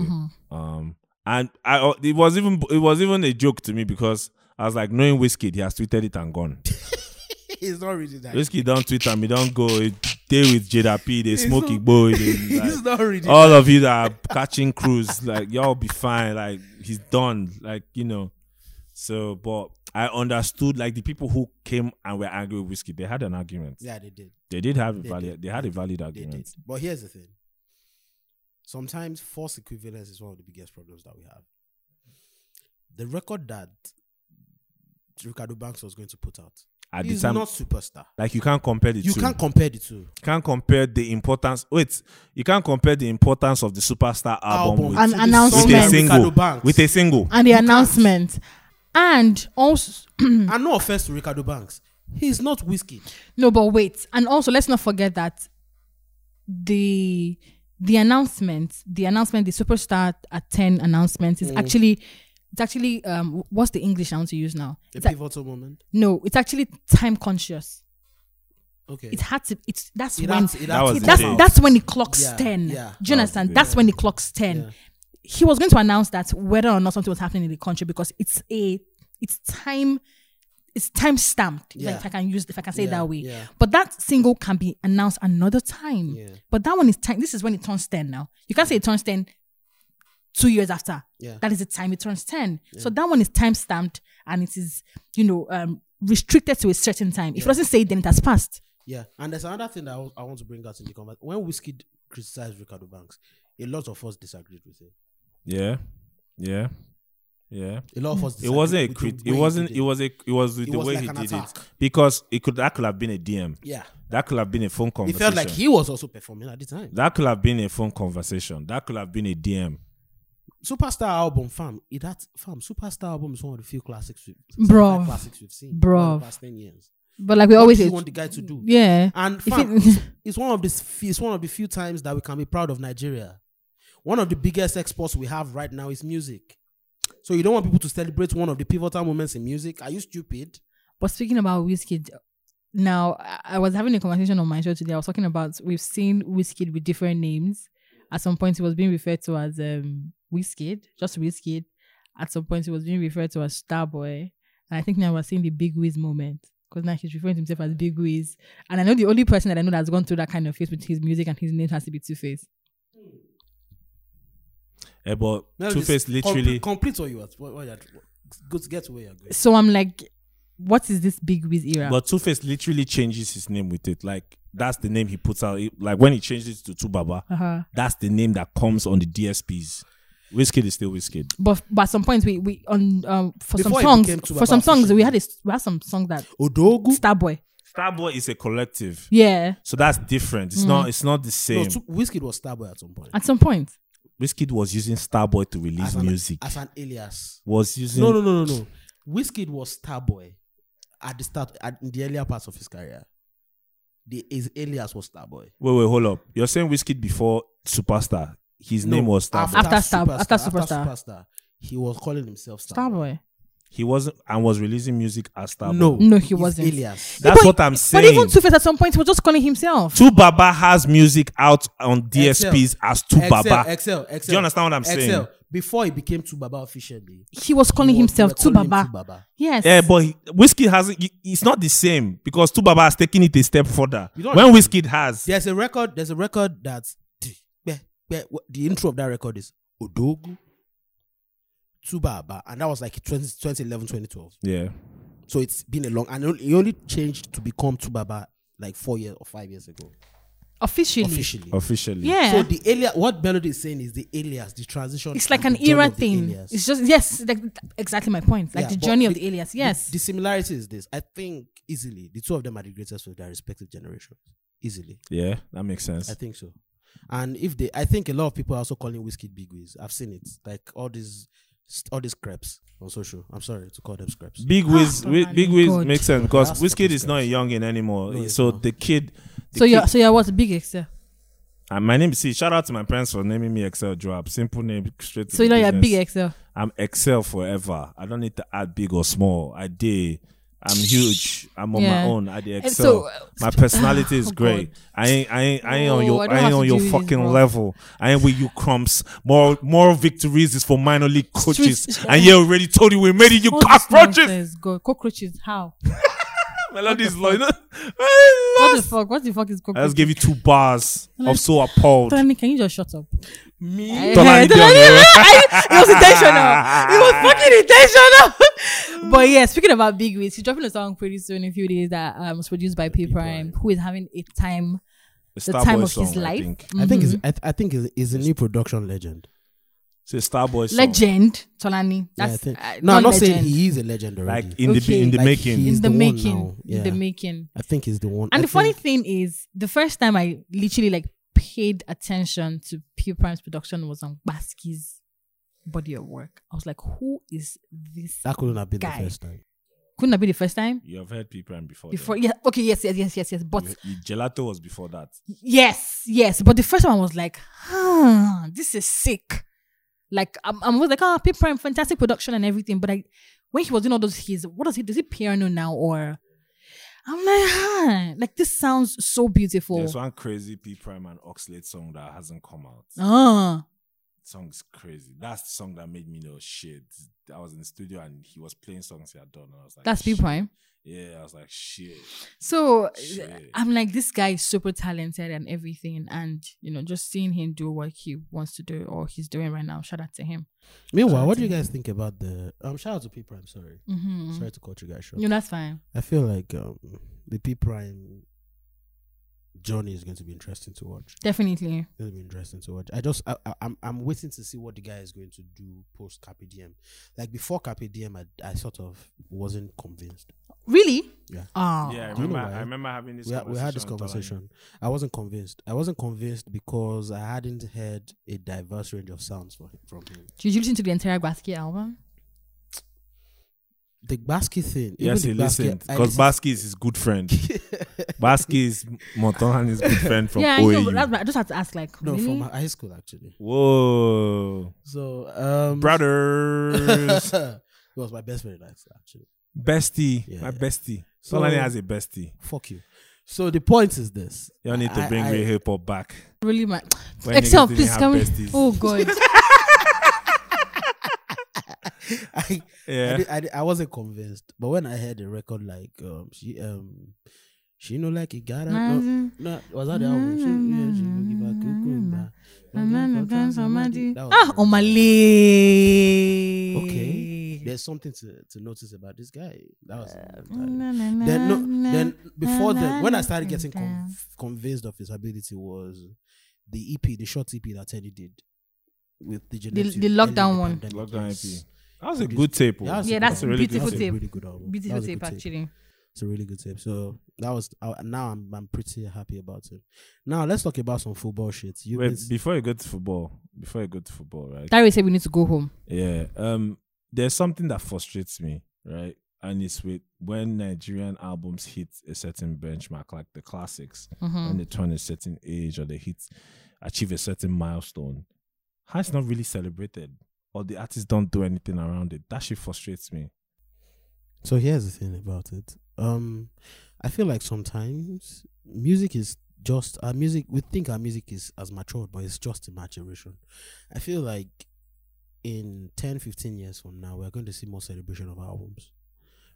Um, and I it was even it was even a joke to me because I was like, knowing whiskey, he has tweeted it and gone.
He's not reading that.
whiskey don't tweet and me don't go. He They with JDP, they
It's
smoke
not-
Igbo. they,
He's
like,
not reading.
all of you that are catching crews, like y'all be fine. Like he's done. Like you know. So, but I understood like the people who came and were angry with whiskey. They had an argument.
yeah, they did.
They did have a
They
valid.
did.
They had a valid
They did.
argument.
But here's the thing. Sometimes false equivalence is one of the biggest problems that we have. The record that Ricardo Banks was going to put out
At the
is
time,
not superstar.
like you can't compare the
You
two.
can can't compare the two.
You can't compare the importance. Wait, you can't compare the importance of the superstar album,
Album
with,
An
to the song
announcement.
with a
by Ricardo
single.
Banks.
With a single.
And the announcement, and also
and no offense to Ricardo Banks, he's not whiskey.
no, but wait, and also let's not forget that the the announcement, the announcement, the superstar at ten announcement
Mm.
is actually it's actually um what's the English I want to use now?
A
It's ac-
pivotal moment.
no, it's actually time conscious.
Okay.
It had to. It's that's
It
when
has- it
That
has
was the
to come
that's
day.
out.
that's when it clocks
Yeah, yeah.
ten. Do you
That was the
understand?
day.
That's when it clocks ten.
Yeah.
he was going to announce that whether or not something was happening in the country because it's a it's time it's time stamped
Yeah.
like if i can use if i can say it
Yeah,
that way
yeah.
but that single can be announced another time
Yeah.
but that one is time this is when it turns 10 now you can't say it turns 10 two years after
Yeah.
that is the time it turns 10 so that one is time stamped and it is you know um restricted to a certain time if it doesn't say it then it has passed
Yeah, and there's another thing that I wa- I want to bring out in the conversation. When Whiskey criticized Ricardo Banks, a lot of us disagreed with him.
Yeah, yeah, yeah.
A lot of us.
It
disagreed
wasn't a
with the
crit.
way
It
he
wasn't.
did
It was a. It was with
It
the
was
way
like
he
an
did
attack.
it because it could that could have been a DM.
Yeah,
That could have been a phone
it
conversation.
felt like he was also performing at the time.
That could have been a phone conversation. That could have been a DM.
Superstar album, fam. It that fam. Superstar album is one of the few classics, we've,
Bruv.
like classics we've seen, over
Bruv.
the past ten years.
but like we
What
always
do
say
you want the guy to do,
yeah
and
If
fam,
it-
it's, it's one of this. It's one of the few times that we can be proud of Nigeria. One of the biggest exports we have right now is music. So you don't want people to celebrate one of the pivotal moments in music? Are you stupid?
But speaking about whiskey, now I- I was having a conversation on my show today. I was talking about we've seen whiskey with different names. At some point, it was being referred to as um whiskey, just whiskey. At some point, it was being referred to as Starboy, and I think now we're seeing the Big Wiz moment because now he's referring to himself as Big Wiz. And I know the only person that I know that's gone through that kind of phase with his music and his name has to be Two Face.
Eh, but
No,
Two
this-
Face literally.
complete, complete what you are. What, what you are go to get where you're going.
So I'm like, what is this Big Wiz era?
But Two Face literally changes his name with it. Like that's the name he puts out. It- Like when he changed it to Two Baba,
uh-huh.
that's the name that comes on the DSPs. Whiskey is still whiskey.
but but at some point we we on um for
Before it
some
became too
songs for some
about
songs
social
we had a
media.
we had some song that
Odogu.
Starboy
Starboy is a collective,
yeah
so that's different. It's not. It's not the
No,
same.
two, Whiskey was Starboy at some point.
at some point
Whiskey was using Starboy to release
As an,
music.
as an alias.
was using
No, no, no, no, no. Whiskey was Starboy at the start, at, in the earlier parts of his career. The his alias was Starboy.
Wait, wait, hold up. You're saying Whiskey before Superstar. His
No,
name was Starboy.
after- Star- after Superstar.
Superstar, he was calling himself Starboy.
Starboy
He wasn't and was releasing music as Starboy.
No,
No, he
his
wasn't.
Alias.
that's
But-
what I'm
but even
saying.
Two Face at some point he was just calling himself
Two Baba has music out on DSPs as Two
Excel,
Baba.
Excel, Excel.
Do you understand what I'm saying?
Excel. Before he became Tubaba officially,
he was calling
he was- we
himself
were
Two
calling him
Baba
Tubaba.
yes
Yeah, but he- Whiskey hasn't. he- It's not the same because Two Baba has taken it a step further.
You don't-
When Whiskey has,
There's a record. There's a record that the, the intro of that record is Odogu, Tubaba, and that was like 20, 2011, 2012.
yeah,
So it's been a long, and he only changed to become Tubaba like four years or five years ago
officially.
officially.
officially,
yeah
So the alias, what Melody is saying is the alias, the transition.
it's like
and
an
the journey
era
of the
thing
alias.
it's just yes like exactly my point like
Yeah,
the
but
journey of
the-
the alias
The-
yes
The, similarity is this. I think easily the two of them are the greatest of their respective generations. Easily,
yeah, that makes sense.
I think so. And if they, I think a lot of people are also calling whiskey big wigs. I've seen it, like all these, all these crepes on social. I'm sorry to call them crepes.
Big Wiz,
Ah,
Wi-
Bernardo,
Big Wiz
God.
makes sense because
That's
Whiskey
what
is
this
not a
does.
youngin anymore.
No, he's
so
not.
the kid, the
so
kid
you're so you're what's big excel
And my name is see, shout out to my parents for naming me Excel Drop. Simple name straight to
so you
the
know you're
business.
big excel
I'm Excel forever. I don't need to add big or small. I did. I'm huge. I'm on
Yeah.
my own. I did
And
Excel.
so, uh,
my personality is
oh,
great.
God.
I ain't I ain't I ain't on
No, I
your
don't
I,
have
ain't
to
on your
do this,
fucking
bro.
level. I ain't with you crumbs. Moral moral victories is for minor league coaches.
Streets-
and you already told you we made it, you
All this
cockroaches.
nonsense, God. cockroaches how
Melody is low.
what the fuck what the fuck
I
is
just
cockroaches
gave you two bars of so appalled.
Tony, can you just shut up
Me,
Eh,
Tolani
eh,
did on
Tolani-
your own.
it was intentional. It was fucking intentional. but yeah, speaking about Big Wiz, he's dropping a song pretty soon in a few days that um, was produced by P Prime, who is having a time, the
Starboy
time of his
song, I
life.
think.
I think
Mm-hmm.
it's, I, I think it's, it's a new production legend.
It's a Starboy song.
legend Tolani.
Yeah, I
That's
think.
uh,
no, I'm not saying
legend.
he is a legend already.
Like in the
Okay.
in the
Like
making.
he-
in
he's
the,
the one
making,
now,
in the
yeah.
making.
I think he's the one.
And
I
the funny
think-
thing is, the first time I literally like paid attention to P Prime's production was on Basqui's body of work. I was like, who is this?
that couldn't have been
guy.
the first time.
Couldn't that be the first time?
You have heard P Prime before.
Before
though.
yeah, okay, yes, yes, yes, yes, yes. But
You- you- Gelato was before that.
Yes, yes. But the first one was like, huh, this is sick. Like I'm, I'm always like, oh, Pip Prime, fantastic production and everything. But I, when he was doing all those his, what does he? Does he piano now or? I'm like, huh, like this sounds so beautiful.
There's one crazy P Prime and Oxlade song that hasn't come out.
Ah,
song is crazy. That's the song that made me know shit. I was in the studio and he was playing songs he had done, and I was like,
That's
shit.
people, eh?
Yeah, I was like, shit.
So
Shit.
I'm like, this guy is super talented and everything, and you know, just seeing him do what he wants to do or he's doing right now. Shout out to him.
Shout
Meanwhile, what
out
do you
to
guys think about the? Um, shout out to P Prime. Sorry,
Mm-hmm.
sorry to cut you guys short.
No, that's fine.
I feel like um, the P Prime journey is going to be interesting to watch.
Definitely.
It'll be interesting to watch. I just I, I, I'm I'm waiting to see what the guy is going to do post Carpe Diem. Like before Carpe Diem, I, I sort of wasn't convinced.
Really?
Yeah.
Yeah, I
Oh.
Ah, Do you know
remember.
why?
I remember having this.
We, had- we had this
with Tolani.
conversation. I wasn't convinced. I wasn't convinced because I hadn't heard a diverse range of sounds for, from him.
Did you listen to the entire Gwaski album?
The basket thing.
Yes, he
even the Basque-
listened
I
because
listened-
Basky is his good friend. Basky is Montonhani's good friend from
yeah, I know.
OAU.
but That's why I just had to ask, like,
no,
really?
from high school actually.
Whoa,
So um
brothers,
he was my best friend in high school, actually.
bestie,
Yeah,
my
yeah.
bestie.
So-
Tolani has a bestie.
Fuck you. So the point is this.
Y'all need to
I-
bring
I-
real hip hop back.
really, my.
When
Excel,
niggas didn't
please
have
come.
besties.
Oh God.
I, I,
Yeah,
di- I, di- I wasn't convinced, but when I heard the record, like um, she um, she no like it got no,
Mm-hmm.
no, was that the album? She, yeah, she no give a cucumber. That was
Ah,
the-
Omale.
Okay. There's something to, to notice about this guy. That was that- then no, then before then, when I started getting con- convinced of his ability was the EP, the short EP that Teddy did with the
the
Genetic early in
lockdown
the
one.
pandemic,
Lockdown E
yes.
EP. that was a good tape. oh.
Yeah, that's
Yeah,
a
that's
good-
beautiful
that's a
tape.
really good album.
Beautiful
That was a
tape,
good
actually.
It's a really good tape. So that was uh, now I'm I'm pretty happy about it. Now let's talk about some football shit. You
Wait,
miss-
before you go to football, before you go to football, right?
Larry said we need to go home.
Yeah. Um, there's something that frustrates me, right? And it's with when Nigerian albums hit a certain benchmark, like the classics, when
Mhm.
they turn a certain age or they hit achieve a certain milestone, how it's not really celebrated. Or the artists don't do anything around it. That shit frustrates me.
so here's the thing about it. Um, I feel like sometimes music is just our music. We think our music is as matured, but it's just maturation. I feel like in 10, 15 years from now, we're going to see more celebration of albums.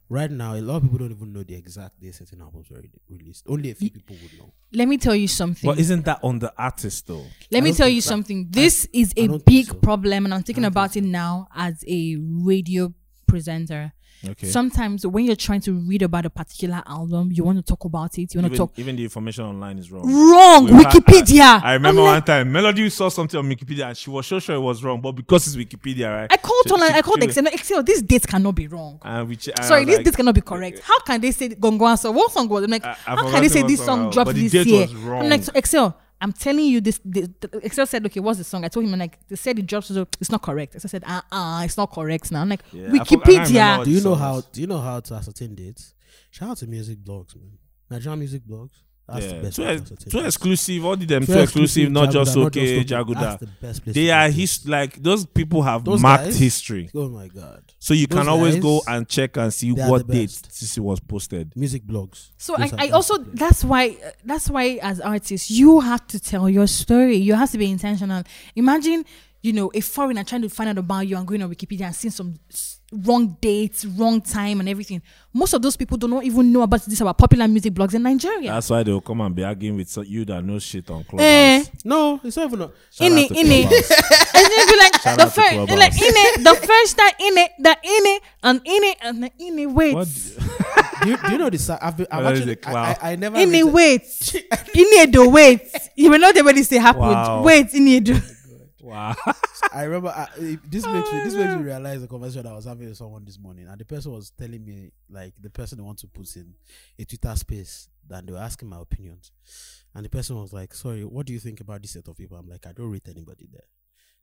Right now, a lot of people don't even know the exact day certain albums were re- released. Only a few people would know.
Let me tell you something.
But isn't that on the artist though?
Let
I
me
don't
tell
think
you
that-
something. This is
I
a
don't think
big
so.
problem, and I'm thinking
I don't
about it
think so.
now as a radio presenter.
Okay.
Sometimes when you're trying to read about a particular album, you want to talk about it. You want
even,
to talk
even the information online is wrong.
wrong
We've had-
Wikipedia.
I, I remember
I'm like-
one time Melody saw something on Wikipedia and she was so sure it was wrong, but because it's Wikipedia, right?
I called
She-
online.
she-
I called
she-
Excel. no, Excel, this date cannot be wrong.
And we che- and I
Sorry,
was
this
Ah, like, eh, Ah,
date cannot be correct. How can they say Gongwan song? What song was it? I'm like?
I- I've
how can
forgotten
they say
what
this
song
song
was,
dropped
but the
this
date
year?
was
I'm like
wrong.
so Excel. I'm telling you this. The, the- Excel said, "Okay, what's the song?" I told him, and like they said it drops. So it's not correct. Excel said, "Ah, ah, it's not correct now." I'm like
Yeah, I forgot- I can't remember
Wikipedia.
what
do you know
songs.
how do you know how to ascertain dates? Shout out to music blogs, man. Nigerian music blogs. That's
yeah.
the best
too,
way to
ex-
ascertain
too
dates.
exclusive. All the them
Too
too exclusive. Not
Jaguda,
just okay,
That's
Jaguda.
the best place.
They
to
are
get
his
dates.
like those people have
Those
marked
guys-
history,
Oh my god.
so you
Those
can always go
guys,
and check and see
they are
what
the
date
best.
this was posted.
Music blogs.
So
Those
I,
are
I
best
also
places.
that's why uh, that's why as artists you have to tell your story. You have to be intentional. Imagine you know a foreigner trying to find out about you and going on Wikipedia and seeing some s- wrong dates, wrong time, and everything. Most of those people do not even know about this about popular music blogs in Nigeria.
That's why they'll come and be arguing with so- you that knows shit on Clubhouse.
Eh,
No, it's not even. A,
Shout out
Inni,
to
inni.
Clubhouse.
and then be like
Shout
the
out to
first,
Clubhouse.
like in it, the first time in it, the in it, and in it, and the in it
What
waits,
do-
do, you, do you know this? I've been. I've
That is
actually,
a clown.
I, I, I never.
in it
rated-
waits, in it do waits. You will not ever say happened.
Wow.
Wait, in it do.
wow.
I remember I, it- this makes me this makes me realize the conversation I was having with someone this morning, and the person was telling me like the person they want to put in a Twitter space, and they were asking my opinions, and the person was like, "Sorry, what do you think about this set of people?" I'm like, "I don't rate anybody there."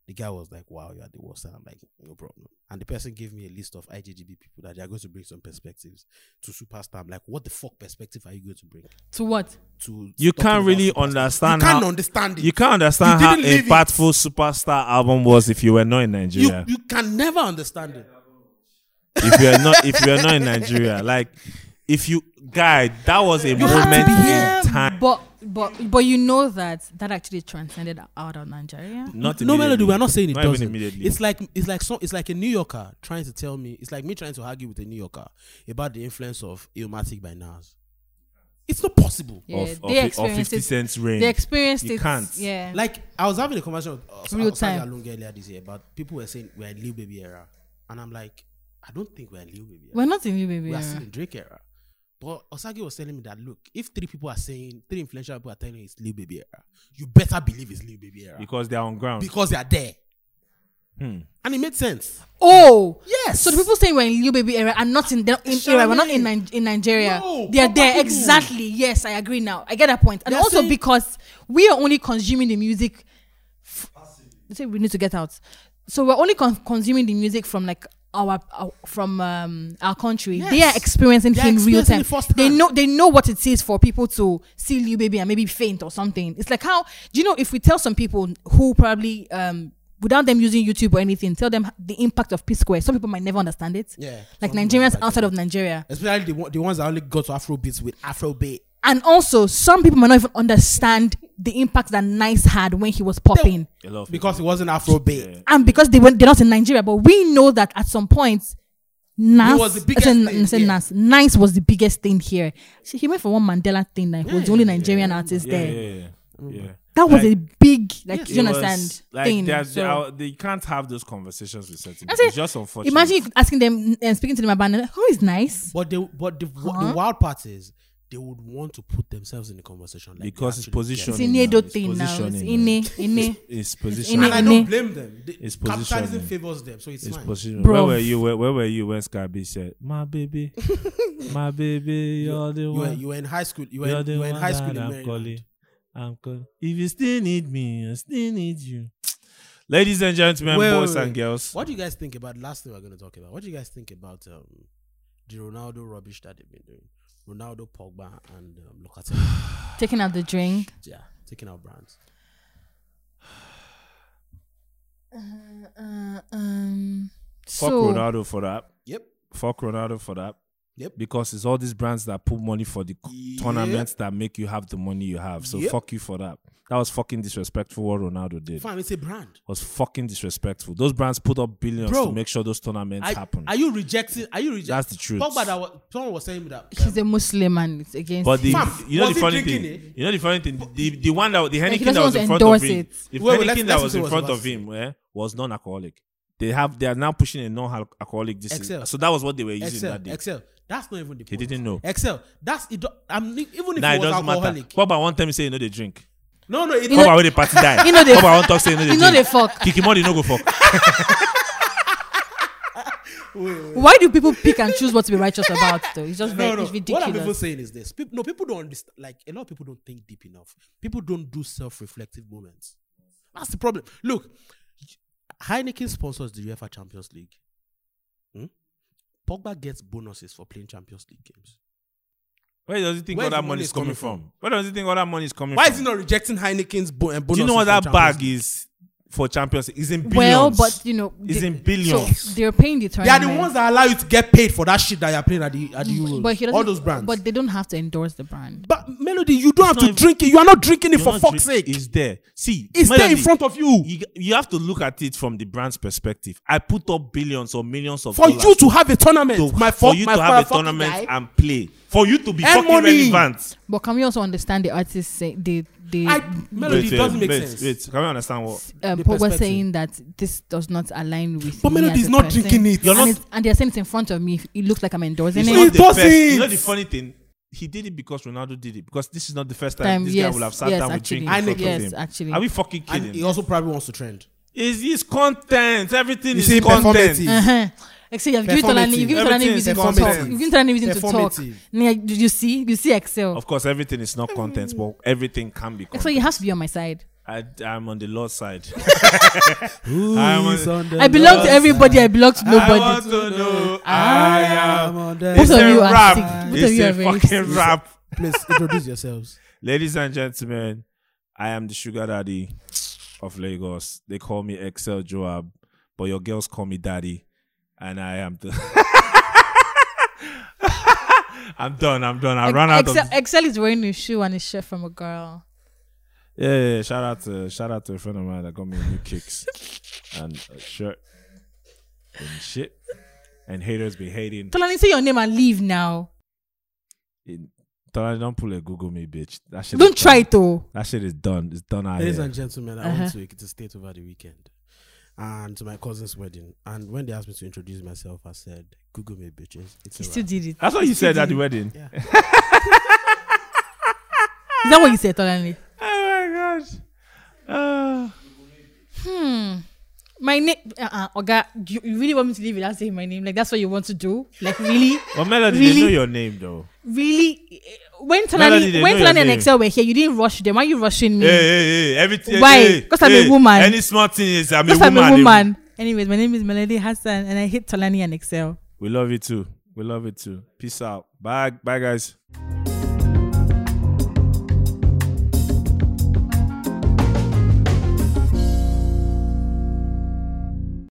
The guy was like, "Wow, you are the worst," and I'm like, "No problem." And the person gave me a list of IGGB people that they are going to bring some perspectives to superstar. I'm like, "What the fuck perspective are you going to bring
To what?
to?"
You
talking
can't
about
really
superstar?
understand
You can't
how-
understand it.
You can't understand
You
how
didn't live it.
impactful Superstar album was if you were not in
you,
Nigeria.
you can never understand it.
if you are not if you are not in Nigeria, like if you guy, that was a
You have to
moment
be
in
here.
time.
But but but you know that that actually transcended out of Nigeria.
Not
no melody.
immediately.
We're not saying it
Not even
doesn't.
immediately.
It's like it's like some, it's like a New Yorker trying to tell me. It's like me trying to argue with a New Yorker about the influence of Illmatic by Nas. It's not possible.
Yeah,
of, of,
they
of
experienced
50
it.
cents range.
They experienced
You
it.
can't.
Yeah.
Like I was having a conversation with uh,
Real
Osagi
time.
Alunga earlier this year, but people were saying we're in Lil Baby era, and I'm like, I don't think we're in Lil Baby. Era.
we're not in you, baby.
we are still in Drake era. But Osagi was telling me that look, if three people are saying, three influential people are telling you it's Lil Baby era, you better believe it's Lil Baby era because,
because they're on ground.
they are there,
Hmm.
and it made sense.
Oh.
Yes.
So the people saying we're in you, baby era are not in the in era. We're not in Ni- in Nigeria.
No,
they are
proper
there
people.
exactly. Yes, I agree now. I get that point. And
They are
also
saying-
because we are only consuming the music. F- they say we need to get out. So we're only con- consuming the music from like our, our from um, our country. They
Yes.
are experiencing
They are
him real
experiencing
time.
it firsthand.
They know they know what it is for people to see Lil Baby and maybe faint or something. It's like how do you know if we tell some people who probably um without them using YouTube or anything, tell them the impact of P Square. Some people might never understand it.
Yeah.
Like
Some
Nigerians
people might
outside of Nigeria.
especially the, one- the ones that only go to Afro beats with Afro beat.
And also some people might not even understand the impact that Nice had when he was popping.
A lot of
because it wasn't Afro beat.
Yeah.
And because they went they're not in Nigeria, but we know that at some point Nas,
He was the biggest
I said-
thing
I said
here.
Nas, Nice was the biggest thing here. She- He went for one Mandela thing. Like, he was the only Nigerian artist
yeah,
there.
yeah, yeah.
Mm.
yeah.
That was
Like,
a big, like,
it
you
was-
understand,
Like
thing.
they're-
So-
they are- they can't have those conversations with certain.
I
people.
said,
It's just unfortunate.
Imagine you asking them and speaking to them about like, who is nice.
But they, but the, what
Huh?
the wild part is they would want to put themselves in the conversation like they
because it's
actually get
It's
positioning.
in
now,
Edo
it's
thing now. It's
positioning
in
now.
it, in it.
It's
it.
positioning.
And I
Nene.
don't blame them. They,
It's
capitalism
positioning.
favors them, so it's,
It's
fine.
positioning. Where
Bro.
were you? Where, where were you when Scarby said, "My baby, my baby, you're the
you, were,
one,
you were in high school. You were,
you're
in,
the
you were in
one
high school
that
in
I'm
Maryland.
calling, I'm calling. If you still need me, I still need you." Ladies and gentlemen,
Wait,
boys
wait,
and
wait.
girls,
What do you guys think about last thing we're going to talk about? What do you guys think about um, the Ronaldo rubbish that they've been doing? Ronaldo, Pogba, and um, Locatelli,
Taking out the drink.
yeah, taking out brands.
Uh, um,
fuck
so,
Ronaldo for that.
Yep,
Fuck Ronaldo for that.
yep.
Because it's all these brands that put money for the c-
Yep.
tournaments that make you have the money you have. So
Yep.
fuck you for that. That was fucking disrespectful what Ronaldo did.
Fine, it's a brand.
was fucking disrespectful. Those brands put up billions
Bro,
to make sure those tournaments
Are,
happen.
are you rejecting? Are you rejecting?
That's the truth.
Pogba, that was, someone was saying that. um,
He's a Muslim and it's against.
But the
Fam,
you know
was
the
he
funny
drinking
thing,
it?
you know the funny thing, the, the one that the
he
Henneken
doesn't
that
want
was
to
in front
endorse
of him,
it.
the
Wait, wait, let's-
Henneken that
let's
was
see
in
what
front
was
of
about
him, eh, was non-alcoholic. They have they are now pushing a non-alcoholic. This
Excel.
so that was what they were using
Excel,
that day.
Excel. That's not even the. He
didn't know.
Excel. That's it. don't- I'm li- even if
Nah,
he
it
was
doesn't matter.
alcoholic.
Pogba one time he say you know they drink.
No, no, it
You know-
Pogba where the party die.
You know they-
Pogba one talk say you know they
you know they
drink.
fuck.
Kikimori no go fuck.
Why do people pick and choose what to be righteous about? Though it's just very
no, no.
it's
What I'm even
ridiculous.
saying is this: people, no, people don't understand. Like a lot of people don't think deep enough. People don't do self-reflective moments. That's the problem. Look, Heineken sponsors the UEFA Champions League. Hmm? Pogba gets bonuses for playing Champions League games.
Where does he think
Where
all
the
that
money
money is
is coming
coming from? Where does he think all that money is coming
Why
from?
is he not rejecting Heineken's bo- eh, and bonus?
Do you know what that bag is for Champions League? It's in billions.
Well, but you know,
It's
the-
in billions.
So they're paying the
They are
tournament.
the ones that allow you to get paid for that shit that you're playing at the at the Euros.
but he doesn't-
All those brands.
But they don't have to endorse the brand.
But Melody, you don't have
not
to
even-
drink it. You are not drinking it
You're
for
not
fuck's
drink-
sake.
It's there. See,
It's there in
Melody,
front of you.
You, you have to look at it from the brand's perspective. I put up billions or millions of
For
dollars
you to have a tournament,
to-
my
for
fuck,
you
my
to have a
fucking
tournament
guy.
and play. For you to be
And
fucking
money.
relevant.
But can we also understand the artists say the the
I, Melody, it
wait,
doesn't make
wait,
sense.
Wait, can we understand what?
um,
the
Pogba
perspective.
saying that this does not align with.
But
me
Melody
as
is
a
not
person.
drinking it.
You're
and,
not-
it's- and they're saying it's in front of me. It looks like I'm endorsing
It's
it.
It
not the first.
doesn't.
You know the funny thing? He did it because Ronaldo did it. Because this is not the first time,
Time,
this
yes,
guy will have sat
yes,
down with
actually.
drink. in
I
front
know-
of
yes,
him.
actually.
Are we fucking
And
kidding?
he also probably wants to trend.
Is his content? Everything
You
is
see,
content.
performative.
Uh-huh. Excel, you've given Tolani, you've given Tolani
Everything is
reason to talk.
performative.
You've given Tolani reason to talk.
Performative.
Yeah, do you see? You see Excel.
Of course, everything is not content, but everything can be
Excel,
content.
you have to be on my side.
I, I'm on the Lord's side.
Who
I'm on-
is on the
I belong to
Lord's
everybody. I belong to
I want
nobody.
to know.
Ah.
I
side? I'm
am.
on
Both
It's
the
of
a
you are
rap.
sick. Both of
It's
you
a
are very
fucking
sick.
rap.
Please introduce yourselves.
Ladies and gentlemen, I am the sugar daddy of Lagos. They call me Excel Joab, but your girls call me daddy, and I am the. I'm done. I'm done. I
Ex-
ran out of.
Excel, Excel is wearing a shoe and a shirt from a girl.
Yeah, yeah, yeah. Shout out to shout out to a friend of mine that got me new kicks and a shirt and shit. And haters be hating.
Tolani, say your name and leave now.
In, Tolani, don't pull a Google me, bitch. That shit.
Don't
is
try
done.
it though.
That shit is done. It's done out
Ladies
here.
and gentlemen, I
Uh-huh.
went to Ekiti State over the weekend and to my cousin's wedding. And when they asked me to introduce myself, I said, Google me, bitches. It's
He
a
still
wrap."
did it.
That's what you said at the wedding.
Yeah.
Is that what you said, Tolani?
Oh my gosh.
Ah.
Uh,
Hmm. My name, uh, uh, Oga, you, you really want me to leave without saying my name? Like that's what you want to do? Like really,
well, Melody, they
Really?
know your name though.
really? Eh, When
Melody,
Tolani,
they
when
know your
Tolani and
name.
Excel were here, you didn't rush them. Why are you rushing me?
Hey, hey, hey. Everything.
Mm. Why?
hey,
'Cause I'm a
hey.
woman.
Any small thing is I'm a
Because
woman. eh?
I'm a
They-
woman. Anyways, my name is Melody Hassan, and I hate Tolani and Excel.
We love you too. We love you too. Peace out. Bye. Bye, guys.